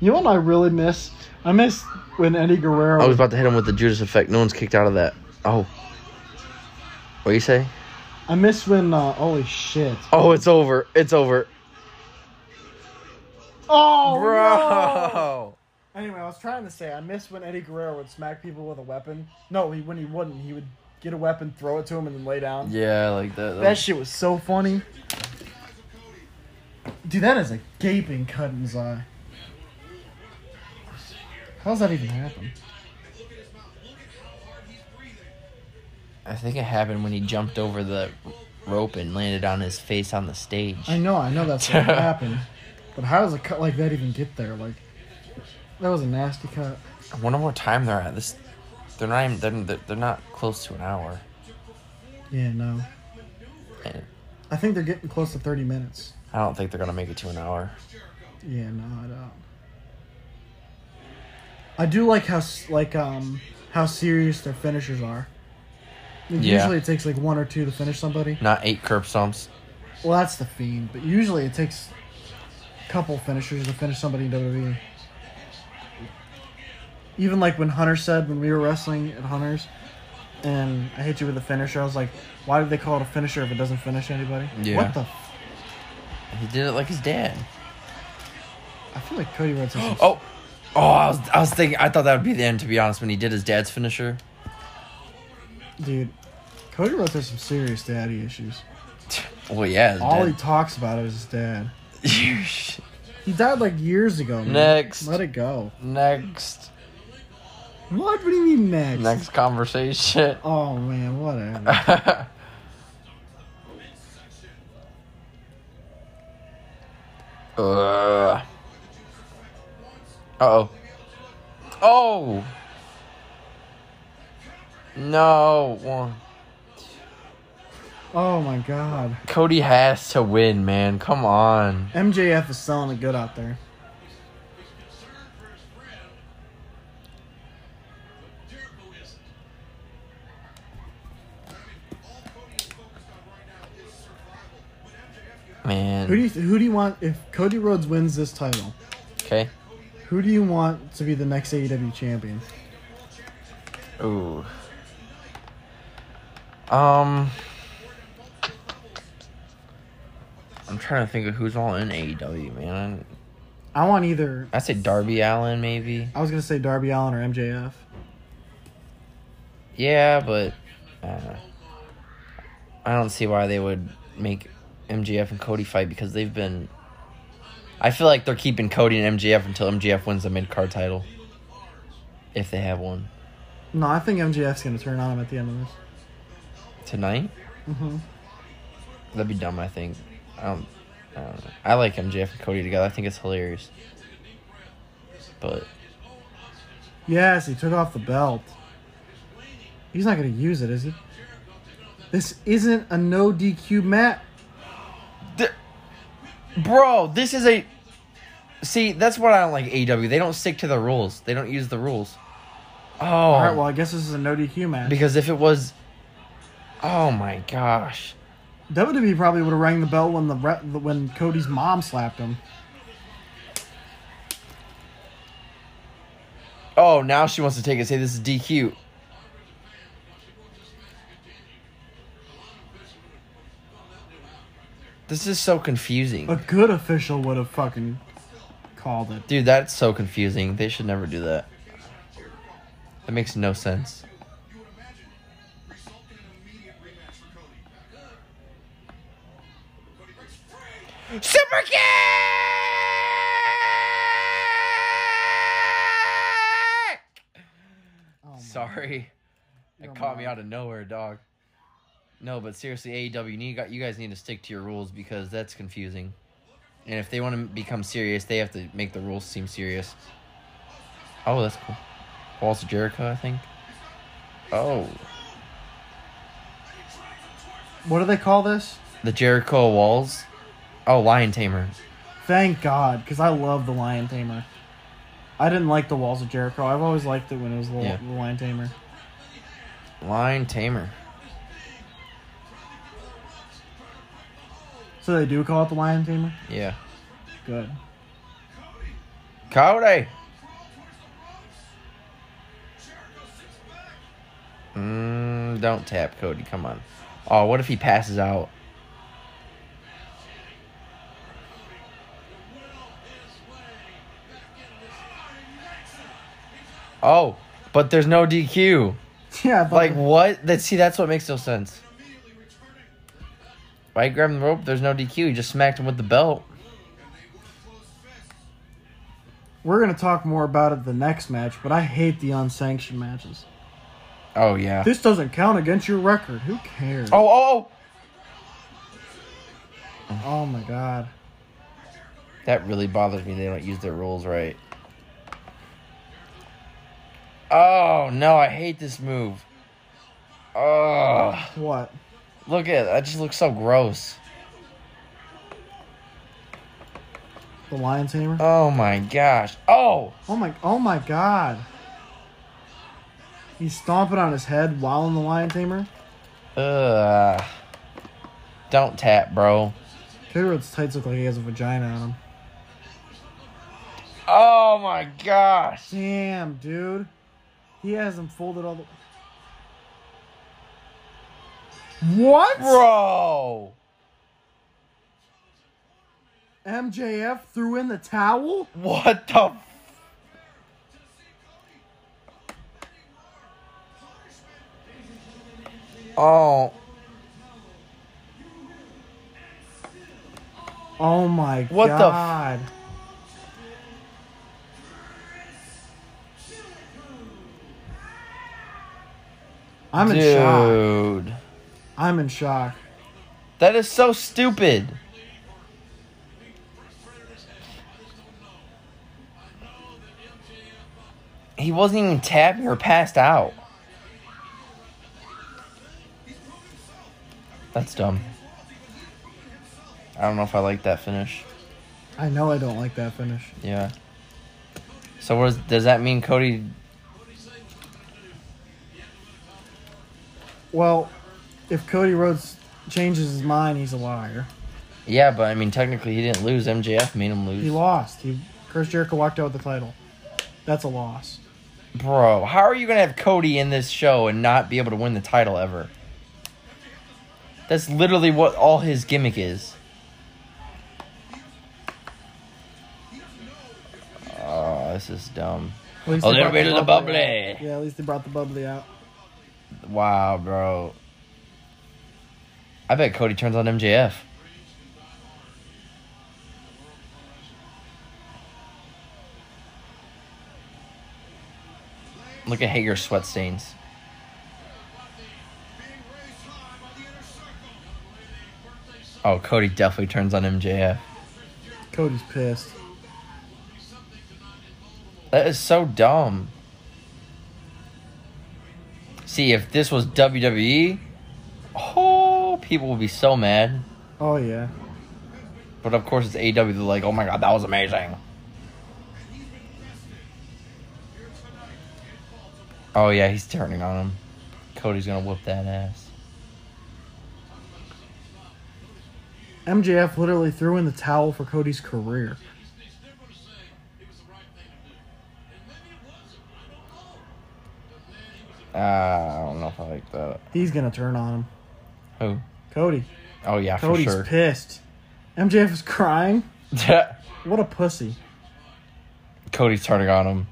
Speaker 2: You know what I really miss? I miss when Eddie Guerrero.
Speaker 5: I was about to hit him with the Judas effect. No one's kicked out of that. Oh. What do you say?
Speaker 2: I miss when. Uh, holy shit!
Speaker 5: Oh, it's over. It's over.
Speaker 2: Oh,
Speaker 5: Bro.
Speaker 2: Anyway, I was trying to say I miss when Eddie Guerrero would smack people with a weapon. No, he, when he wouldn't, he would get a weapon, throw it to him, and then lay down.
Speaker 5: Yeah, I like that.
Speaker 2: That shit was so funny. Dude, that is a gaping cut in his eye. How's that even happen?
Speaker 5: I think it happened when he jumped over the rope and landed on his face on the stage.
Speaker 2: I know, I know that's what happened. But how does a cut like that even get there? Like, that was a nasty cut.
Speaker 5: I wonder what time they're at. This, they're not even. They're, they're- they're not close to an hour.
Speaker 2: Yeah, no.
Speaker 5: And
Speaker 2: I think they're getting close to 30 minutes.
Speaker 5: I don't think they're gonna make it to an hour.
Speaker 2: Yeah, no, I don't. I do like how s- like um how serious their finishers are. Like,
Speaker 5: Yeah.
Speaker 2: Usually it takes like one or two to finish somebody.
Speaker 5: Not eight curb stomps.
Speaker 2: Well, that's the fiend, but usually it takes a couple finishers to finish somebody in WWE. Even like when Hunter said when we were wrestling at Hunter's, and I hit you with a finisher. I was like, why do they call it a finisher if it doesn't finish anybody?
Speaker 5: Yeah.
Speaker 2: What the? F-
Speaker 5: He did it like his dad.
Speaker 2: I feel like Cody Rhodes. has some-
Speaker 5: Oh, oh! I was, I was thinking. I thought that would be the end. To be honest, when he did his dad's finisher. Oh.
Speaker 2: dude, Cody Rhodes has some serious daddy issues.
Speaker 5: Well, yeah. his
Speaker 2: All he
Speaker 5: dad.
Speaker 2: talks about is his dad. He died like years ago. Man.
Speaker 5: Next.
Speaker 2: Let it go.
Speaker 5: next,
Speaker 2: What? What do you mean next?
Speaker 5: next conversation.
Speaker 2: Oh man, whatever.
Speaker 5: Uh oh. Oh! No. One.
Speaker 2: oh my god.
Speaker 5: Cody has to win, man. Come on.
Speaker 2: MJF is selling it good out there.
Speaker 5: Man.
Speaker 2: Who do you who do you want if Cody Rhodes wins this title?
Speaker 5: okay.
Speaker 2: Who do you want to be the next AEW champion?
Speaker 5: Ooh. Um. I'm trying to think of who's all in AEW, man.
Speaker 2: I want either.
Speaker 5: I'd say Darby Allen, maybe.
Speaker 2: I was gonna say Darby Allen or MJF.
Speaker 5: Yeah, but uh, I don't see why they would make MGF and Cody fight because they've been. I feel like they're keeping Cody and MGF until MGF wins the mid card title, if they have one
Speaker 2: No, I think MJF's gonna turn on him at the end of this.
Speaker 5: tonight. Mm-hmm.
Speaker 2: Mhm.
Speaker 5: That'd be dumb. I think. I don't. I, don't know. I like MGF and Cody together. I think it's hilarious. But
Speaker 2: Yes, he took off the belt. He's not gonna use it, is he? This isn't a no DQ match.
Speaker 5: Th- bro, this is a. See, that's what I don't like. AW, they don't stick to the rules. They don't use the rules. Oh,
Speaker 2: All right, well I guess this is a no DQ match.
Speaker 5: because if it was, oh my gosh,
Speaker 2: WWE E probably would have rang the bell when the re- when Cody's mom slapped him.
Speaker 5: oh now she wants to take it. Say this is DQ. This is so confusing,
Speaker 2: A good official would have fucking called it.
Speaker 5: dude. That's so confusing. They should never do that. That makes no sense. Super kick! Sorry, it caught me out of nowhere, dog. No, but seriously, AEW, need, you guys need to stick to your rules because that's confusing. And if they want to become serious, they have to make the rules seem serious. Oh, that's cool. Walls of Jericho, I think. Oh,
Speaker 2: What do they call this?
Speaker 5: the Jericho walls. Oh, Lion Tamer.
Speaker 2: Thank God, because I love the Lion Tamer. I didn't like the Walls of Jericho. I've always liked it when it was the,
Speaker 5: Yeah.
Speaker 2: the Lion Tamer.
Speaker 5: Lion Tamer.
Speaker 2: So they do call it the Lion Tamer.
Speaker 5: Yeah.
Speaker 2: Good.
Speaker 5: Cody. Mm, don't tap Cody. Come on. Oh, what if he passes out? Oh, but there's no DQ.
Speaker 2: Yeah, I thought-
Speaker 5: Like what? That see, that's what makes no sense. Why grab the rope? There's no DQ. He just smacked him with the belt.
Speaker 2: we're gonna talk more about it the next match, but I hate the unsanctioned matches.
Speaker 5: Oh yeah.
Speaker 2: This doesn't count against your record. Who cares?
Speaker 5: Oh oh. oh.
Speaker 2: oh my God.
Speaker 5: That really bothers me. They don't use their rules right. Oh no, I hate this move. Oh,
Speaker 2: What?
Speaker 5: look at that! Just looks so gross.
Speaker 2: The Lion Tamer?
Speaker 5: Oh my gosh. Oh,
Speaker 2: Oh my! Oh my God! He's stomping on his head while in the lion tamer.
Speaker 5: Ugh. Don't tap, bro.
Speaker 2: Cody Rhodes' tights look like he has a vagina on him.
Speaker 5: Oh my gosh.
Speaker 2: Damn, dude. He has them folded all the.
Speaker 7: What?
Speaker 5: Bro.
Speaker 2: MJF threw in the towel?
Speaker 5: What the f- Oh,
Speaker 2: Oh my
Speaker 5: What the f-
Speaker 2: god. I'm in shock.
Speaker 5: dude.
Speaker 2: I'm in shock.
Speaker 5: That is so stupid. He wasn't even tapping or passed out. That's dumb. I don't know if I like that finish.
Speaker 2: I know I don't like that finish.
Speaker 5: Yeah. So what is, does that mean Cody
Speaker 2: Well, if Cody Rhodes changes his mind, he's a liar.
Speaker 5: Yeah, but I mean technically he didn't lose. MJF made him lose.
Speaker 2: He lost. He Chris Jericho walked out with the title. That's a loss.
Speaker 5: Bro, how are you gonna have Cody in this show and not be able to win the title ever? That's literally what all his gimmick is. Oh, this is dumb.
Speaker 2: At least
Speaker 5: A
Speaker 2: they
Speaker 5: little
Speaker 2: brought the
Speaker 5: bit of the bubbly.
Speaker 2: Yeah, at least they brought the bubbly out.
Speaker 5: Wow, bro. I bet Cody turns on MJF. Look at Hager's sweat stains. Oh, Cody definitely turns on MJF.
Speaker 2: Cody's pissed.
Speaker 5: That is so dumb. See, if this was WWE, oh, people would be so mad.
Speaker 2: Oh yeah.
Speaker 5: But of course, it's AW. They're like, oh my god, that was amazing. Oh yeah, he's turning on him. Cody's gonna whoop that ass.
Speaker 2: MJF literally threw in the towel for Cody's career.
Speaker 5: Uh, I don't know if I like that.
Speaker 2: He's gonna turn on him.
Speaker 5: Who?
Speaker 2: Cody.
Speaker 5: Oh yeah,
Speaker 2: Cody's
Speaker 5: for
Speaker 2: pissed. MJF is crying.
Speaker 5: sure.
Speaker 2: What a pussy.
Speaker 5: Cody's turning on him.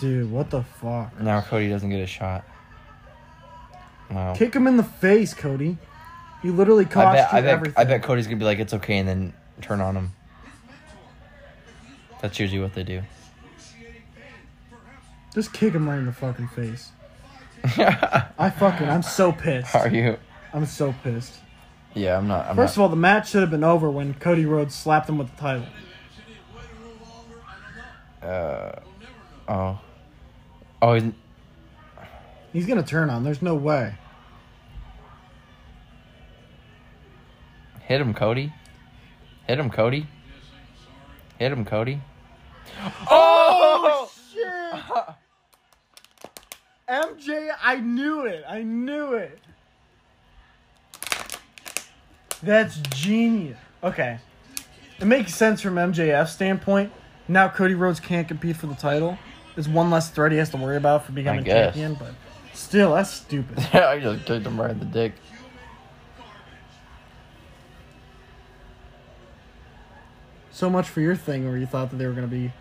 Speaker 2: Dude, what the fuck?
Speaker 5: Now Cody doesn't get a shot. Wow.
Speaker 2: Kick him in the face, Cody. You literally
Speaker 5: I
Speaker 2: cost
Speaker 5: bet,
Speaker 2: you
Speaker 5: I bet,
Speaker 2: everything.
Speaker 5: I bet Cody's gonna be like, it's okay, and then turn on him. That's usually what they do.
Speaker 2: Just kick him right in the fucking face. I fucking, I'm so pissed.
Speaker 5: Are you?
Speaker 2: I'm so pissed.
Speaker 5: Yeah, I'm not. I'm
Speaker 2: First of
Speaker 5: not.
Speaker 2: all, the match should have been over when Cody Rhodes slapped him with the title.
Speaker 5: Oh. Oh, he's-
Speaker 2: He's gonna turn on. There's no way.
Speaker 5: hit him, Cody. Hit him, Cody. Hit him, Cody. Oh!
Speaker 2: Shit. MJ, I knew it. I knew it. That's genius. Okay. It makes sense from MJF's standpoint. Now Cody Rhodes can't compete for the title. It's one less threat he has to worry about for becoming
Speaker 5: guess.
Speaker 2: champion, but still, that's stupid.
Speaker 5: I just kicked him right in the dick.
Speaker 2: So much for your thing where you thought that they were going to be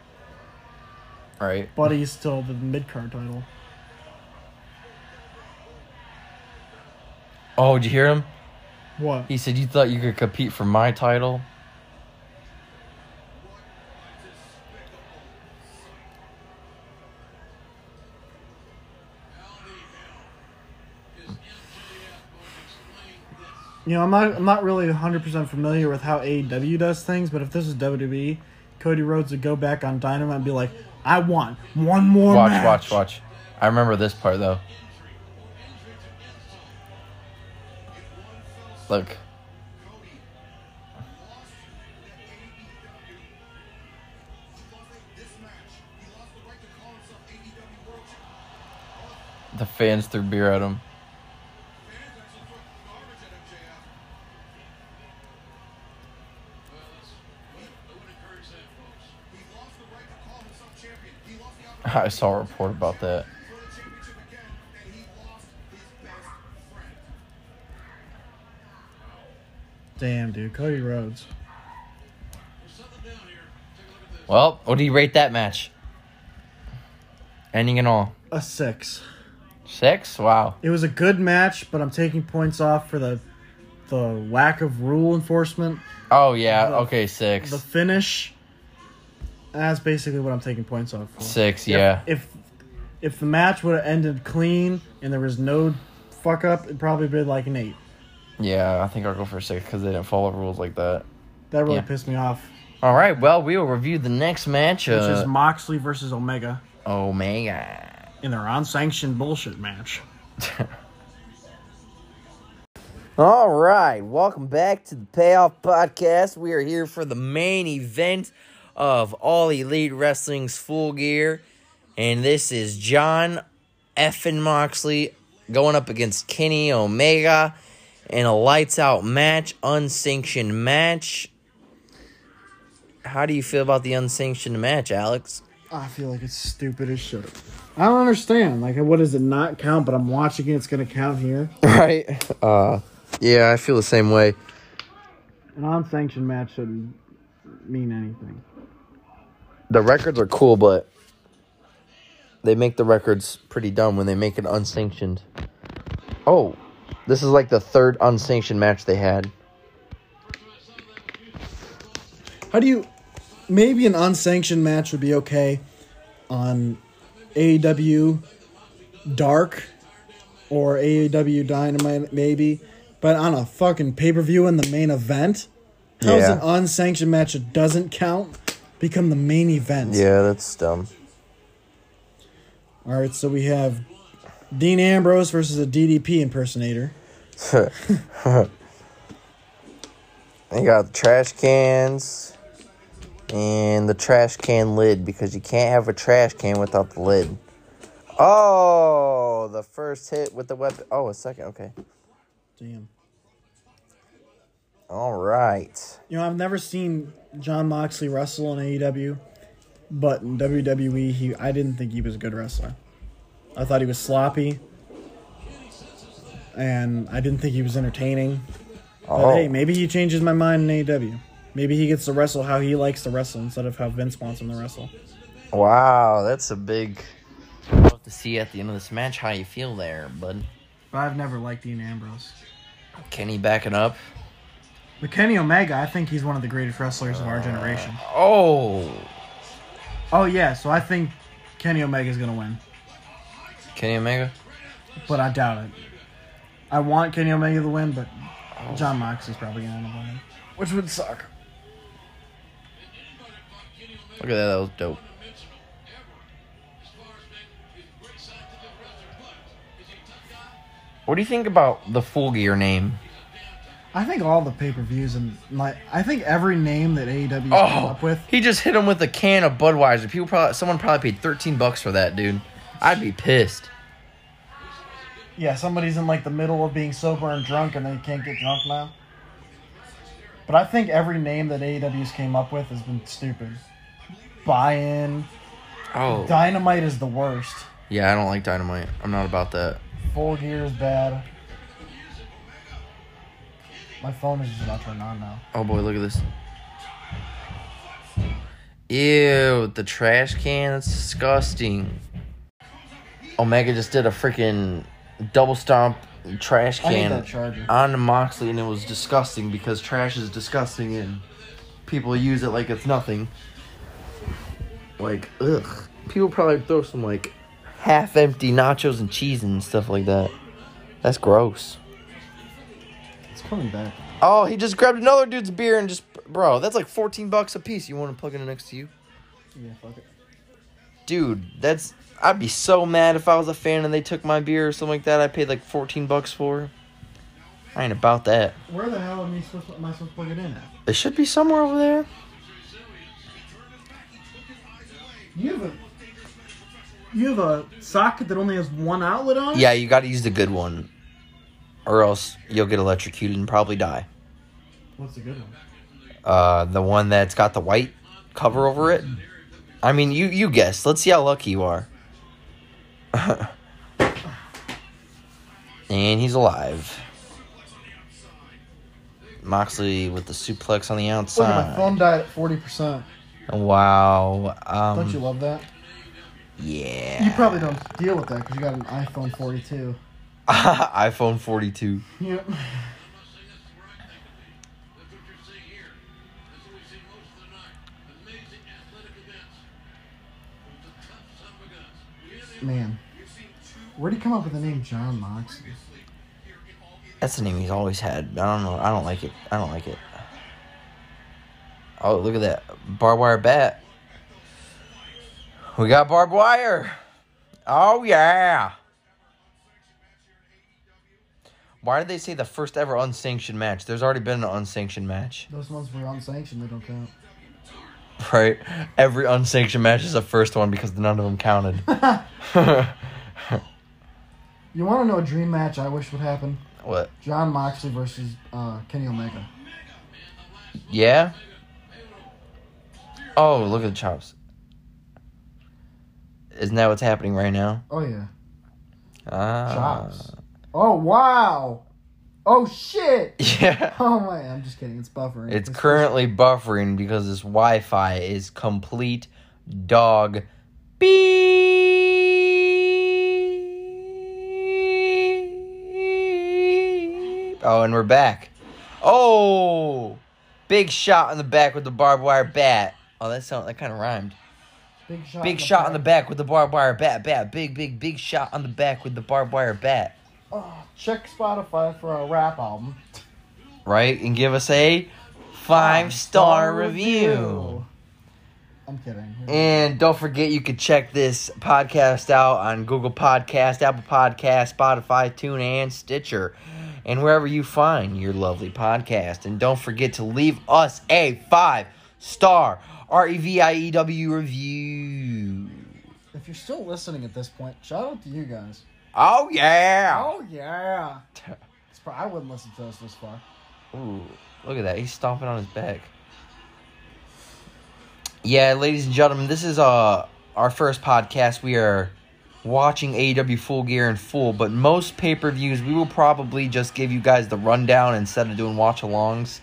Speaker 5: Right.
Speaker 2: buddies till the mid card title.
Speaker 5: Oh, did you hear him?
Speaker 2: What?
Speaker 5: He said, You thought you could compete for my title?
Speaker 2: You know, I'm not I'm not really 100% familiar E with how AEW does things, but if this was WWE, Cody Rhodes would go back on Dynamite and be like,
Speaker 8: I want one more
Speaker 5: Watch,
Speaker 8: match.
Speaker 5: watch, watch. I remember this part though. Look. The fans threw beer at him. I saw a report about that.
Speaker 2: Damn, dude. Cody Rhodes.
Speaker 5: Well, what do you rate that match? Ending and all.
Speaker 2: A six.
Speaker 5: Six? Wow.
Speaker 2: It was a good match, but I'm taking points off for the the lack of rule enforcement.
Speaker 5: Oh yeah, okay, six.
Speaker 2: The finish. That's basically what I'm taking points off for.
Speaker 5: Six, yeah.
Speaker 2: If if the match would have ended clean and there was no fuck up, it'd probably been like an eight.
Speaker 5: Yeah, I think I'll go for six because they didn't follow rules like that.
Speaker 2: That really
Speaker 5: Yeah.
Speaker 2: pissed me off.
Speaker 5: All right, well, we will review the next match.
Speaker 2: Which
Speaker 5: Uh,
Speaker 2: is Moxley versus Omega
Speaker 5: oh my god.
Speaker 2: in their unsanctioned bullshit match.
Speaker 5: All right, welcome back to the Payoff Podcast. We are here for the main event of All Elite Wrestling's Full Gear, and this is John effing Moxley going up against Kenny Omega in a lights out match, unsanctioned match. How do you feel about the unsanctioned match, Alex?
Speaker 2: I feel like it's stupid as shit. I don't understand. Like, what does it not count? But I'm watching it. It's gonna count here.
Speaker 5: Right. Uh, yeah, I feel the same way.
Speaker 2: An unsanctioned match shouldn't mean anything.
Speaker 5: the records are cool, but they make the records pretty dumb when they make it unsanctioned. Oh, this is like the third unsanctioned match they had.
Speaker 2: How do you? Maybe an unsanctioned match would be okay on AEW Dark or AEW Dynamite, maybe. But on a fucking pay per view in the main event, how's
Speaker 5: Yeah.
Speaker 2: an unsanctioned match that doesn't count become the main event?
Speaker 5: Yeah, that's dumb.
Speaker 2: All right, so we have Dean Ambrose versus a DDP impersonator.
Speaker 5: They got the trash cans and the trash can lid because you can't have a trash can without the lid. Oh, the first hit with the weapon. Oh, a second. Okay.
Speaker 2: Damn.
Speaker 5: All right.
Speaker 2: You know, I've never seen John Moxley wrestle in AEW, but in WWE, he I didn't think he was a good wrestler. I thought he was sloppy, and I didn't think he was entertaining. But
Speaker 5: Oh,
Speaker 2: hey, maybe he changes my mind in AEW. Maybe he gets to wrestle how he likes to wrestle instead of how Vince wants him to wrestle.
Speaker 5: wow. That's a big. We'll have to see at the end of this match how you feel there, bud.
Speaker 2: But I've never liked Dean Ambrose.
Speaker 5: Kenny backing up.
Speaker 2: But Kenny Omega, I think he's one of the greatest wrestlers of our generation.
Speaker 5: Oh,
Speaker 2: Oh yeah, so I think Kenny Omega's gonna win,
Speaker 5: Kenny Omega.
Speaker 2: but I doubt it. I want Kenny Omega to win, but John Moxley's probably gonna end up winning, which would suck.
Speaker 5: Look at that. That was dope. What do you think about the Full Gear name?
Speaker 2: I think all the pay per views and like I think every name that E AEW came
Speaker 5: Oh,
Speaker 2: up with,
Speaker 5: he just hit him with a can of Budweiser. People probably, someone probably paid thirteen bucks for that, dude. I'd be pissed.
Speaker 2: yeah, somebody's in like the middle of being sober and drunk, and they can't get drunk now. But I think every name that AEW's came up with has been stupid. Buy-in,
Speaker 5: Oh,
Speaker 2: Dynamite is the worst.
Speaker 5: yeah. I don't like Dynamite. I'm not about that.
Speaker 2: Full gear is bad. My phone is just not turned on now.
Speaker 5: Oh boy, look at this. Ew, the trash can. That's disgusting. Omega just did a freaking double stomp trash
Speaker 2: I need
Speaker 5: can
Speaker 2: that charger.
Speaker 5: on Moxley, and it was disgusting because trash is disgusting, and people use it like it's nothing. Like, ugh. People probably throw some like half-empty nachos and cheese and stuff like that. That's gross.
Speaker 2: It's coming back.
Speaker 5: Oh, he just grabbed another dude's beer and just, bro, that's like 14 bucks a piece. You want to plug it in next to you?
Speaker 2: Yeah, fuck it.
Speaker 5: dude, that's I'd be so mad if I was a fan and they took my beer or something like that. I paid like fourteen bucks for. I ain't about that.
Speaker 2: Where the hell am I supposed to, am I supposed to plug it in at?
Speaker 5: It should be somewhere over there.
Speaker 2: You have a you have a socket that only has one outlet on it.
Speaker 5: Yeah, you got to use the good one, or else you'll get electrocuted and probably die.
Speaker 2: What's the good one?
Speaker 5: Uh, the one that's got the white cover over it. I mean, you you guess. Let's see how lucky you are. and he's alive. Moxley with the suplex on the
Speaker 2: Look, at my
Speaker 5: outside.
Speaker 2: phone died at forty percent.
Speaker 5: Wow. Um,
Speaker 2: Don't you love that?
Speaker 5: yeah.
Speaker 2: You probably don't deal with that because you got an iPhone forty-two.
Speaker 5: iPhone 42.
Speaker 2: Yep. Man, where'd he come up with the name John Moxley?
Speaker 5: That's the name he's always had. I don't know. I don't like it. I don't like it. Oh, look at that barbed wire bat. We got barbed wire. Oh yeah. Why did they say the first ever unsanctioned match? There's already been an unsanctioned match,
Speaker 2: Those ones were unsanctioned, they don't count.
Speaker 5: right? Every unsanctioned match is the first one because none of them counted.
Speaker 2: You want to know a dream match I wish would happen?
Speaker 5: what?
Speaker 2: John Moxley versus uh, Kenny Omega.
Speaker 5: Yeah. Oh, look at the chops. Isn't that what's happening right now?
Speaker 2: Oh, yeah.
Speaker 5: Ah.
Speaker 2: Chops. Oh, wow. Oh, shit.
Speaker 5: Yeah.
Speaker 2: Oh, my. I'm just kidding. It's buffering.
Speaker 5: It's currently buffering because this Wi-Fi is complete dog beep. Oh, and we're back. Oh, big shot in the back with the barbed wire bat. Oh, that sound that kind of rhymed.
Speaker 2: Big shot,
Speaker 5: Big shot on the back with the barbed wire bat, bat. Big, big, big shot on the back with the barbed wire bat.
Speaker 2: Oh, check Spotify for a rap album.
Speaker 5: Right? And give us a five star review.
Speaker 2: I'm kidding.
Speaker 5: And don't forget, you can check this podcast out on Google Podcast, Apple Podcast, Spotify, Tune, and Stitcher, and wherever you find your lovely podcast. And don't forget to leave us a five star R E V I E W review.
Speaker 2: If you're still listening at this point, shout out to you guys.
Speaker 5: Oh yeah!
Speaker 2: yeah. It's pro- I wouldn't listen to us this far.
Speaker 5: Ooh, look at that! He's stomping on his back. Yeah, ladies and gentlemen, this is uh our first podcast. We are watching AEW Full Gear in full, but most pay per views we will probably just give you guys the rundown instead of doing watch alongs.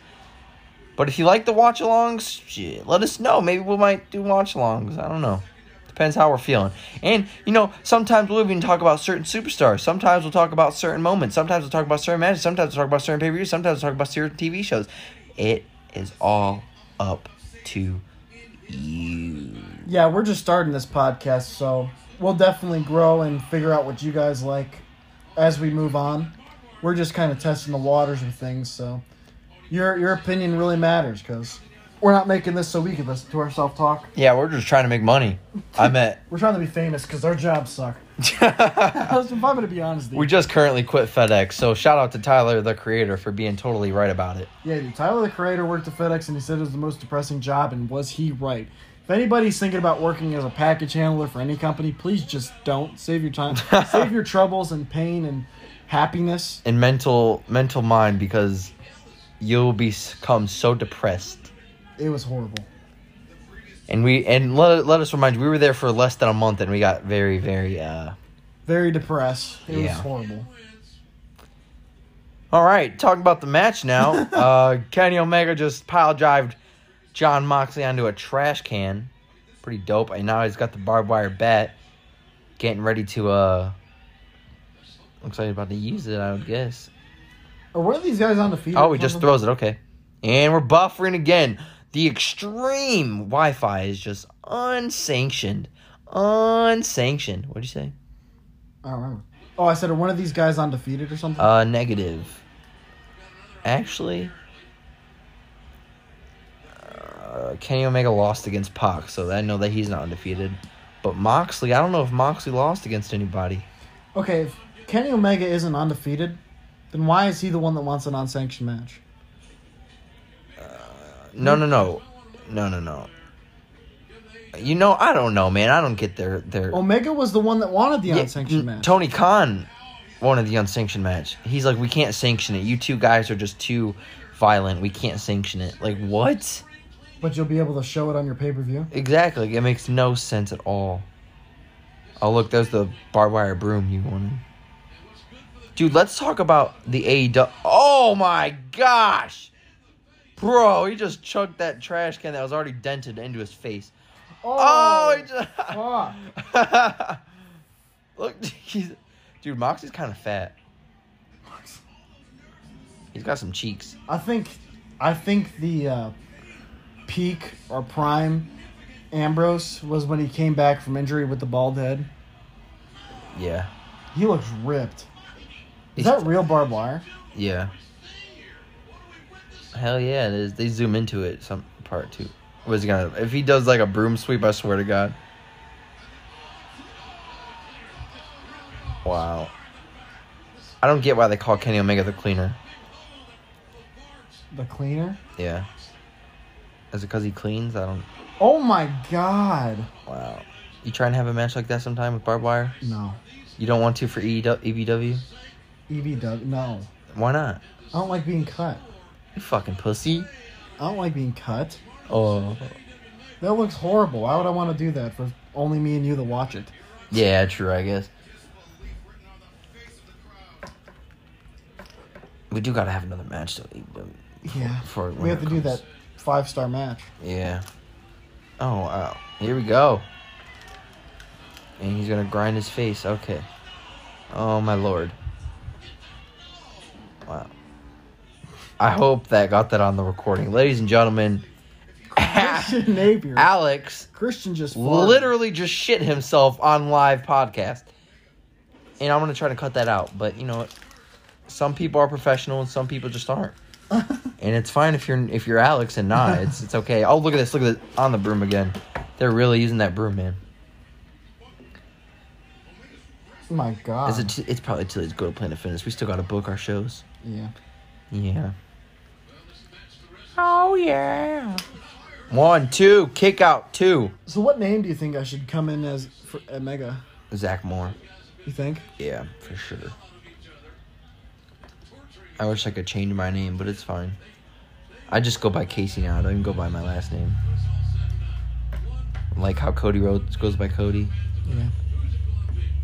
Speaker 5: But if you like the watch alongs, shit, let us know. Maybe we might do watch alongs. I don't know. Depends how we're feeling. And, you know, sometimes we'll even talk about certain superstars. Sometimes we'll talk about certain moments. Sometimes we'll talk about certain matches. Sometimes we'll talk about certain pay per views. Sometimes we'll talk about certain TV shows. It is all up to you.
Speaker 2: Yeah, we're just starting this podcast, so we'll definitely grow and figure out what you guys like as we move on. We're just kind of testing the waters with things, so your your opinion really matters because we're not making this so we can listen to ourselves talk.
Speaker 5: Yeah, we're just trying to make money. I met.
Speaker 2: We're trying to be famous because our jobs suck. Listen, if I'm gonna be honest, with you.
Speaker 5: we just currently quit FedEx, so shout out to Tyler, the creator, for being totally right about it.
Speaker 2: Yeah, dude. Tyler the Creator worked at FedEx and he said it was the most depressing job, and was he right? If anybody's thinking about working as a package handler for any company, please just don't. Save your time, save your troubles and pain and happiness.
Speaker 5: And mental, mental mind, because you'll become so depressed.
Speaker 2: It was horrible.
Speaker 5: And we and let, let us remind you, we were there for less than a month, and we got very, very. uh
Speaker 2: Very depressed. It was
Speaker 5: Yeah.
Speaker 2: horrible.
Speaker 5: All right, talking about the match now. uh Kenny Omega just pile drived John Moxley onto a trash can. Pretty dope. And now he's got the barbed wire bat, getting ready to. uh Looks like he's about to use it. I would guess.
Speaker 2: Or were these guys undefeated?
Speaker 5: Oh, he just throws it. Okay. And we're buffering again. The extreme Wi Fi is just unsanctioned. Unsanctioned. What'd you say?
Speaker 2: I don't remember. Oh, I said, are one of these guys undefeated or something?
Speaker 5: Uh, negative. Actually, uh, Kenny Omega lost against Pac, so I know that he's not undefeated. But Moxley, I don't know if Moxley lost against anybody.
Speaker 2: Okay, if Kenny Omega isn't undefeated, then why is he the one that wants an unsanctioned match?
Speaker 5: No, no, no, no, no, no. You know, I don't know, man. I don't get their their.
Speaker 2: Omega was the one that wanted the
Speaker 5: Yeah,
Speaker 2: unsanctioned
Speaker 5: n-
Speaker 2: match.
Speaker 5: Tony Khan wanted the unsanctioned match. He's like, we can't sanction it. You two guys are just too violent. We can't sanction it. Like what?
Speaker 2: but you'll be able to show it on your pay per view.
Speaker 5: Exactly. It makes no sense at all. Oh look, there's the barbed wire broom you wanted. Dude, let's talk about the AEW. Oh my gosh, bro, he just chucked that trash can that was already dented into his face. Oh, he just.
Speaker 2: fuck.
Speaker 5: Look, he's, dude, Moxie's kind of fat. He's got some cheeks.
Speaker 2: I think, I think the uh, peak or prime Ambrose was when he came back from injury with the bald head.
Speaker 5: Yeah.
Speaker 2: He looks ripped. Is
Speaker 5: He's-
Speaker 2: that real barbed wire?
Speaker 5: Yeah. Hell yeah, it is. They zoom into it some part too. Was he gonna? If he does like a broom sweep, I swear to God. Wow. I don't get why they call Kenny Omega the cleaner.
Speaker 2: The cleaner?
Speaker 5: Yeah. Is it because he cleans? I don't.
Speaker 2: Oh my god!
Speaker 5: Wow. You try and have a match like that sometime with barbed wire?
Speaker 2: No,
Speaker 5: You don't want to for E EW, EBW?
Speaker 2: EBW. No,
Speaker 5: Why not?
Speaker 2: I don't like being cut.
Speaker 5: You fucking pussy.
Speaker 2: I don't like being cut.
Speaker 5: Oh.
Speaker 2: That looks horrible. Why would I want to do that for only me and you to watch it?
Speaker 5: Yeah, true, I guess. We do gotta have another match, though. E EW.
Speaker 2: Yeah.
Speaker 5: For
Speaker 2: we have to do that five star match.
Speaker 5: Yeah. Oh, wow. Here we go. And he's gonna grind his face. Okay. Oh, my lord. Wow. I hope that got that on the recording. Ladies and gentlemen,
Speaker 2: Christian Napier.
Speaker 5: Alex
Speaker 2: Christian just farted.
Speaker 5: literally just shit himself on live podcast. And I'm gonna try to cut that out, but you know, what? some people are professional and some people just aren't. and it's fine if you're if you're Alex and not. It's it's okay. Oh look at this! Look at this on the broom again. They're really using that broom, man.
Speaker 2: Oh My God.
Speaker 5: Is it? t- It's probably till he's go to Planet Fitness. We still gotta book our shows.
Speaker 2: yeah.
Speaker 5: Yeah. Oh yeah. One, two, kick out two.
Speaker 2: So what name do you think I should come in as for Omega?
Speaker 5: Zach Moore.
Speaker 2: You think?
Speaker 5: Yeah, for sure. I wish I could change my name, but it's fine. I just go by Casey now. I don't even go by my last name. Like how Cody Rhodes goes by Cody.
Speaker 2: Yeah.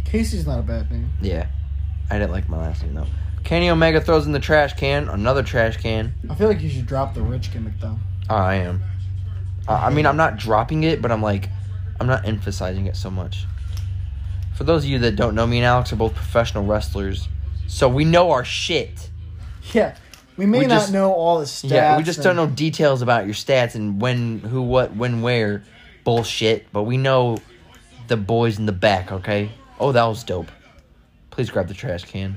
Speaker 2: Casey's not a bad name.
Speaker 5: Yeah. I didn't like my last name though. Kenny Omega throws in the trash can, another trash can.
Speaker 2: I feel like you should drop the rich gimmick though.
Speaker 5: Oh, I am. I I mean, I'm not dropping it, but I'm like, I'm not emphasizing it so much. For those of you that don't know, me and Alex are both professional wrestlers, so we know our shit.
Speaker 2: Yeah. We may
Speaker 5: We
Speaker 2: not
Speaker 5: just-
Speaker 2: know all the stats.
Speaker 5: Yeah, we just don't
Speaker 2: and-
Speaker 5: know details about your stats and when, who, what, when, where, bullshit. But we know the boys in the back. Okay. Oh, that was dope. Please grab the trash can.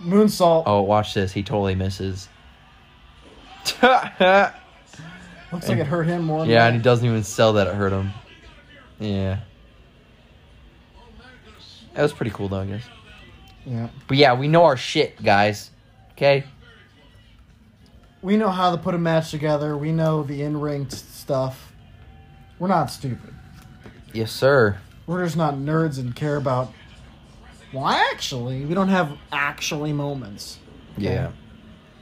Speaker 2: Moonsault
Speaker 5: Oh, watch this. He totally misses.
Speaker 2: looks like it hurt him more. than
Speaker 5: Yeah,
Speaker 2: that.
Speaker 5: and he doesn't even sell that. It hurt him. Yeah. That was pretty cool, though, I guess.
Speaker 2: Yeah.
Speaker 5: But yeah, we know our shit, guys. Okay?
Speaker 2: We know how to put a match together. We know the in ring t- stuff. We're not stupid.
Speaker 5: Yes, sir.
Speaker 2: We're just not nerds and care about. Well, actually, we don't have actually moments.
Speaker 5: Yeah.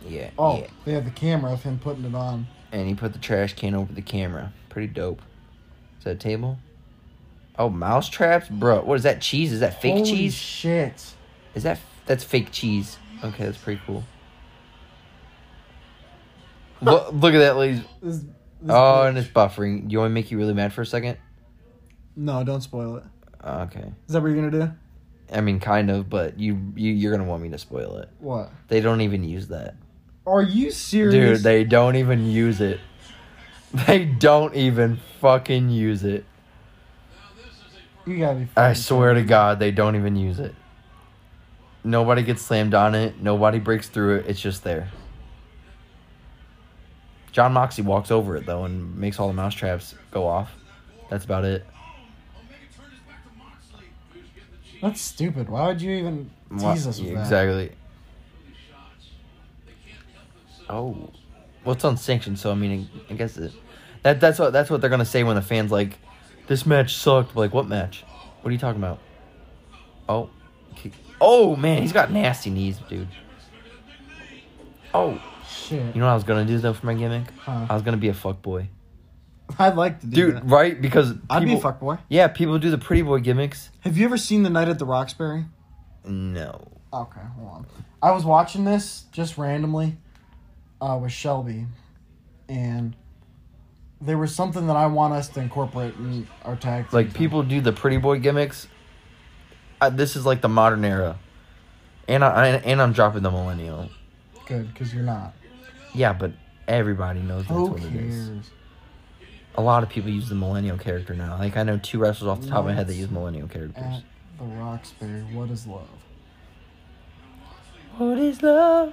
Speaker 5: Yeah.
Speaker 2: Oh,
Speaker 5: yeah.
Speaker 2: they have the camera of him putting it on.
Speaker 5: And he put the trash can over the camera. Pretty dope. Is that a table? Oh, mouse traps? Bro, what is that cheese? Is that fake
Speaker 2: Holy
Speaker 5: cheese?
Speaker 2: Shit.
Speaker 5: Is that that's fake cheese? Okay, that's pretty cool. look, look at that, ladies.
Speaker 2: This, this
Speaker 5: Oh, and it's buffering. Do you want me to make you really mad for a second?
Speaker 2: no, don't spoil it.
Speaker 5: Okay.
Speaker 2: Is that what you're gonna do?
Speaker 5: I mean, kind of, but you, you you're gonna want me to spoil it.
Speaker 2: What?
Speaker 5: They don't even use that,
Speaker 2: Are you serious?
Speaker 5: dude. They don't even use it. They don't even fucking use it.
Speaker 2: you gotta be.
Speaker 5: I
Speaker 2: fucking
Speaker 5: swear to God, they don't even use it. Nobody gets slammed on it. Nobody breaks through it. It's just there. John Moxley walks over it though and makes all the mousetraps go off. That's about it.
Speaker 2: That's stupid. Why would you even tease
Speaker 5: Wha-
Speaker 2: us with that?
Speaker 5: exactly. Oh, well, it's unsanctioned, so I mean, I guess it, that that's what that's what they're gonna say when the fans like, this match sucked. Like, what match? What are you talking about? Oh, kick. oh man, he's got nasty knees, dude. Oh,
Speaker 2: Shit.
Speaker 5: you know what I was gonna do though for my gimmick?
Speaker 2: Huh.
Speaker 5: I was gonna be a fuck boy,
Speaker 2: I'd like to do
Speaker 5: dude.
Speaker 2: that.
Speaker 5: Right? Because
Speaker 2: I'd be a
Speaker 5: people-
Speaker 2: fuckboy.
Speaker 5: Yeah, people do the pretty boy gimmicks.
Speaker 2: Have you ever seen The Night at the Roxbury?
Speaker 5: No.
Speaker 2: Okay, hold on. I was watching this just randomly uh, with Shelby, and there was something that I want us to incorporate in our tag.
Speaker 5: like
Speaker 2: team.
Speaker 5: people do the pretty boy gimmicks. Uh, this is like the modern era, and I and, and I'm dropping the millennial.
Speaker 2: good because you're not.
Speaker 5: Yeah, but everybody knows that's
Speaker 2: Who
Speaker 5: what it is.
Speaker 2: cares?
Speaker 5: A lot of people use the millennial character now. Like I know two wrestlers off the top of my head that
Speaker 2: Nice.
Speaker 5: use millennial
Speaker 2: At
Speaker 5: characters.
Speaker 2: the Roxbury, what is love?
Speaker 5: What is love?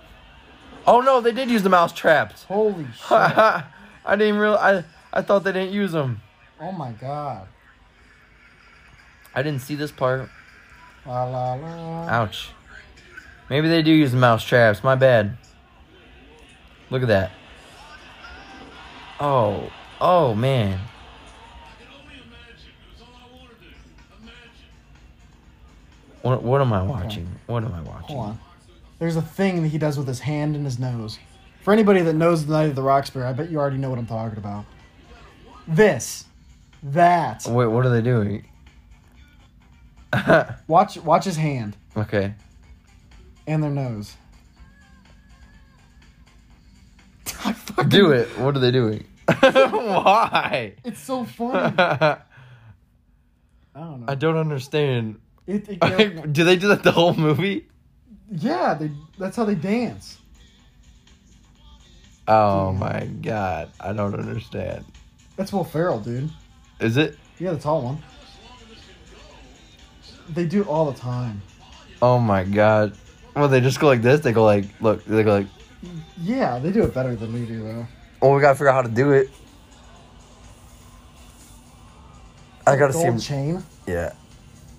Speaker 5: Oh no, they did use the mouse traps.
Speaker 2: Holy shit!
Speaker 5: I didn't real. I I thought they didn't use them.
Speaker 2: oh my god!
Speaker 5: I didn't see this part.
Speaker 2: La la la.
Speaker 5: Ouch. Maybe they do use the mouse traps. My bad. Look at that. Oh, oh man. What, what am I watching? What am I watching?
Speaker 2: Hold on. There's a thing that he does with his hand and his nose. For anybody that knows the Night of the Roxbury, I bet you already know what I'm talking about. This, that.
Speaker 5: Wait, what are they doing?
Speaker 2: Watch, watch his hand
Speaker 5: Okay.
Speaker 2: and their nose. I fucking-
Speaker 5: Do it. What are they doing? Why?
Speaker 2: It's so funny. I
Speaker 5: I
Speaker 2: don't know.
Speaker 5: don't understand.
Speaker 2: It, it-
Speaker 5: do they do that the whole movie?
Speaker 2: yeah, they, that's how they dance.
Speaker 5: Oh my god. I don't understand.
Speaker 2: That's Will Ferrell, dude.
Speaker 5: Is it?
Speaker 2: Yeah, the tall one. They do it all the time.
Speaker 5: Oh my god. Well, they just go like this. They go like, look, they go like,
Speaker 2: Yeah, they do it better than we do, though.
Speaker 5: oh, we gotta figure out how to do it. I gotta see
Speaker 2: Gold
Speaker 5: him.
Speaker 2: chain.
Speaker 5: Yeah.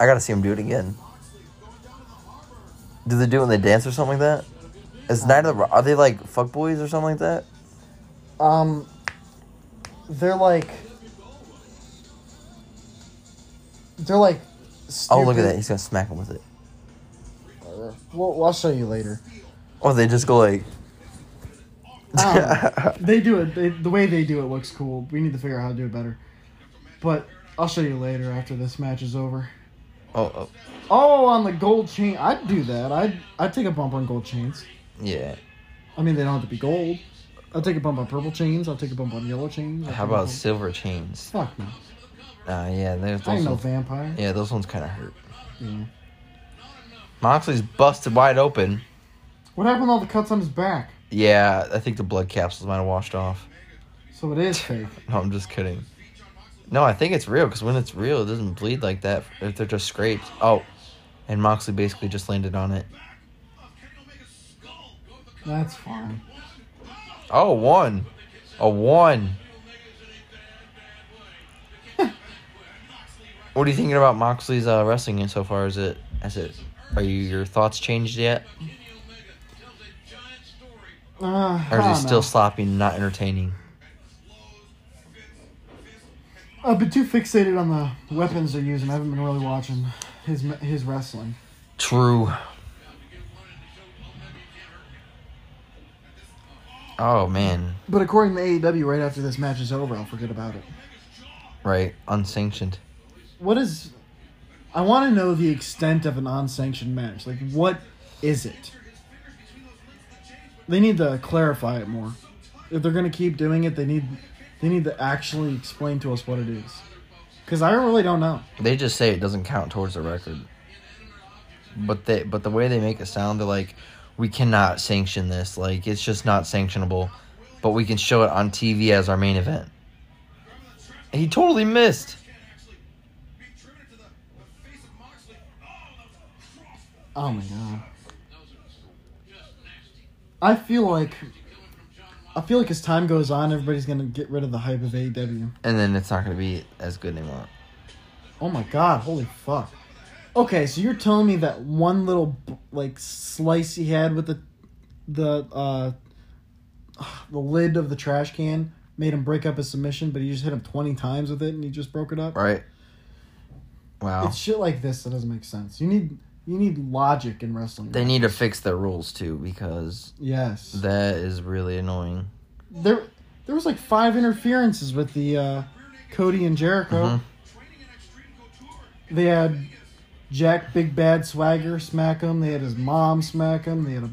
Speaker 5: I gotta see him do it again. Do they do it when they dance or something like that? Is Night of the Ro- Are they like fuckboys or something like that?
Speaker 2: Um, they're like, they're like.
Speaker 5: Oh, look at that.
Speaker 2: stupid-
Speaker 5: He's gonna smack him with it.
Speaker 2: Well, I'll show you later.
Speaker 5: Or they just go like,
Speaker 2: Um, they do it. They, the way they do it looks cool. We need to figure out how to do it better. But I'll show you later after this match is over.
Speaker 5: oh, oh
Speaker 2: Oh, on the gold chain. I'd do that. I'd, I'd take a bump on gold chains.
Speaker 5: yeah.
Speaker 2: I mean, they don't have to be gold. I'll take a bump on purple chains. I'll take a bump on yellow chains. I'll
Speaker 5: How
Speaker 2: take a
Speaker 5: about
Speaker 2: bump-
Speaker 5: silver chains?
Speaker 2: Fuck no.
Speaker 5: Uh, yeah, there's
Speaker 2: I
Speaker 5: those.
Speaker 2: ain't no
Speaker 5: Ones,
Speaker 2: vampire.
Speaker 5: yeah, those ones kind of hurt.
Speaker 2: Yeah.
Speaker 5: Moxley's busted wide open.
Speaker 2: What happened to all the cuts on his back?
Speaker 5: Yeah, I think the blood capsules might have washed off.
Speaker 2: So it is fake.
Speaker 5: No, I'm just kidding. No, I think it's real because when it's real, it doesn't bleed like that. If they're just scraped. Oh, and Moxley basically just landed on it.
Speaker 2: That's fine.
Speaker 5: Oh, one, a one. what are you thinking about Moxley's uh, wrestling in so far? Is it? Is it? Are you your thoughts changed yet,
Speaker 2: Uh,
Speaker 5: or is
Speaker 2: I
Speaker 5: he
Speaker 2: don't
Speaker 5: still
Speaker 2: know.
Speaker 5: sloppy and not entertaining?
Speaker 2: I've been too fixated on the weapons they're using. I haven't been really watching his his wrestling.
Speaker 5: True. Oh man,
Speaker 2: But according to AEW, right after this match is over, I'll forget about it.
Speaker 5: right, unsanctioned.
Speaker 2: What is? I want to know the extent of an unsanctioned match. Like, what is it? They need to clarify it more. If they're gonna keep doing it, they need they need to actually explain to us what it is. Because I really don't know.
Speaker 5: They just say it doesn't count towards the record. But they but the way they make it sound, they're like, we cannot sanction this. Like it's just not sanctionable. But we can show it on TV as our main event. He totally missed.
Speaker 2: Oh my god. I feel like I feel like as time goes on, everybody's gonna get rid of the hype of E AEW.
Speaker 5: And then it's not gonna be as good anymore.
Speaker 2: Oh my god! Holy fuck! Okay, so you're telling me that one little like slice he had with the the uh the lid of the trash can made him break up his submission, but he just hit him twenty times with it and he just broke it up.
Speaker 5: Right. Wow.
Speaker 2: It's shit like this that doesn't make sense. You need you need logic in wrestling.
Speaker 5: They need to fix their rules too because
Speaker 2: yes.
Speaker 5: that is really annoying.
Speaker 2: there there was like five interferences with the uh, Cody and Jericho.
Speaker 5: Mhm.
Speaker 2: They had Jack Big Bad Swagger smack him. They had his mom smack him. They had a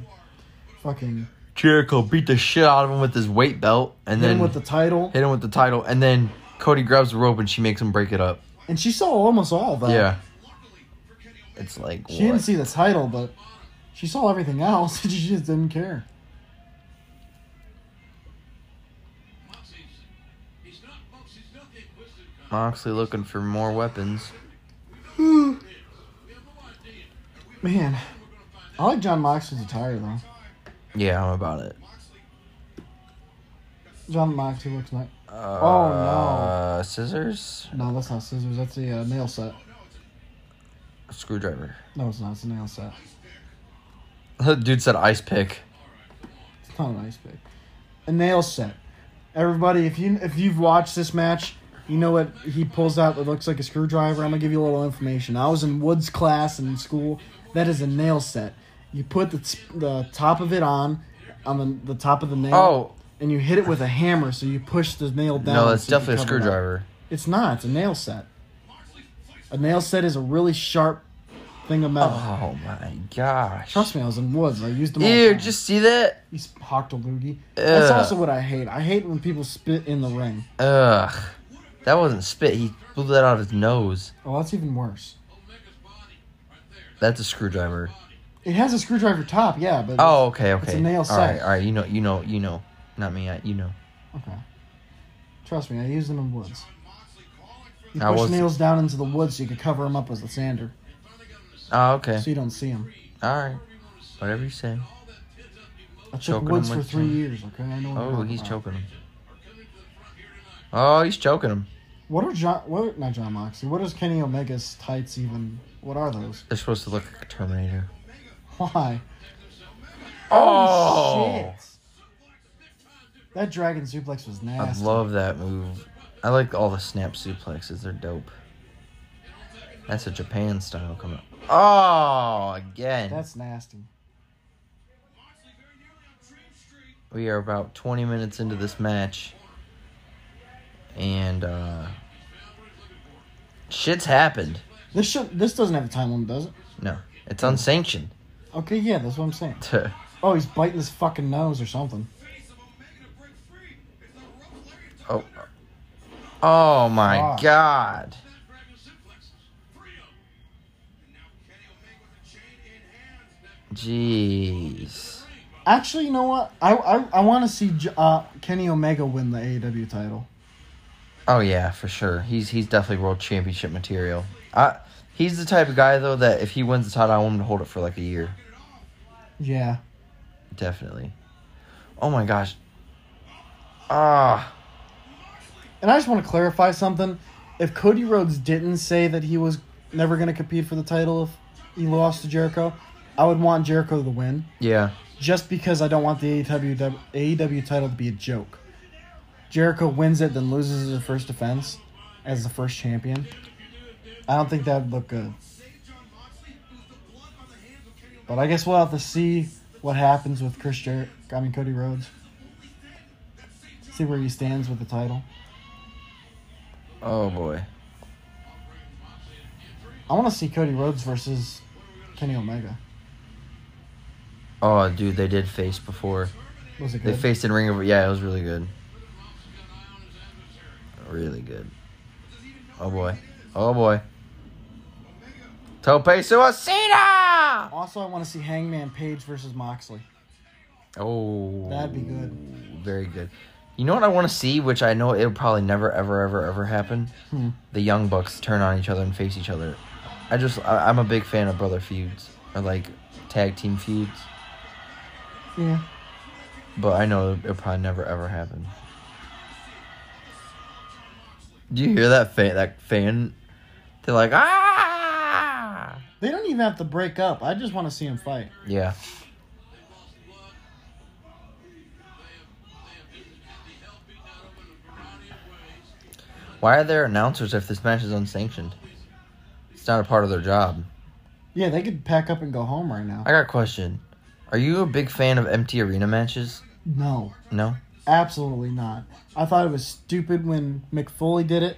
Speaker 2: fucking
Speaker 5: Jericho beat the shit out of him with his weight belt and
Speaker 2: hit
Speaker 5: then
Speaker 2: him with the title.
Speaker 5: hit him with the title and then Cody grabs the rope and she makes him break it up.
Speaker 2: And she saw almost all that.
Speaker 5: yeah. It's like
Speaker 2: She
Speaker 5: what?
Speaker 2: didn't see the title, but she saw everything else. she just didn't care.
Speaker 5: Moxley looking for more weapons.
Speaker 2: Man, I like John Moxley's attire though.
Speaker 5: Yeah, I'm about it.
Speaker 2: John Moxley looks nice.
Speaker 5: Uh,
Speaker 2: Oh,
Speaker 5: Scissors?
Speaker 2: No, that's not scissors. That's a uh, nail set.
Speaker 5: Screwdriver.
Speaker 2: No, it's not. It's a nail set.
Speaker 5: Dude said ice pick.
Speaker 2: It's not an ice pick. A nail set. Everybody, if you if you've watched this match, you know what he pulls out that looks like a screwdriver. I'm gonna give you a little information. I was in Woods class in school. That is a nail set. You put the t- the top of it on, on the, the top of the nail.
Speaker 5: Oh.
Speaker 2: And you hit it with a hammer, so you push the nail down.
Speaker 5: No, that's
Speaker 2: so you
Speaker 5: definitely a
Speaker 2: cover it up.
Speaker 5: screwdriver.
Speaker 2: It's not. It's a nail set. A nail set is a really sharp thing of metal.
Speaker 5: Oh my gosh.
Speaker 2: Trust me, I was in Woods. I used them. all the
Speaker 5: Ew,
Speaker 2: time.
Speaker 5: just see that?
Speaker 2: He sp- hawked a loogie. That's
Speaker 5: Ugh.
Speaker 2: also what I hate. I hate when people spit in the ring.
Speaker 5: Ugh. That wasn't spit. He blew that out of his nose.
Speaker 2: Oh, that's even worse.
Speaker 5: That's a screwdriver.
Speaker 2: It has a screwdriver top, yeah, but
Speaker 5: Oh, okay, okay.
Speaker 2: It's a nail
Speaker 5: All right,
Speaker 2: set.
Speaker 5: all right. You know, you know, you know. Not me. I, you know.
Speaker 2: okay. Trust me, I used them in woods. You
Speaker 5: I
Speaker 2: push
Speaker 5: was-
Speaker 2: nails down into the woods so you can cover them up with a sander,
Speaker 5: Oh, okay.
Speaker 2: so you don't see them.
Speaker 5: All right. Whatever you say.
Speaker 2: I took
Speaker 5: Choking 'em
Speaker 2: woods for
Speaker 5: with
Speaker 2: three
Speaker 5: some-
Speaker 2: years. Okay, I know. what I'm
Speaker 5: Oh,
Speaker 2: talking
Speaker 5: he's
Speaker 2: about.
Speaker 5: choking him. Oh, he's choking him.
Speaker 2: What are John? What are, not John Moxley? What is Kenny Omega's tights even? What are those?
Speaker 5: They're supposed to look like a Terminator.
Speaker 2: Why?
Speaker 5: Oh!
Speaker 2: shit! That dragon suplex was
Speaker 5: I
Speaker 2: nasty.
Speaker 5: love that move. I like all the snap suplexes. They're dope. That's a Japan style coming. Oh, again.
Speaker 2: That's nasty.
Speaker 5: we are about 20 minutes into this match and uh shit's happened
Speaker 2: This should, this doesn't have a time limit, does it?
Speaker 5: no it's unsanctioned
Speaker 2: Okay, yeah, that's what I'm saying. Oh, he's biting his fucking nose or something.
Speaker 5: oh oh my
Speaker 2: Fuck.
Speaker 5: god jeez
Speaker 2: Actually, you know what? I I, I want to see J- uh, Kenny Omega win the AEW title.
Speaker 5: oh yeah for sure he's he's definitely world championship material i he's the type of guy though that if he wins the title i want him to hold it for like a year
Speaker 2: Yeah.
Speaker 5: definitely oh my gosh ah
Speaker 2: And I just want to clarify something. If Cody Rhodes didn't say that he was never going to compete for the title if he lost to Jericho, I would want Jericho to win
Speaker 5: yeah
Speaker 2: just because I don't want the E AEW, dub- AEW title to be a joke. Jericho wins it, then loses his first defense as the first champion. I don't think that would look good. But I guess we'll have to see what happens with Chris Jericho. I mean Cody Rhodes. See where he stands with the title.
Speaker 5: oh boy
Speaker 2: I want to see Cody Rhodes versus Kenny Omega.
Speaker 5: Oh, dude, they did face before.
Speaker 2: Was it
Speaker 5: They
Speaker 2: good?
Speaker 5: faced in Ring of Yeah, it was really good. Really good. Oh boy. Oh boy. Tope Suicida!
Speaker 2: also, I want to see Hangman Page versus Moxley.
Speaker 5: Oh.
Speaker 2: That'd be good.
Speaker 5: Very good. You know what I want to see, which I know it'll probably never, ever, ever, ever happen? The Young Bucks turn on each other and face each other. I just, I, I'm a big fan of brother feuds, or like tag team feuds,
Speaker 2: Yeah.
Speaker 5: but I know it'll probably never, ever happen. Do you hear that fan? That fan? They're like, ah!
Speaker 2: They don't even have to break up. I just want to see them fight.
Speaker 5: Yeah. Why are there announcers if this match is unsanctioned? It's not a part of their job.
Speaker 2: Yeah, they could pack up and go home right now.
Speaker 5: I got a question. Are you a big fan of empty arena matches?
Speaker 2: No,
Speaker 5: No?
Speaker 2: absolutely not. I thought it was stupid when McFoley did it.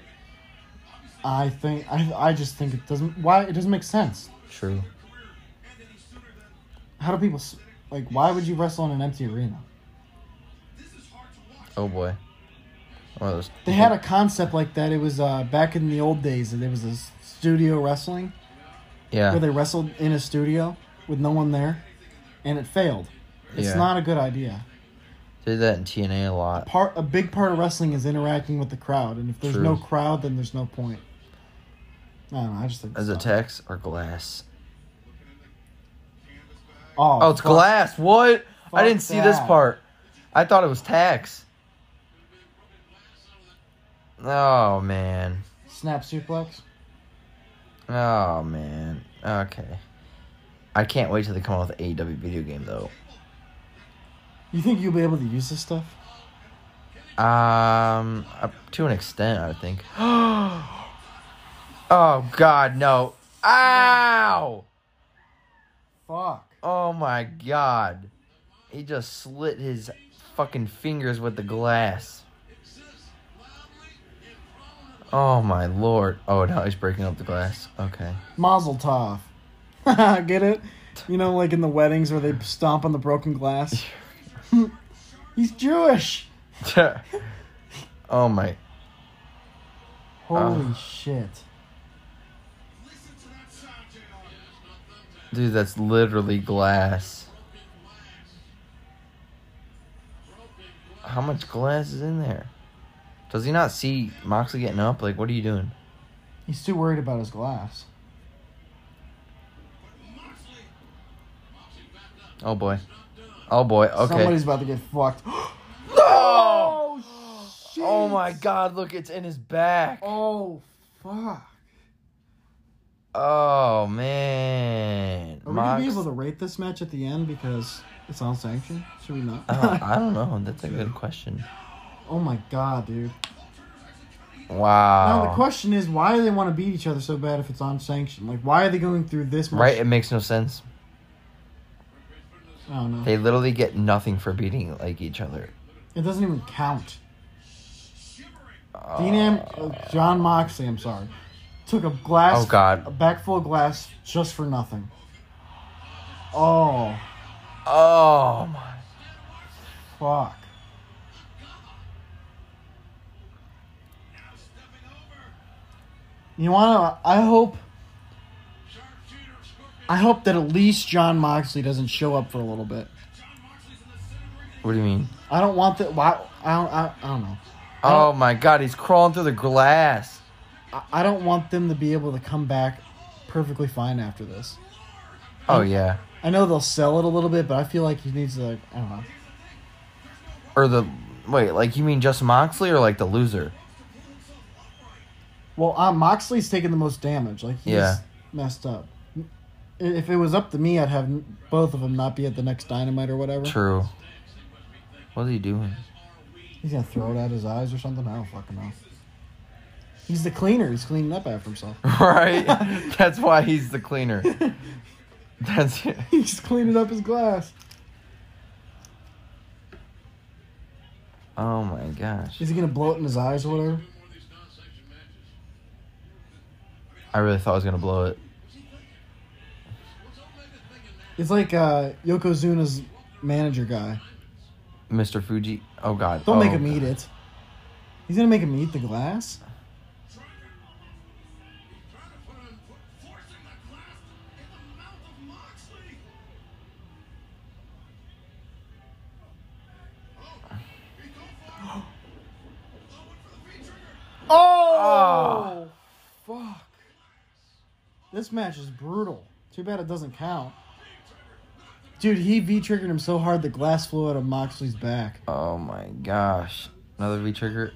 Speaker 2: I think I, I just think it doesn't why it doesn't make sense.
Speaker 5: True.
Speaker 2: How do people s- like why would you wrestle in an empty arena?
Speaker 5: Oh boy. One of those.
Speaker 2: They had a concept like that. It was uh, back in the old days. There was a s- studio wrestling
Speaker 5: Yeah.
Speaker 2: where they wrestled in a studio with no one there, and it failed. It's
Speaker 5: Yeah.
Speaker 2: not a good idea.
Speaker 5: They did that in TNA a lot.
Speaker 2: Part a big part of wrestling is interacting with the crowd, and if there's
Speaker 5: True.
Speaker 2: no crowd, then there's no point. I don't know. I just think
Speaker 5: Is
Speaker 2: it's
Speaker 5: it
Speaker 2: dumb.
Speaker 5: text or glass?
Speaker 2: Oh,
Speaker 5: Oh, it's
Speaker 2: fuck.
Speaker 5: glass. What? I
Speaker 2: Fuck
Speaker 5: didn't see this
Speaker 2: that.
Speaker 5: part. I thought it was tax. Oh man.
Speaker 2: Snap suplex.
Speaker 5: Oh man. Okay. I can't wait till they come out with an AEW video game though.
Speaker 2: You think you'll be able to use this stuff?
Speaker 5: Um, uh, to an extent, I think. oh God, no! Ow!
Speaker 2: Fuck.
Speaker 5: Oh my God! He just slit his fucking fingers with the glass. Oh my lord! Oh, now he's breaking up the glass. Okay.
Speaker 2: Mazel tov. Get it? You know, like in the weddings where they stomp on the broken glass. He's Jewish.
Speaker 5: oh my. Uh.
Speaker 2: Holy shit.
Speaker 5: Dude, that's literally glass. How much glass is in there? Does he not see Moxley getting up? Like, what are you doing?
Speaker 2: He's too worried about his glass.
Speaker 5: Oh boy. Oh boy. Okay.
Speaker 2: Somebody's about to get fucked.
Speaker 5: oh!
Speaker 2: shit.
Speaker 5: Oh my god, look, it's in his back.
Speaker 2: Oh fuck.
Speaker 5: Oh man.
Speaker 2: Are we gonna be
Speaker 5: Mox-
Speaker 2: able to rate this match at the end because it's all sanctioned? Should we not?
Speaker 5: Oh, I don't know. That's a good question.
Speaker 2: oh my god, dude. Now the
Speaker 5: Wow.
Speaker 2: question is why do they want to beat each other so bad if it's on sanction? Like why are they going through this much
Speaker 5: Right? It makes no sense.
Speaker 2: I don't know.
Speaker 5: They literally get nothing for beating like each other.
Speaker 2: It doesn't even count. Dean Am- uh, John Moxley, I'm sorry, took a glass,
Speaker 5: Oh, God.
Speaker 2: a back full of glass just for nothing. Oh
Speaker 5: Oh my.
Speaker 2: fuck! You wanna? I hope. I hope that at least John Moxley doesn't show up for a little bit.
Speaker 5: What do you mean?
Speaker 2: I don't want that. Why? I don't. I, I don't know.
Speaker 5: Oh my god, he's crawling through the glass.
Speaker 2: I- I don't want them to be able to come back perfectly fine after this.
Speaker 5: Oh yeah.
Speaker 2: I know they'll sell it a little bit, but I feel like he needs to, like, I don't know.
Speaker 5: Or the wait, like you mean just Moxley or like the loser?
Speaker 2: Well, uh, Moxley's taking the most damage. Like, he's
Speaker 5: Yeah.
Speaker 2: messed up. I- If it was up to me, I'd have n- both of them not be at the next dynamite or whatever.
Speaker 5: True. What's he doing?
Speaker 2: He's gonna throw it out his eyes or something. I don't fucking know. He's the cleaner. He's cleaning up after himself.
Speaker 5: right? That's why he's the cleaner. That's it.
Speaker 2: he's cleaning up his glass.
Speaker 5: Oh my gosh.
Speaker 2: Is he gonna blow it in his eyes or whatever?
Speaker 5: I really thought I was gonna blow it.
Speaker 2: It's like uh, Yokozuna's manager guy.
Speaker 5: Mr. Fuji. Oh god.
Speaker 2: Don't
Speaker 5: Oh,
Speaker 2: make him
Speaker 5: God.
Speaker 2: eat it. He's gonna make him eat the glass. Oh, fuck! This match is brutal. Too bad it doesn't count. Dude, he V triggered him so hard the glass flew out of Moxley's back.
Speaker 5: Oh my gosh. Another V trigger.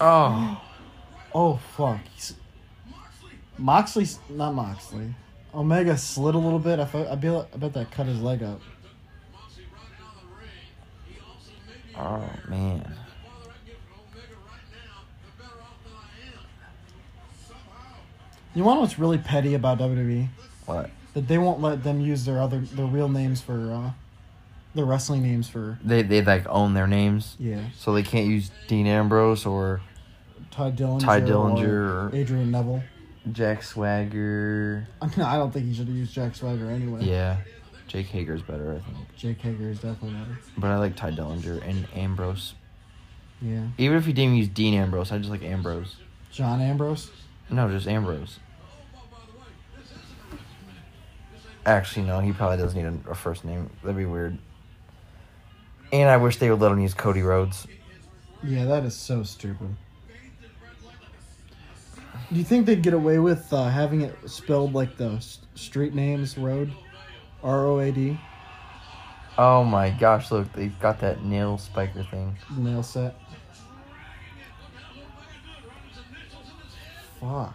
Speaker 5: Oh
Speaker 2: Oh fuck! He's- Moxley, s- not Moxley. Omega slid a little bit. I, fe- I, be, I bet that cut his leg up.
Speaker 5: Oh man.
Speaker 2: You want what's really petty about WWE?
Speaker 5: What?
Speaker 2: That they won't let them use their other their real names for uh, their wrestling names for
Speaker 5: They they like own their names.
Speaker 2: yeah
Speaker 5: So they can't use Dean Ambrose or
Speaker 2: Ty Dillinger,
Speaker 5: Ty Dillinger or-
Speaker 2: Adrian Neville.
Speaker 5: Jack Swagger.
Speaker 2: I mean, I don't think he should have used Jack Swagger anyway.
Speaker 5: Yeah. Jake Hager's better, I think.
Speaker 2: Jake Hager is definitely better.
Speaker 5: But I like Ty Dillinger and Ambrose.
Speaker 2: Yeah,
Speaker 5: Even if you didn't use Dean Ambrose, I just like Ambrose.
Speaker 2: John Ambrose.
Speaker 5: No, just Ambrose. Actually, no, he probably doesn't need a, a first name. That'd be weird. And I wish they would let him use Cody Rhodes.
Speaker 2: Yeah, that is so stupid. Do you think they'd get away with uh, having it spelled like the s- street names road, R O A D
Speaker 5: Oh my gosh, look, they've got that nail spiker thing.
Speaker 2: nail set? Fuck.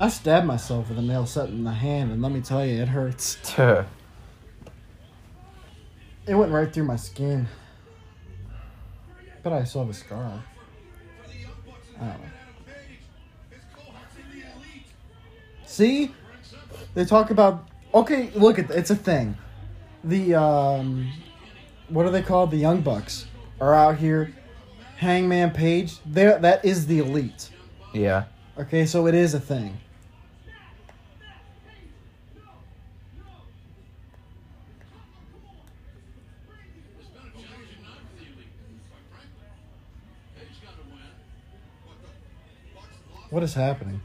Speaker 2: I stabbed myself with a nail set in the hand, and let me tell you, it hurts.
Speaker 5: Tuh.
Speaker 2: It went right through my skin. But I still have a scar. I don't know. See? They talk about okay, look at it's a thing. The um what are they called? The Young Bucks are out here. Hangman Page, there that is the elite.
Speaker 5: Yeah.
Speaker 2: Okay, so it is a thing. What is happening?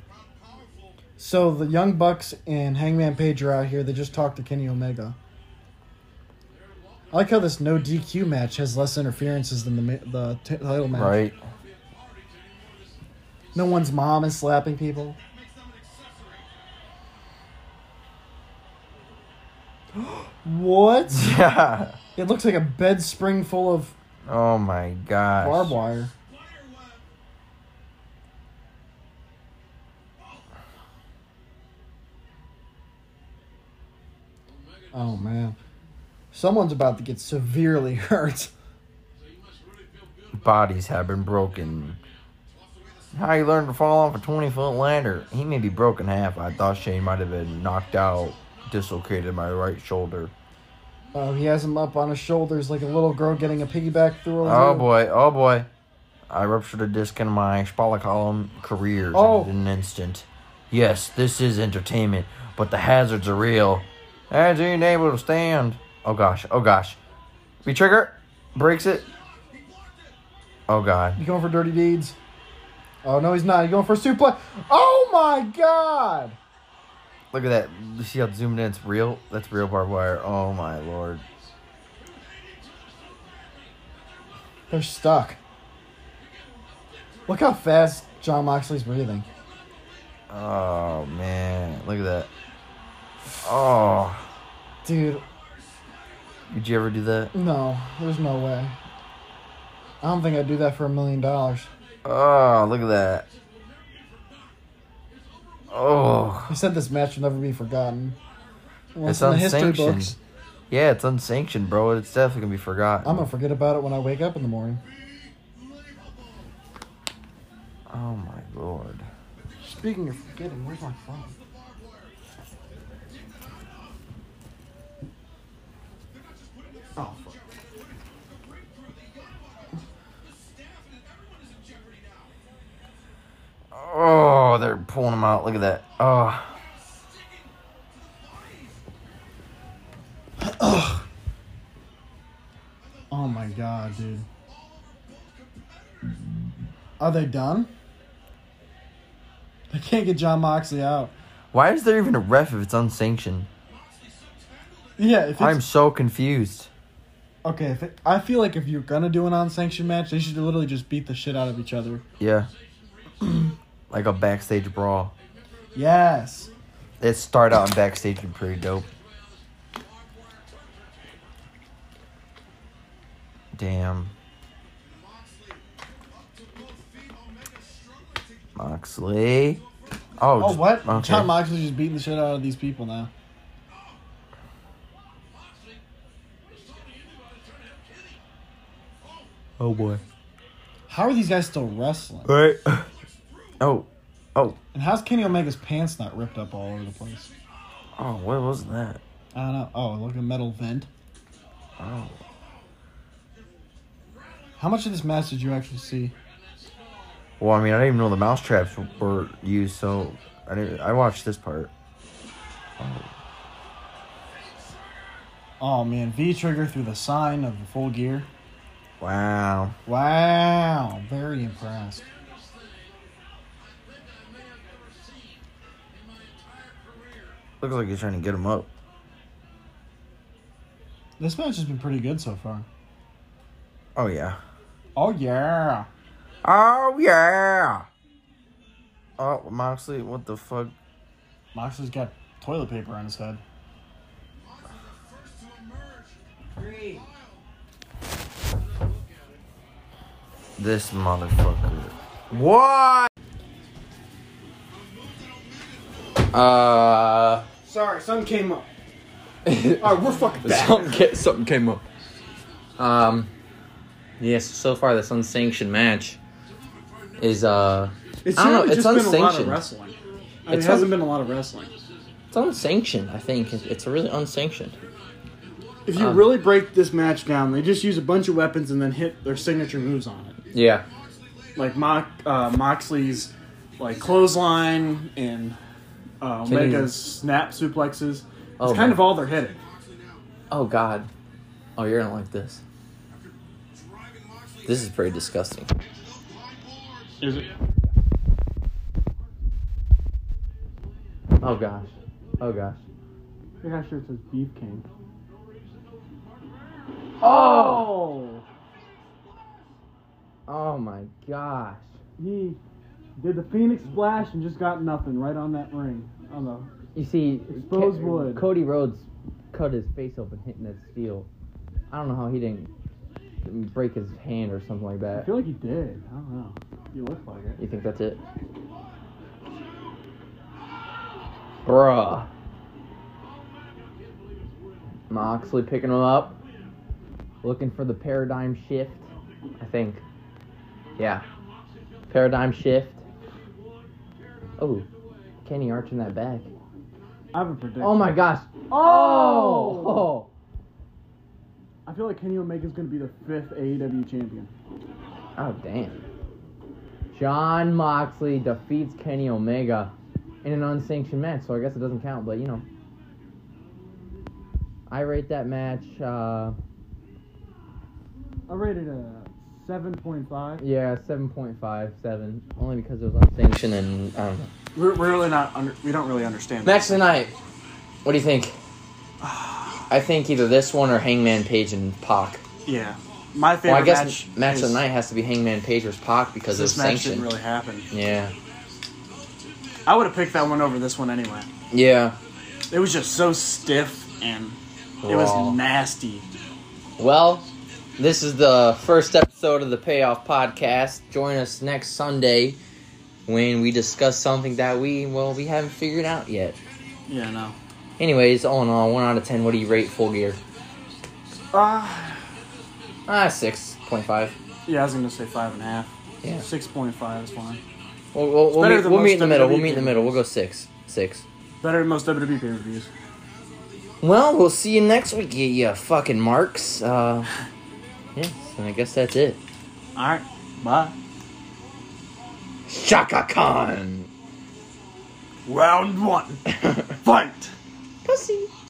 Speaker 2: So the Young Bucks and Hangman Page are out here. They just talked to Kenny Omega. I like how this no DQ match has less interferences than the ma- the t- title match.
Speaker 5: Right?
Speaker 2: No one's mom is slapping people. what?
Speaker 5: Yeah.
Speaker 2: It looks like a bed spring full of
Speaker 5: Oh my gosh.
Speaker 2: barbed wire. Oh man. Someone's about to get severely hurt.
Speaker 5: Bodies have been broken. How he learned to fall off a 20 foot ladder. He may be broken half. I thought Shane might have been knocked out, dislocated my right shoulder.
Speaker 2: Oh, he has him up on his shoulders like a little girl getting a piggyback through a
Speaker 5: Oh
Speaker 2: loop.
Speaker 5: boy, oh boy. I ruptured a disc in my spinal column career
Speaker 2: Oh.
Speaker 5: in an instant. Yes, this is entertainment, but the hazards are real. As unable to stand. Oh gosh, oh gosh. Be trigger, breaks it. Oh god.
Speaker 2: You going for dirty deeds? Oh no, he's not. He's going for a suplex. Oh my god!
Speaker 5: Look at that. You see how it's zoomed in? It's real. That's real barbed wire. Oh my lord.
Speaker 2: They're stuck. Look how fast John Moxley's breathing.
Speaker 5: Oh man. Look at that. Oh.
Speaker 2: Dude,
Speaker 5: Would you ever do that?
Speaker 2: no, there's no way. I don't think I'd do that for a million dollars.
Speaker 5: Oh, look at that. Oh.
Speaker 2: He said this match will never be forgotten. Well,
Speaker 5: It's
Speaker 2: in the history
Speaker 5: unsanctioned.
Speaker 2: books.
Speaker 5: Yeah, it's unsanctioned, bro. It's definitely gonna be forgotten.
Speaker 2: I'm gonna forget about it when I wake up in the morning.
Speaker 5: oh my lord.
Speaker 2: Speaking of forgetting, where's my phone? Oh, fuck.
Speaker 5: Oh, they're pulling him out. Look at that. Oh.
Speaker 2: Oh my god, dude. Are they done? They can't get John Moxley out.
Speaker 5: Why is there even a ref if it's unsanctioned?
Speaker 2: Yeah, if it's,
Speaker 5: I'm so confused.
Speaker 2: okay. If it, I feel like if you're gonna do an unsanctioned match, they should literally just beat the shit out of each other.
Speaker 5: Yeah. like a backstage brawl.
Speaker 2: Yes.
Speaker 5: It started out in backstage and pretty dope. Damn. Moxley. Oh,
Speaker 9: Oh,
Speaker 5: just-
Speaker 9: what?
Speaker 5: okay.
Speaker 9: John Moxley's just beating the shit out of these people now.
Speaker 5: Oh boy.
Speaker 9: How are these guys still wrestling?
Speaker 5: All right. Oh, oh,
Speaker 9: And how's Kenny Omega's pants not ripped up all over the place?
Speaker 5: oh! What was that?
Speaker 9: I don't know. Oh, look at metal vent.
Speaker 5: Oh,
Speaker 9: How much of this match did you actually see?
Speaker 5: well, I mean, I didn't even know the mousetraps were used, so I didn't. I watched this part.
Speaker 9: Oh man, V trigger through the sign of the full gear.
Speaker 5: Wow.
Speaker 9: Wow, very impressed.
Speaker 5: Looks like he's trying to get him up.
Speaker 9: This match has been pretty good so far.
Speaker 5: Oh yeah.
Speaker 9: Oh yeah.
Speaker 5: Oh yeah. Oh Moxley, what the fuck?
Speaker 9: Moxley's got toilet paper on his head.
Speaker 5: This motherfucker. What? Uh.
Speaker 2: Sorry, something came up. All right, we're fucking back.
Speaker 5: Something, ca- something came up.
Speaker 10: Um, yes. So far, this unsanctioned match is uh,
Speaker 2: It's
Speaker 10: I don't know,
Speaker 2: really
Speaker 10: it's
Speaker 2: just been a lot of
Speaker 10: unsanctioned.
Speaker 2: wrestling. I mean, it
Speaker 10: It's
Speaker 2: hasn't
Speaker 10: un-
Speaker 2: been a lot of wrestling.
Speaker 10: it's unsanctioned. I think it's, it's really unsanctioned.
Speaker 2: If
Speaker 9: Uh,
Speaker 2: you really break this match down, they just use a bunch of weapons and then hit their signature moves on it,
Speaker 10: Yeah.
Speaker 2: like Mox, uh, Moxley's like clothesline and uh,
Speaker 10: you-
Speaker 2: Omega's snap suplexes. It's
Speaker 10: Oh,
Speaker 2: kind
Speaker 10: man.
Speaker 2: of all they're hitting.
Speaker 10: Oh God. Oh, you're gonna like this. This is pretty disgusting.
Speaker 2: Is it?
Speaker 10: Oh gosh. Oh gosh.
Speaker 2: I got sure it says Beef King. Oh!
Speaker 10: Oh my gosh.
Speaker 2: He did the Phoenix Splash and just got nothing right on that ring. On the
Speaker 10: You see,
Speaker 2: Exposed
Speaker 10: Ca-
Speaker 2: wood.
Speaker 10: Cody Rhodes cut his face open hitting that steel. I don't know how he didn't didn't break his hand or something like
Speaker 2: I
Speaker 10: that.
Speaker 2: feel like he did. I don't know. You look like it.
Speaker 10: You think that's it? Bruh. Moxley picking him up. Looking for the paradigm shift. I think. Yeah. Paradigm shift. Oh. Kenny arching that back.
Speaker 2: I have a prediction.
Speaker 10: Oh my gosh.
Speaker 2: Oh!
Speaker 10: Oh!
Speaker 2: I feel like Kenny Omega's going to be the fifth AEW champion.
Speaker 10: Oh, damn. John Moxley defeats Kenny Omega in an unsanctioned match, so I guess it doesn't count, but you know. I rate that match, uh,
Speaker 2: I rated uh, a 7.5.
Speaker 10: yeah, 7.57, only because it was unsanctioned and, I don't know.
Speaker 2: We're, we're really not under. We don't really understand.
Speaker 10: Match tonight. What do you think? I think either this one or Hangman Page and Pac.
Speaker 2: Yeah. My favorite
Speaker 10: Well, I guess
Speaker 2: match.
Speaker 10: match, of the night has to be Hangman Page versus Pac because
Speaker 2: This
Speaker 10: it's
Speaker 2: match didn't
Speaker 10: sanctioned.
Speaker 2: really happen.
Speaker 10: yeah.
Speaker 2: I would have picked that one over this one anyway.
Speaker 10: Yeah.
Speaker 2: It was just so stiff and it
Speaker 10: Raw.
Speaker 2: was nasty.
Speaker 10: Well, this is the first episode of the Payoff Podcast. Join us next Sunday when we discuss something that we, well, we haven't figured out yet.
Speaker 2: Yeah, no.
Speaker 10: Anyways, all in all, 1 out of 10, what do you rate Full Gear?
Speaker 2: Ah.
Speaker 10: Ah, 6.5.
Speaker 2: Yeah, I was gonna say five and a half.
Speaker 10: Yeah.
Speaker 2: Six point five is fine.
Speaker 10: We'll, we'll, we'll,
Speaker 2: better
Speaker 10: meet,
Speaker 2: than
Speaker 10: we'll
Speaker 2: most
Speaker 10: meet in the middle. We'll
Speaker 2: WWE
Speaker 10: meet in the middle. We'll go 6. 6.
Speaker 2: Better than most E WWE pay per views.
Speaker 10: Well, we'll see you next week, you, you fucking marks. Uh, yes, and I guess that's it.
Speaker 2: All right, bye.
Speaker 10: Shaka Khan!
Speaker 2: Round one, fight.
Speaker 10: Pussy!